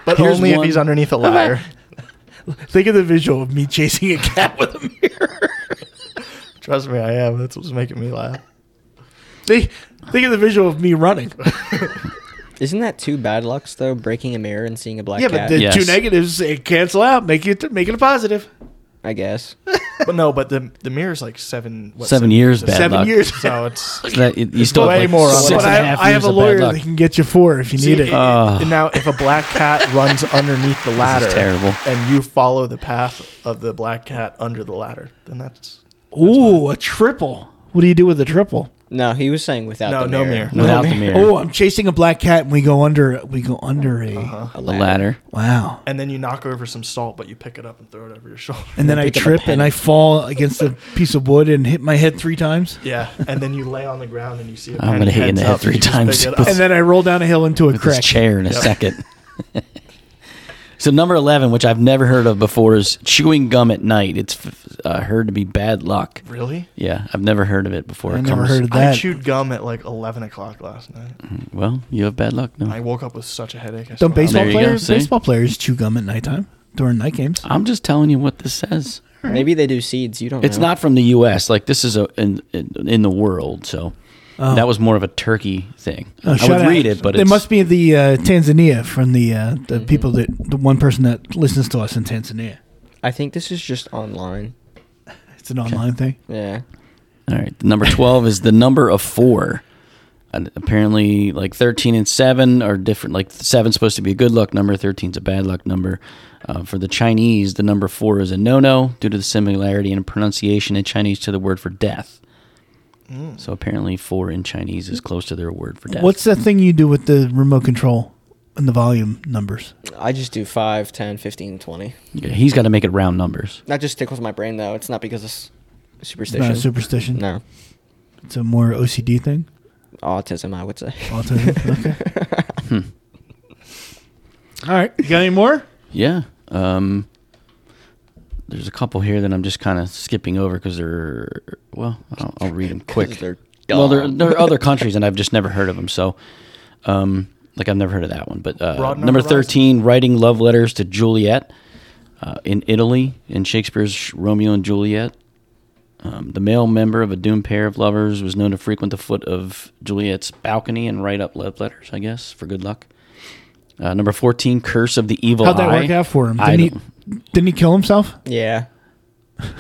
Speaker 2: But
Speaker 5: here's
Speaker 2: only if
Speaker 5: one-
Speaker 2: he's underneath a ladder.
Speaker 3: Think of the visual of me chasing a cat with a mirror.
Speaker 2: Trust me, I am. That's what's making me laugh.
Speaker 3: Think, think of the visual of me running.
Speaker 4: isn't that two bad lucks though? Breaking a mirror and seeing a black
Speaker 3: yeah, but
Speaker 4: cat.
Speaker 3: the
Speaker 5: Yes.
Speaker 3: two negatives they cancel out, make it make it a positive.
Speaker 4: I guess.
Speaker 2: But no, but the the mirror's like seven what,
Speaker 5: seven years bad
Speaker 3: Seven
Speaker 5: luck.
Speaker 3: years.
Speaker 2: So it's
Speaker 5: So that you- you still have
Speaker 2: Way
Speaker 5: like
Speaker 2: more on
Speaker 5: six and
Speaker 2: luck.
Speaker 3: But
Speaker 5: a
Speaker 3: I,
Speaker 5: half
Speaker 3: I have
Speaker 5: years
Speaker 3: a
Speaker 5: of bad
Speaker 3: lawyer
Speaker 5: luck.
Speaker 3: that can get you four if you
Speaker 2: See,
Speaker 3: need it.
Speaker 2: it-
Speaker 5: Uh.
Speaker 2: it- now, if a black cat runs underneath the ladder,
Speaker 5: terrible.
Speaker 2: and you follow the path of the black cat under the ladder, then that's
Speaker 3: Ooh, a triple. What do you do with a triple?
Speaker 4: No, he was saying without
Speaker 2: no,
Speaker 4: the
Speaker 2: no
Speaker 4: mirror.
Speaker 2: mirror.
Speaker 5: without the mirror.
Speaker 3: Oh, I'm chasing a black cat and we go under we go under a
Speaker 5: a ladder.
Speaker 3: wow.
Speaker 2: And then you knock over some salt, but you pick it up and throw it over your shoulder.
Speaker 3: And then I
Speaker 4: Pick up a
Speaker 3: trip
Speaker 4: pen.
Speaker 3: and I fall against a piece of wood and hit my head three times.
Speaker 2: yeah, and then you lay on the ground and you see. i
Speaker 5: I'm gonna hit you in the head three times.
Speaker 3: And then I roll down a hill into a
Speaker 5: With this
Speaker 3: crack.
Speaker 5: chair in a second. so number eleven, which I've never heard of before, is chewing gum at night. It's f- uh, heard to be bad luck.
Speaker 2: really,
Speaker 5: Yeah, I've never heard of it before.
Speaker 3: I
Speaker 5: It
Speaker 3: never
Speaker 5: comes-
Speaker 3: heard of
Speaker 2: I
Speaker 3: that.
Speaker 2: chewed gum at like eleven o'clock last night.
Speaker 5: Mm, Well, you have bad luck. No,
Speaker 2: I woke up with such a headache. I still
Speaker 3: Don't
Speaker 2: have
Speaker 3: baseball
Speaker 5: There you go,
Speaker 3: players
Speaker 5: see?
Speaker 3: baseball players chew gum at nighttime during night games.
Speaker 5: I'm just telling you what this says.
Speaker 4: Maybe they do seeds. You don't.
Speaker 5: It's
Speaker 4: know.
Speaker 5: not from the U.S. Like this is a in in, in the world. So that was more of a Turkey thing.
Speaker 3: Um, Oh,
Speaker 5: I
Speaker 3: shout
Speaker 5: would
Speaker 3: out.
Speaker 5: read it, but
Speaker 3: they
Speaker 5: it's,
Speaker 3: must be the uh, Tanzania from the uh, the
Speaker 4: Mm-hmm.
Speaker 3: people that the one person that listens to us in Tanzania.
Speaker 4: I think this is just online.
Speaker 3: It's an online thing.
Speaker 4: Yeah.
Speaker 5: All right. Number 12 is the number of four. And apparently, like 13 and 7 are different. Like 7's supposed to be a good luck number, 13's a bad luck number. Uh, for the Chinese, the number four is a no no due to the similarity in pronunciation in Chinese to the word for death.
Speaker 2: Mm.
Speaker 5: So apparently, four in Chinese is close to their word for death.
Speaker 3: What's that thing you do with the remote control and the volume numbers?
Speaker 4: I just do 5, 10, 15, 20.
Speaker 5: Yeah, he's got to make it round numbers.
Speaker 4: That just tickles my brain, though. It's not because of s-
Speaker 3: It's not
Speaker 4: superstition.
Speaker 3: a superstition.
Speaker 4: no.
Speaker 3: It's a more OCD thing.
Speaker 4: Autism, I would say.
Speaker 3: Autism. Okay. Hmm. All right. You got any more?
Speaker 5: Yeah. Um, there's a couple here that I'm just kind of skipping over because they're well. I'll, I'll read them quick.
Speaker 4: They're
Speaker 5: Well, there,
Speaker 4: dumb.
Speaker 5: there are other countries, and I've just never heard of them. So, um, like I've never heard of that one. But uh,
Speaker 2: Broaden our
Speaker 5: number
Speaker 2: horizons.
Speaker 5: thirteen, writing love letters to Juliet uh, in Italy in Shakespeare's Romeo and Juliet. Um, the male member of a doomed pair of lovers was known to frequent the foot of Juliet's balcony and write up love letters. I guess for good luck. Uh, number fourteen, curse of the evil
Speaker 3: How'd that
Speaker 5: eye.
Speaker 3: work out for him?
Speaker 5: I
Speaker 3: Didn't he, didn't he kill himself?
Speaker 4: Yeah.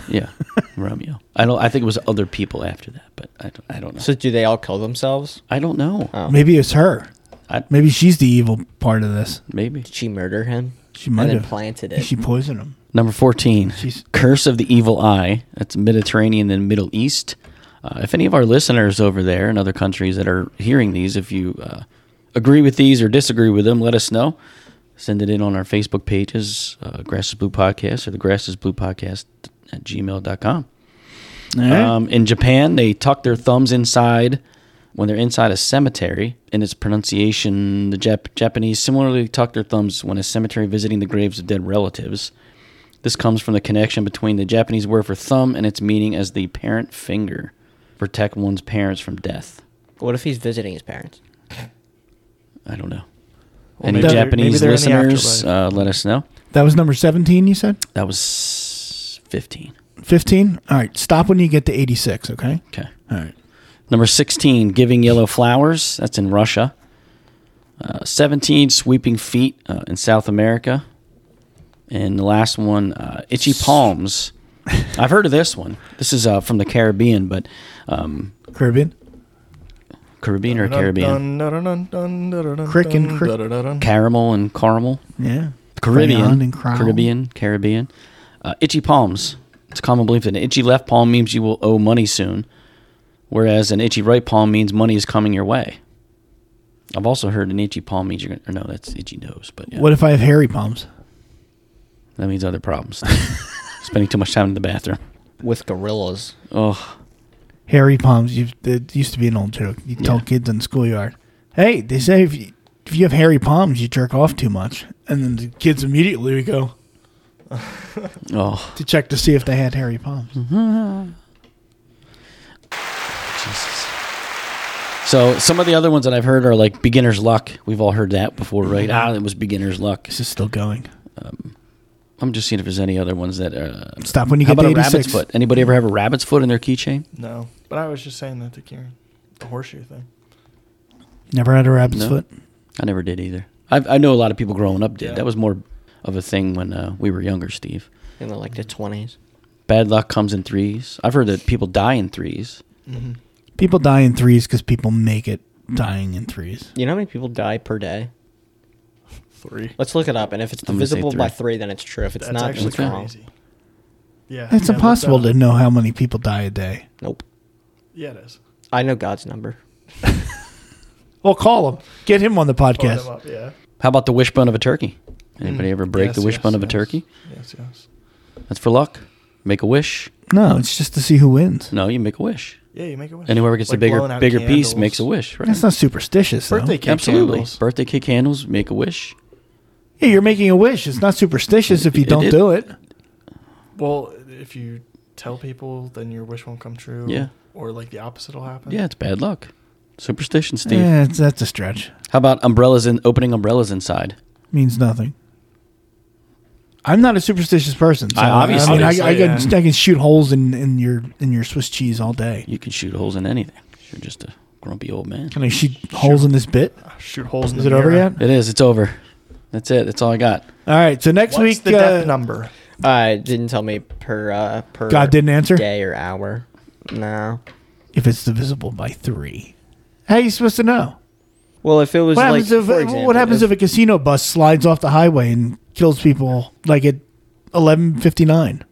Speaker 5: Yeah, Romeo. I don't. I think it was other people after that, but I don't. I don't know.
Speaker 4: So do they all kill themselves?
Speaker 5: I don't know.
Speaker 4: Oh.
Speaker 3: Maybe it's her.
Speaker 5: I-
Speaker 3: Maybe she's the evil part of this.
Speaker 5: Maybe
Speaker 4: Did she murder him?
Speaker 3: She might
Speaker 4: and then
Speaker 3: have.
Speaker 4: planted it.
Speaker 3: She poisoned him.
Speaker 5: number fourteen.
Speaker 3: She's-
Speaker 5: Curse of the evil eye. That's Mediterranean and Middle East. Uh, if any of our listeners over there in other countries that are hearing these, if you uh, agree with these or disagree with them, let us know. Send it in on our Facebook pages, uh, Grass is Blue Podcast or the Grass is Blue Podcast at gmail.com.
Speaker 2: Mm-hmm.
Speaker 5: Um, in Japan, they tuck their thumbs inside when they're inside a cemetery. In its pronunciation, the Jap- Japanese similarly tuck their thumbs when a cemetery visiting the graves of dead relatives. This comes from the connection between the Japanese word for thumb and its meaning as the parent finger. Protect one's parents from death.
Speaker 4: What if he's visiting his parents?
Speaker 5: I don't know.
Speaker 2: Well,
Speaker 5: Any
Speaker 2: maybe they're- maybe
Speaker 5: Japanese
Speaker 2: they're in the
Speaker 5: listeners,
Speaker 2: afterlife.
Speaker 5: uh, let us know.
Speaker 3: that was number 17, you said?
Speaker 5: That was 15.
Speaker 3: 15? All right. Stop when you get to 86, okay?
Speaker 5: Okay.
Speaker 3: All right.
Speaker 5: Number 16, Giving Yellow Flowers. That's in Russia. Uh, 17, Sweeping Feet uh, in South America. And the last one, uh, Itchy Palms. I've heard of this one. This is uh, from the Caribbean, but um,
Speaker 3: Caribbean?
Speaker 5: Caribbean or Caribbean?
Speaker 3: Crick and crick.
Speaker 5: Caramel and caramel.
Speaker 3: Yeah. Crayon
Speaker 5: Caribbean.
Speaker 3: and crown.
Speaker 5: Caribbean. Caribbean. Uh, itchy palms. It's a common belief that an itchy left palm means you will owe money soon, whereas an itchy right palm means money is coming your way. I've also heard an itchy palm means you're going to, no, that's itchy nose, but yeah,
Speaker 3: What if I have hairy palms?
Speaker 5: that means other problems. Spending too much time in the bathroom.
Speaker 4: With gorillas.
Speaker 5: Oh,
Speaker 3: Hairy palms. You've, it used to be an old joke. You tell
Speaker 5: Yeah.
Speaker 3: kids in the schoolyard, hey, they say if you, if you have hairy palms, you jerk off too much. And then the kids immediately would go
Speaker 5: oh,
Speaker 3: to check to see if they had hairy palms.
Speaker 5: Hmm. Jesus. So some of the other ones that I've heard are like beginner's luck. We've all heard that before, right?
Speaker 3: Mm-hmm.
Speaker 5: Ah, it was beginner's luck.
Speaker 3: This is still going.
Speaker 5: Um, I'm just seeing if there's any other ones that. Uh,
Speaker 3: Stop when you
Speaker 5: how
Speaker 3: get
Speaker 5: about
Speaker 3: to
Speaker 5: a
Speaker 3: 86.
Speaker 5: rabbit's foot? Anybody ever have a rabbit's foot in their keychain?
Speaker 2: No, but I was just saying that to Kieran, the horseshoe thing.
Speaker 3: Never had a rabbit's
Speaker 5: No.
Speaker 3: foot.
Speaker 5: I never did either. I, I know a lot of people growing up did.
Speaker 2: Yeah.
Speaker 5: That was more of a thing when uh, we were younger, Steve.
Speaker 4: In the, like the 20s.
Speaker 5: Bad luck comes in threes. I've heard that people die in threes.
Speaker 2: Mm-hmm.
Speaker 3: People die in threes because people make it dying in threes.
Speaker 4: You know how many people die per day?
Speaker 2: Three.
Speaker 4: Let's look it up. And if it's
Speaker 5: I'm gonna say
Speaker 4: divisible by
Speaker 5: three.
Speaker 4: three, then it's true. If it's
Speaker 2: That's
Speaker 4: not,
Speaker 2: actually
Speaker 4: it's wrong.
Speaker 2: crazy. Yeah,
Speaker 3: It's
Speaker 2: yeah, look
Speaker 3: impossible
Speaker 2: that
Speaker 3: to
Speaker 2: up.
Speaker 3: know how many people die a day.
Speaker 4: Nope.
Speaker 2: Yeah, it is.
Speaker 4: I know God's number.
Speaker 3: Well, call him. Get him on the
Speaker 2: Pull them
Speaker 3: podcast.
Speaker 2: up, Yeah.
Speaker 5: How about the wishbone of a turkey? Anybody ever break
Speaker 2: Mm. Yes,
Speaker 5: the wishbone
Speaker 2: yes,
Speaker 5: of a
Speaker 2: yes.
Speaker 5: turkey?
Speaker 2: Yes, yes.
Speaker 5: That's for luck. Make a wish.
Speaker 3: No, it's just to see who wins.
Speaker 5: No, you make a wish.
Speaker 2: Yeah, you make a wish.
Speaker 5: Anywhere gets
Speaker 2: Like
Speaker 5: the bigger
Speaker 2: blowing out
Speaker 5: bigger piece
Speaker 2: candles.
Speaker 5: makes a wish. Right?
Speaker 3: That's not superstitious, though.
Speaker 2: Birthday cake
Speaker 5: Absolutely.
Speaker 2: candles.
Speaker 5: Birthday cake candles. Make a wish.
Speaker 3: Yeah, you're making a wish. It's not superstitious if you
Speaker 5: It
Speaker 3: don't
Speaker 5: is-
Speaker 3: do it.
Speaker 2: Well, if you tell people, then your wish won't come true.
Speaker 5: Yeah.
Speaker 2: Or like the opposite will happen.
Speaker 5: Yeah, it's bad luck. Superstition, Steve.
Speaker 3: Yeah, it's, that's a stretch.
Speaker 5: How about umbrellas and opening umbrellas inside?
Speaker 3: Means nothing. I'm not a superstitious person. So
Speaker 5: I-
Speaker 3: I,
Speaker 5: obviously.
Speaker 3: I, mean, I, I,
Speaker 2: Obviously,
Speaker 3: can,
Speaker 2: yeah.
Speaker 3: I can shoot holes in, in your in your Swiss cheese all day.
Speaker 5: You can shoot holes in anything. You're just a grumpy old man.
Speaker 3: Can I shoot holes in this bit?
Speaker 2: Shoot holes in
Speaker 3: Is
Speaker 2: the
Speaker 3: it over
Speaker 2: mirror.
Speaker 3: yet?
Speaker 5: It is. It's over. That's it. That's all I got.
Speaker 3: All right. So next
Speaker 2: What's
Speaker 3: week,
Speaker 2: the death
Speaker 3: uh,
Speaker 2: number?
Speaker 4: Uh, it didn't tell me per uh, per
Speaker 3: God didn't answer?
Speaker 4: day or hour. No.
Speaker 3: if it's divisible by three, how are you supposed to know?
Speaker 4: Well, if it was
Speaker 3: What
Speaker 4: like,
Speaker 3: happens if
Speaker 4: for example,
Speaker 3: what happens if, a casino bus slides off the highway and kills people like at eleven fifty nine?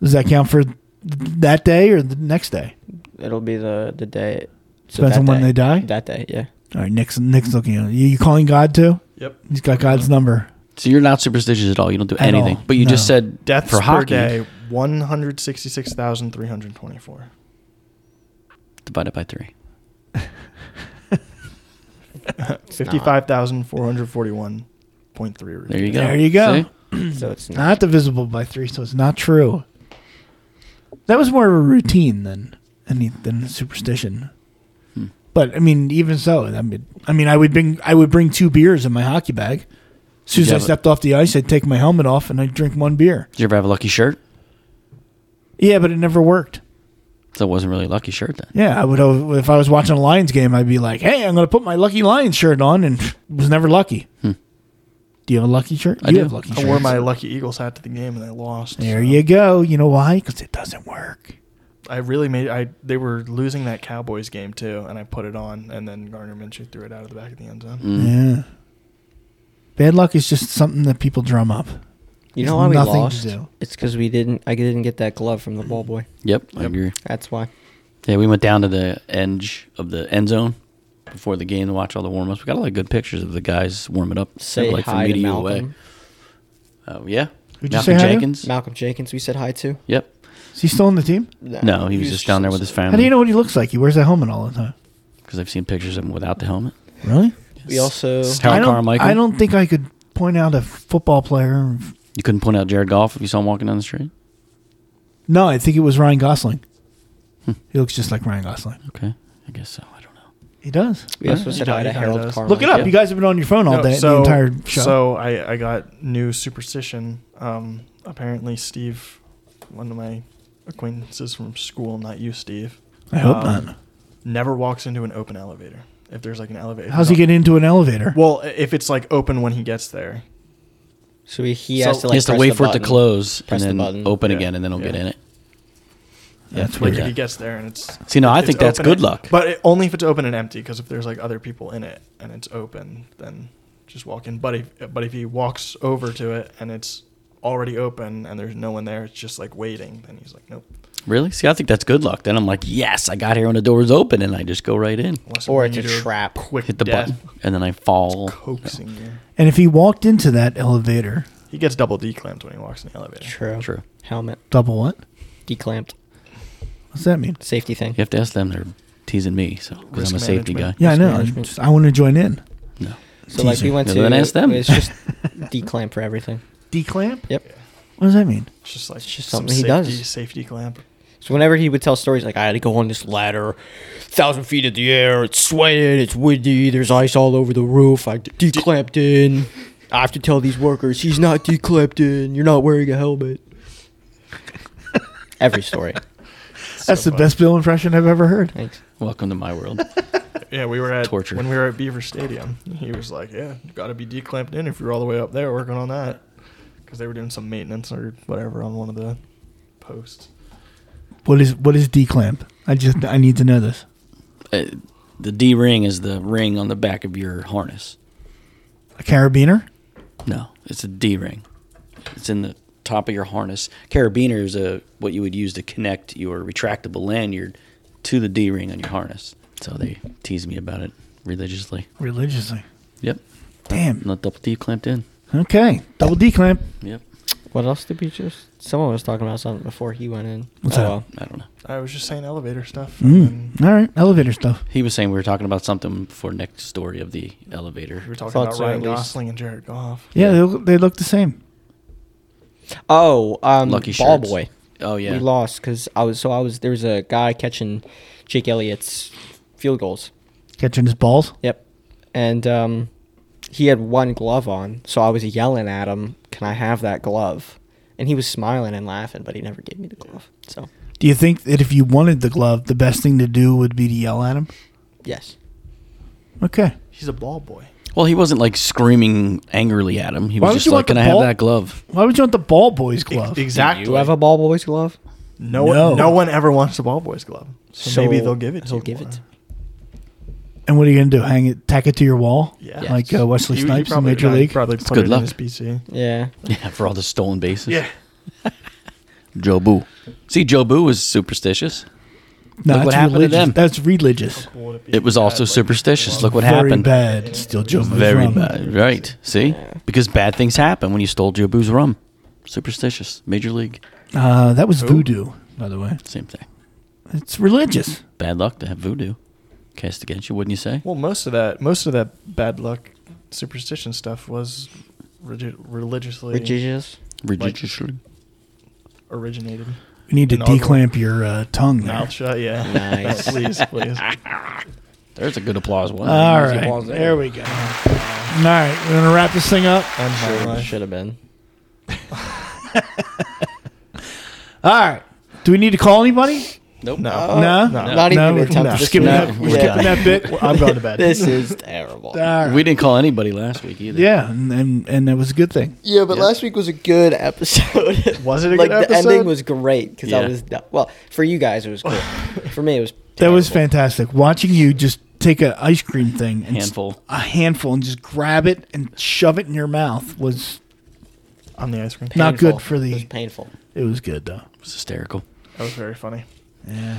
Speaker 3: Does that count for th- that day or the next day?
Speaker 4: it'll be the the day? so
Speaker 3: Depends
Speaker 4: that
Speaker 3: on when
Speaker 4: day.
Speaker 3: they die?
Speaker 4: That day, yeah.
Speaker 3: All right, Nick's Nick's looking at you. You calling God too?
Speaker 2: Yep.
Speaker 3: He's got God's number.
Speaker 5: So you're not superstitious at all. You don't do
Speaker 3: At
Speaker 5: anything.
Speaker 3: all,
Speaker 5: But you just
Speaker 3: no.
Speaker 5: said
Speaker 2: Deaths
Speaker 5: for
Speaker 2: per
Speaker 5: hockey
Speaker 2: day, 166,324.
Speaker 5: divided by three.
Speaker 2: 55,441.3.
Speaker 5: There you go.
Speaker 3: There you go.
Speaker 5: See?
Speaker 4: So it's not.
Speaker 3: Not divisible by three, so it's not true. That was more of a routine than any than a superstition.
Speaker 5: Hmm.
Speaker 3: But I mean, even so, I mean, I mean, I would bring I would bring two beers in my hockey bag. As soon
Speaker 5: Did
Speaker 3: as
Speaker 5: you
Speaker 3: I
Speaker 5: have a-
Speaker 3: stepped off the ice, I'd take my helmet off and I'd drink one beer.
Speaker 5: Did you ever have a lucky shirt?
Speaker 3: Yeah, but it never worked.
Speaker 5: So it wasn't really a lucky shirt then.
Speaker 3: Yeah, I would have, if I was watching a Lions game, I'd be like, "Hey, I'm going to put my lucky Lions shirt on," and was never lucky. Do you have a lucky shirt?
Speaker 5: Hmm. I
Speaker 3: you
Speaker 5: do.
Speaker 3: have lucky
Speaker 2: I wore
Speaker 3: shirts.
Speaker 2: my Lucky Eagles hat to the game and I lost.
Speaker 3: there
Speaker 2: so
Speaker 3: you go. You know why? Because it doesn't work.
Speaker 2: I really made. I they were losing that Cowboys game too, and I put it on, and then Garner Minshew threw it out of the back of the end zone.
Speaker 5: Mm. Hmm.
Speaker 3: Yeah. Bad luck is just something that people drum up.
Speaker 4: You
Speaker 3: There's
Speaker 4: know why we
Speaker 3: nothing to
Speaker 4: lost?
Speaker 3: do.
Speaker 4: It's because we didn't. I didn't get that glove from the ball boy.
Speaker 5: Yep, I agree.
Speaker 4: That's why.
Speaker 5: Yeah, we went down to the edge of the end zone before the game to watch all the warm ups. We got a lot of good pictures of the guys warming up.
Speaker 4: Say
Speaker 5: They were, like
Speaker 4: hi
Speaker 5: from
Speaker 4: to
Speaker 5: media
Speaker 4: Malcolm.
Speaker 5: away. Oh yeah,
Speaker 3: Who'd you
Speaker 5: Malcolm
Speaker 3: say hi to?
Speaker 5: Jenkins.
Speaker 4: Malcolm Jenkins. We said hi to.
Speaker 5: Yep.
Speaker 3: Is he still on the team?
Speaker 5: No, he was just down there with his family.
Speaker 3: How do you know what he looks like? He wears that helmet all the time.
Speaker 5: Because I've seen pictures of him without the helmet.
Speaker 3: Really?
Speaker 4: We also
Speaker 5: Harold
Speaker 3: I don't,
Speaker 5: Carmichael.
Speaker 3: I don't think I could point out a football player.
Speaker 5: You couldn't point out Jared Goff if you saw him walking down the street.
Speaker 3: No, I think it was Ryan Gosling.
Speaker 5: Hmm.
Speaker 3: He looks just like Ryan Gosling.
Speaker 5: Okay, I guess so. I don't know.
Speaker 3: He does.
Speaker 4: we also
Speaker 2: Huh?
Speaker 4: said
Speaker 2: You
Speaker 4: hi to
Speaker 2: don't- you don't know
Speaker 4: Harold
Speaker 2: this.
Speaker 4: Carmichael.
Speaker 3: Look it up. You guys have been on your phone all
Speaker 2: No,
Speaker 3: day, the entire show.
Speaker 2: So I, I got new superstition. Um, apparently, Steve, one of my acquaintances from school, not you, Steve,
Speaker 3: I hope
Speaker 2: um,
Speaker 3: not.
Speaker 2: never walks into an open elevator. If there's like an elevator,
Speaker 3: How's he get into an elevator?
Speaker 2: Well, if it's like open when he gets there,
Speaker 4: So he, he
Speaker 2: So-
Speaker 4: has to like
Speaker 5: he has to
Speaker 4: press
Speaker 5: wait
Speaker 4: the
Speaker 5: for it to
Speaker 4: button.
Speaker 5: close
Speaker 4: Press the
Speaker 5: and then
Speaker 4: button.
Speaker 5: open
Speaker 2: Yeah.
Speaker 5: again, and then he'll get
Speaker 2: Yeah.
Speaker 5: in it.
Speaker 3: That's
Speaker 2: like
Speaker 3: weird.
Speaker 2: if he gets there and it's
Speaker 5: See, no, I
Speaker 2: it's
Speaker 5: think that's
Speaker 2: open
Speaker 5: good
Speaker 2: and-
Speaker 5: luck.
Speaker 2: but it, only if it's open and empty. Because if there's like other people in it and it's open, then just walk in. But if but if he walks over to it and it's already open and there's no one there, it's just like waiting. Then he's like, nope.
Speaker 5: Really? See, I think that's good luck. Then I'm like, yes, I got here when the door's open, and I just go right in,
Speaker 2: Unless
Speaker 4: Or
Speaker 2: I'm
Speaker 4: it's a
Speaker 2: bringing you to
Speaker 4: trap.
Speaker 2: Quick
Speaker 5: hit the
Speaker 2: death,
Speaker 5: button, and then I fall.
Speaker 2: coaxing you.
Speaker 3: and if he walked into that elevator,
Speaker 2: He gets double D clamped when he walks in the elevator.
Speaker 4: True.
Speaker 5: True.
Speaker 4: Helmet
Speaker 3: double what?
Speaker 4: declamped.
Speaker 3: What's that mean?
Speaker 4: Safety thing.
Speaker 5: You have to ask them. They're teasing me, so 'cause
Speaker 2: Risk
Speaker 5: I'm a safety guy.
Speaker 2: management.
Speaker 3: Yeah, I know. I,
Speaker 4: management.
Speaker 3: just- I want to join in.
Speaker 5: No.
Speaker 4: So like we
Speaker 3: Teaser.
Speaker 4: went
Speaker 5: Yeah,
Speaker 4: to
Speaker 5: then ask them.
Speaker 4: It's just declamp for everything.
Speaker 3: Declamp?
Speaker 4: Yep.
Speaker 3: What does that mean?
Speaker 2: It's just like
Speaker 4: It's just
Speaker 2: some
Speaker 4: something he
Speaker 2: safety,
Speaker 4: does.
Speaker 2: Safety clamp.
Speaker 4: So whenever he would tell stories like I had to go on this ladder, thousand feet in the air, it's sweating, it's windy, there's ice all over the roof, I d- declamped in. I have to tell these workers he's not declamped in. You're not wearing a helmet. Every story.
Speaker 3: That's
Speaker 2: So
Speaker 3: the best Bill impression I've ever heard.
Speaker 4: Thanks.
Speaker 5: Welcome to my world.
Speaker 2: Yeah, we were at
Speaker 5: Torture.
Speaker 2: when we were at Beaver Stadium. He was like, "Yeah, you got to be declamped in if you're all the way up there working on that, because they were doing some maintenance or whatever on one of the posts."
Speaker 3: What is what is declamp? I just I need to know this.
Speaker 5: Uh, the D ring is the ring on the back of your harness.
Speaker 3: A carabiner?
Speaker 5: No, it's a D ring. It's in the top of your harness. Carabiner is a what you would use to connect your retractable lanyard to the D ring on your harness. So they tease me about it religiously.
Speaker 3: Religiously.
Speaker 5: Yep.
Speaker 3: Damn.
Speaker 5: Not double D clamped in.
Speaker 3: Okay. Double declamp.
Speaker 5: Yep.
Speaker 4: What else did we just? Someone was talking about something before he went in.
Speaker 3: What's
Speaker 4: Oh,
Speaker 3: that?
Speaker 4: well.
Speaker 5: I don't know.
Speaker 2: I was just saying elevator stuff. and then
Speaker 3: Mm. All right. Elevator stuff.
Speaker 5: He was saying we were talking about something before next story of the elevator.
Speaker 2: we were talking
Speaker 4: Thought
Speaker 2: about
Speaker 4: so,
Speaker 2: Ryan
Speaker 4: at least.
Speaker 2: Gosling and Jared Goff.
Speaker 3: Yeah, They, look, they look the same.
Speaker 4: Oh, um,
Speaker 5: Lucky
Speaker 4: ball
Speaker 5: shirts.
Speaker 4: boy.
Speaker 5: Oh yeah.
Speaker 4: We lost because I was so I was there was a guy catching Jake Elliott's field goals.
Speaker 3: Catching his balls.
Speaker 4: Yep. And um, he had one glove on, so I was yelling at him, "Can I have that glove?" And he was smiling and laughing, but he never gave me the glove. So
Speaker 3: Do you think that if you wanted the glove, the best thing to do would be to yell at him?
Speaker 4: yes,
Speaker 3: Okay.
Speaker 2: He's a ball boy.
Speaker 5: Well, he wasn't like screaming angrily at him. He
Speaker 3: Why
Speaker 5: was
Speaker 3: would
Speaker 5: just
Speaker 3: you
Speaker 5: like,
Speaker 3: want
Speaker 5: "Can
Speaker 3: the
Speaker 5: I
Speaker 3: ball?"
Speaker 5: have that glove?"
Speaker 3: Why would you want the ball boy's glove?
Speaker 2: Ex- exactly.
Speaker 4: do I have a ball boy's glove?
Speaker 2: no,
Speaker 3: No.
Speaker 2: no one ever wants the ball boy's glove, so, maybe
Speaker 4: So
Speaker 2: they'll give it. To
Speaker 4: he'll
Speaker 2: you
Speaker 4: give
Speaker 2: more.
Speaker 4: it.
Speaker 3: And what are you going to do? Hang it, tack it to your wall?
Speaker 2: Yeah.
Speaker 3: Like uh, Wesley
Speaker 2: You- you
Speaker 3: Snipes
Speaker 2: probably-
Speaker 3: in Major
Speaker 2: no, you
Speaker 3: League?
Speaker 2: Probably put
Speaker 5: good
Speaker 2: it
Speaker 5: luck.
Speaker 2: in his PC.
Speaker 4: Yeah.
Speaker 5: Yeah, for all the stolen bases.
Speaker 2: Yeah.
Speaker 5: Joe Boo. See, Joe Boo was superstitious.
Speaker 3: no,
Speaker 5: Look what
Speaker 3: that's
Speaker 5: happened to
Speaker 3: religious.
Speaker 5: them.
Speaker 3: That's religious.
Speaker 5: It was also superstitious. Look what
Speaker 3: Very
Speaker 5: happened.
Speaker 3: bad. Still Joe Mo's
Speaker 5: Very
Speaker 3: rum.
Speaker 5: bad. Right. See? Because bad things happen when you stole Joe Boo's rum. Superstitious. Major League.
Speaker 3: Uh, that was voodoo, by the way.
Speaker 5: Same thing.
Speaker 3: It's religious.
Speaker 5: Bad luck to have voodoo cast against you, wouldn't you say?
Speaker 2: Well, most of that, most of that bad luck, superstition stuff was relig- religiously
Speaker 4: Religious.
Speaker 5: Religiously.
Speaker 2: originated.
Speaker 3: We need to
Speaker 2: Inaudible.
Speaker 3: declamp your uh, tongue now.
Speaker 2: Mouth shut. Yeah.
Speaker 4: Nice.
Speaker 2: please, please.
Speaker 5: There's a good applause one.
Speaker 3: All right. There we go. All right. We're going to wrap this thing up.
Speaker 2: And my
Speaker 4: Sure,
Speaker 2: life.
Speaker 4: should have been.
Speaker 3: All right. Do we need to call anybody?
Speaker 5: Nope.
Speaker 2: No.
Speaker 3: Uh, no?
Speaker 2: Uh, no.
Speaker 4: Not even
Speaker 3: no,
Speaker 4: no,
Speaker 3: we're
Speaker 4: attempt.
Speaker 2: no,
Speaker 4: This
Speaker 3: skipping
Speaker 4: is-
Speaker 3: that- we're skipping that bit.
Speaker 2: Well, I'm going to bed.
Speaker 4: This is terrible.
Speaker 3: All right.
Speaker 5: We didn't call anybody last week either.
Speaker 3: yeah, and, and and that was a good thing.
Speaker 6: Yeah, but
Speaker 5: Yep.
Speaker 6: last week was a good.
Speaker 4: good episode.
Speaker 2: Was it a
Speaker 4: like
Speaker 2: good
Speaker 4: the
Speaker 2: episode?
Speaker 4: ending was great because
Speaker 5: Yeah.
Speaker 4: I was well for you guys it was cool. for me it was
Speaker 3: That was
Speaker 4: terrible.
Speaker 3: fantastic. Watching you just take an ice cream thing, and s-
Speaker 5: Handful.
Speaker 3: a handful, and just grab it and shove it in your mouth was
Speaker 2: On the ice cream.
Speaker 3: not
Speaker 4: Painful.
Speaker 3: good for the-
Speaker 4: It was painful.
Speaker 3: it was good though.
Speaker 5: It was hysterical.
Speaker 2: That was very funny.
Speaker 3: Yeah,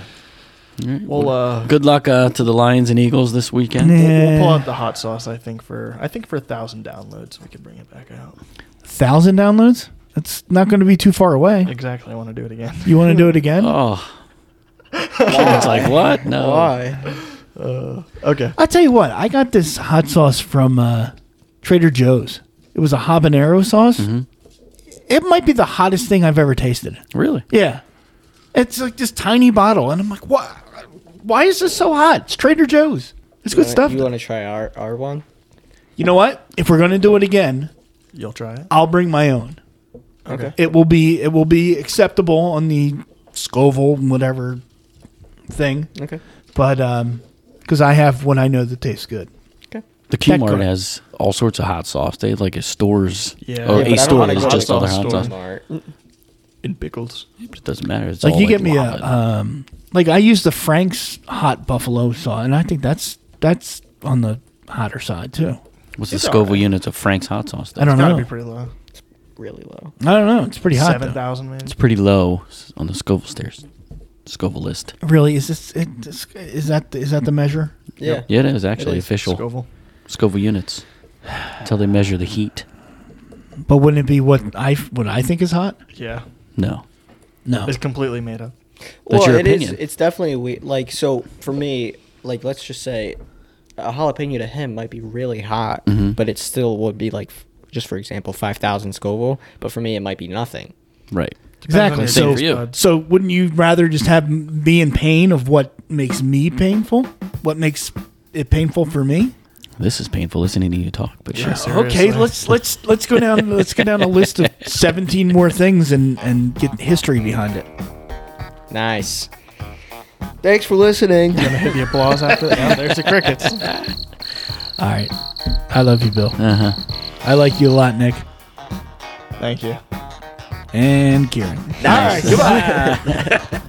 Speaker 5: All right.
Speaker 2: Well, uh,
Speaker 5: good luck uh, to the Lions and Eagles this weekend.
Speaker 2: we'll, we'll pull
Speaker 3: Yeah.
Speaker 2: out the hot sauce. I think for I think for a thousand downloads, we could bring it back out.
Speaker 3: thousand downloads. That's not going to be too far away.
Speaker 2: Exactly. I want to do it again.
Speaker 3: You want to do it again?
Speaker 5: Oh. It's like, what? No.
Speaker 4: Why?
Speaker 2: Okay.
Speaker 3: I'll tell you what. I got this hot sauce from uh, Trader Joe's. It was a habanero sauce. It might be the hottest thing I've ever tasted.
Speaker 5: Really?
Speaker 3: Yeah. It's like this tiny bottle. And I'm like, why, why is this so hot? It's Trader Joe's. It's good stuff.
Speaker 4: You want to try our our one?
Speaker 3: you know what? If we're going to do it again,
Speaker 2: You'll try it.
Speaker 3: I'll bring my own.
Speaker 2: Okay.
Speaker 3: It will be it will be acceptable on the Scoville whatever thing.
Speaker 4: Okay.
Speaker 3: But um because I have one I know that tastes good.
Speaker 4: Okay.
Speaker 5: The
Speaker 3: That
Speaker 5: Kmart
Speaker 3: good.
Speaker 5: has all sorts of hot sauce. They have like a stores.
Speaker 2: Yeah.
Speaker 5: Or
Speaker 2: Yeah,
Speaker 5: a
Speaker 2: but I
Speaker 5: store
Speaker 2: wanna
Speaker 5: that's
Speaker 2: go to
Speaker 5: just
Speaker 2: the
Speaker 5: all their
Speaker 2: hot
Speaker 5: hot
Speaker 2: store.
Speaker 5: sauce.
Speaker 4: Smart.
Speaker 2: In pickles.
Speaker 5: It doesn't matter. It's
Speaker 3: Like
Speaker 5: all
Speaker 3: you get me a
Speaker 5: lava.
Speaker 3: um like I use the Frank's hot buffalo sauce and I think that's that's on the hotter side too.
Speaker 5: What's the
Speaker 2: it's all
Speaker 5: Scoville
Speaker 2: right.
Speaker 5: units of Frank's hot sauce?
Speaker 3: I
Speaker 5: though?
Speaker 3: don't
Speaker 2: Gotta
Speaker 3: know.
Speaker 2: be pretty low.
Speaker 4: Really low.
Speaker 3: I don't know. It's pretty hot.
Speaker 2: Seven
Speaker 3: though.
Speaker 2: thousand, maybe.
Speaker 5: It's pretty low s- on the Scoville stairs. Scoville list.
Speaker 3: Really, is this it, this- is that is that the measure?
Speaker 4: Yeah.
Speaker 5: Yeah, it is actually
Speaker 4: is.
Speaker 5: official. Scoville.
Speaker 2: Scoville.
Speaker 5: units. Until they measure the heat.
Speaker 3: But wouldn't it be what I what I think is hot?
Speaker 2: Yeah.
Speaker 5: No.
Speaker 3: No,
Speaker 2: It's completely made up.
Speaker 5: That's your
Speaker 4: it is-
Speaker 5: opinion.
Speaker 4: It's definitely we like so for me. Like let's just say a jalapeno to him might be really hot,
Speaker 5: Mm-hmm.
Speaker 4: but it still would be like f- just for example five thousand Scoville. But for me, it might be nothing.
Speaker 5: Right.
Speaker 3: exactly.
Speaker 5: Same
Speaker 3: So
Speaker 5: for you.
Speaker 3: so wouldn't you rather just have m- be in pain of what makes me painful? What makes it painful for me?
Speaker 5: This is painful listening to you talk, but sure.
Speaker 3: Okay, let's let's let's go down let's go down a list of seventeen more things and and get history behind it.
Speaker 4: Nice.
Speaker 6: Thanks for listening.
Speaker 2: hit the applause after that. Yeah, there's the crickets.
Speaker 3: All right, I love you, Bill.
Speaker 5: Uh-huh.
Speaker 3: I like you a lot, Nick
Speaker 2: Thank you.
Speaker 3: and Kieran. All right, goodbye.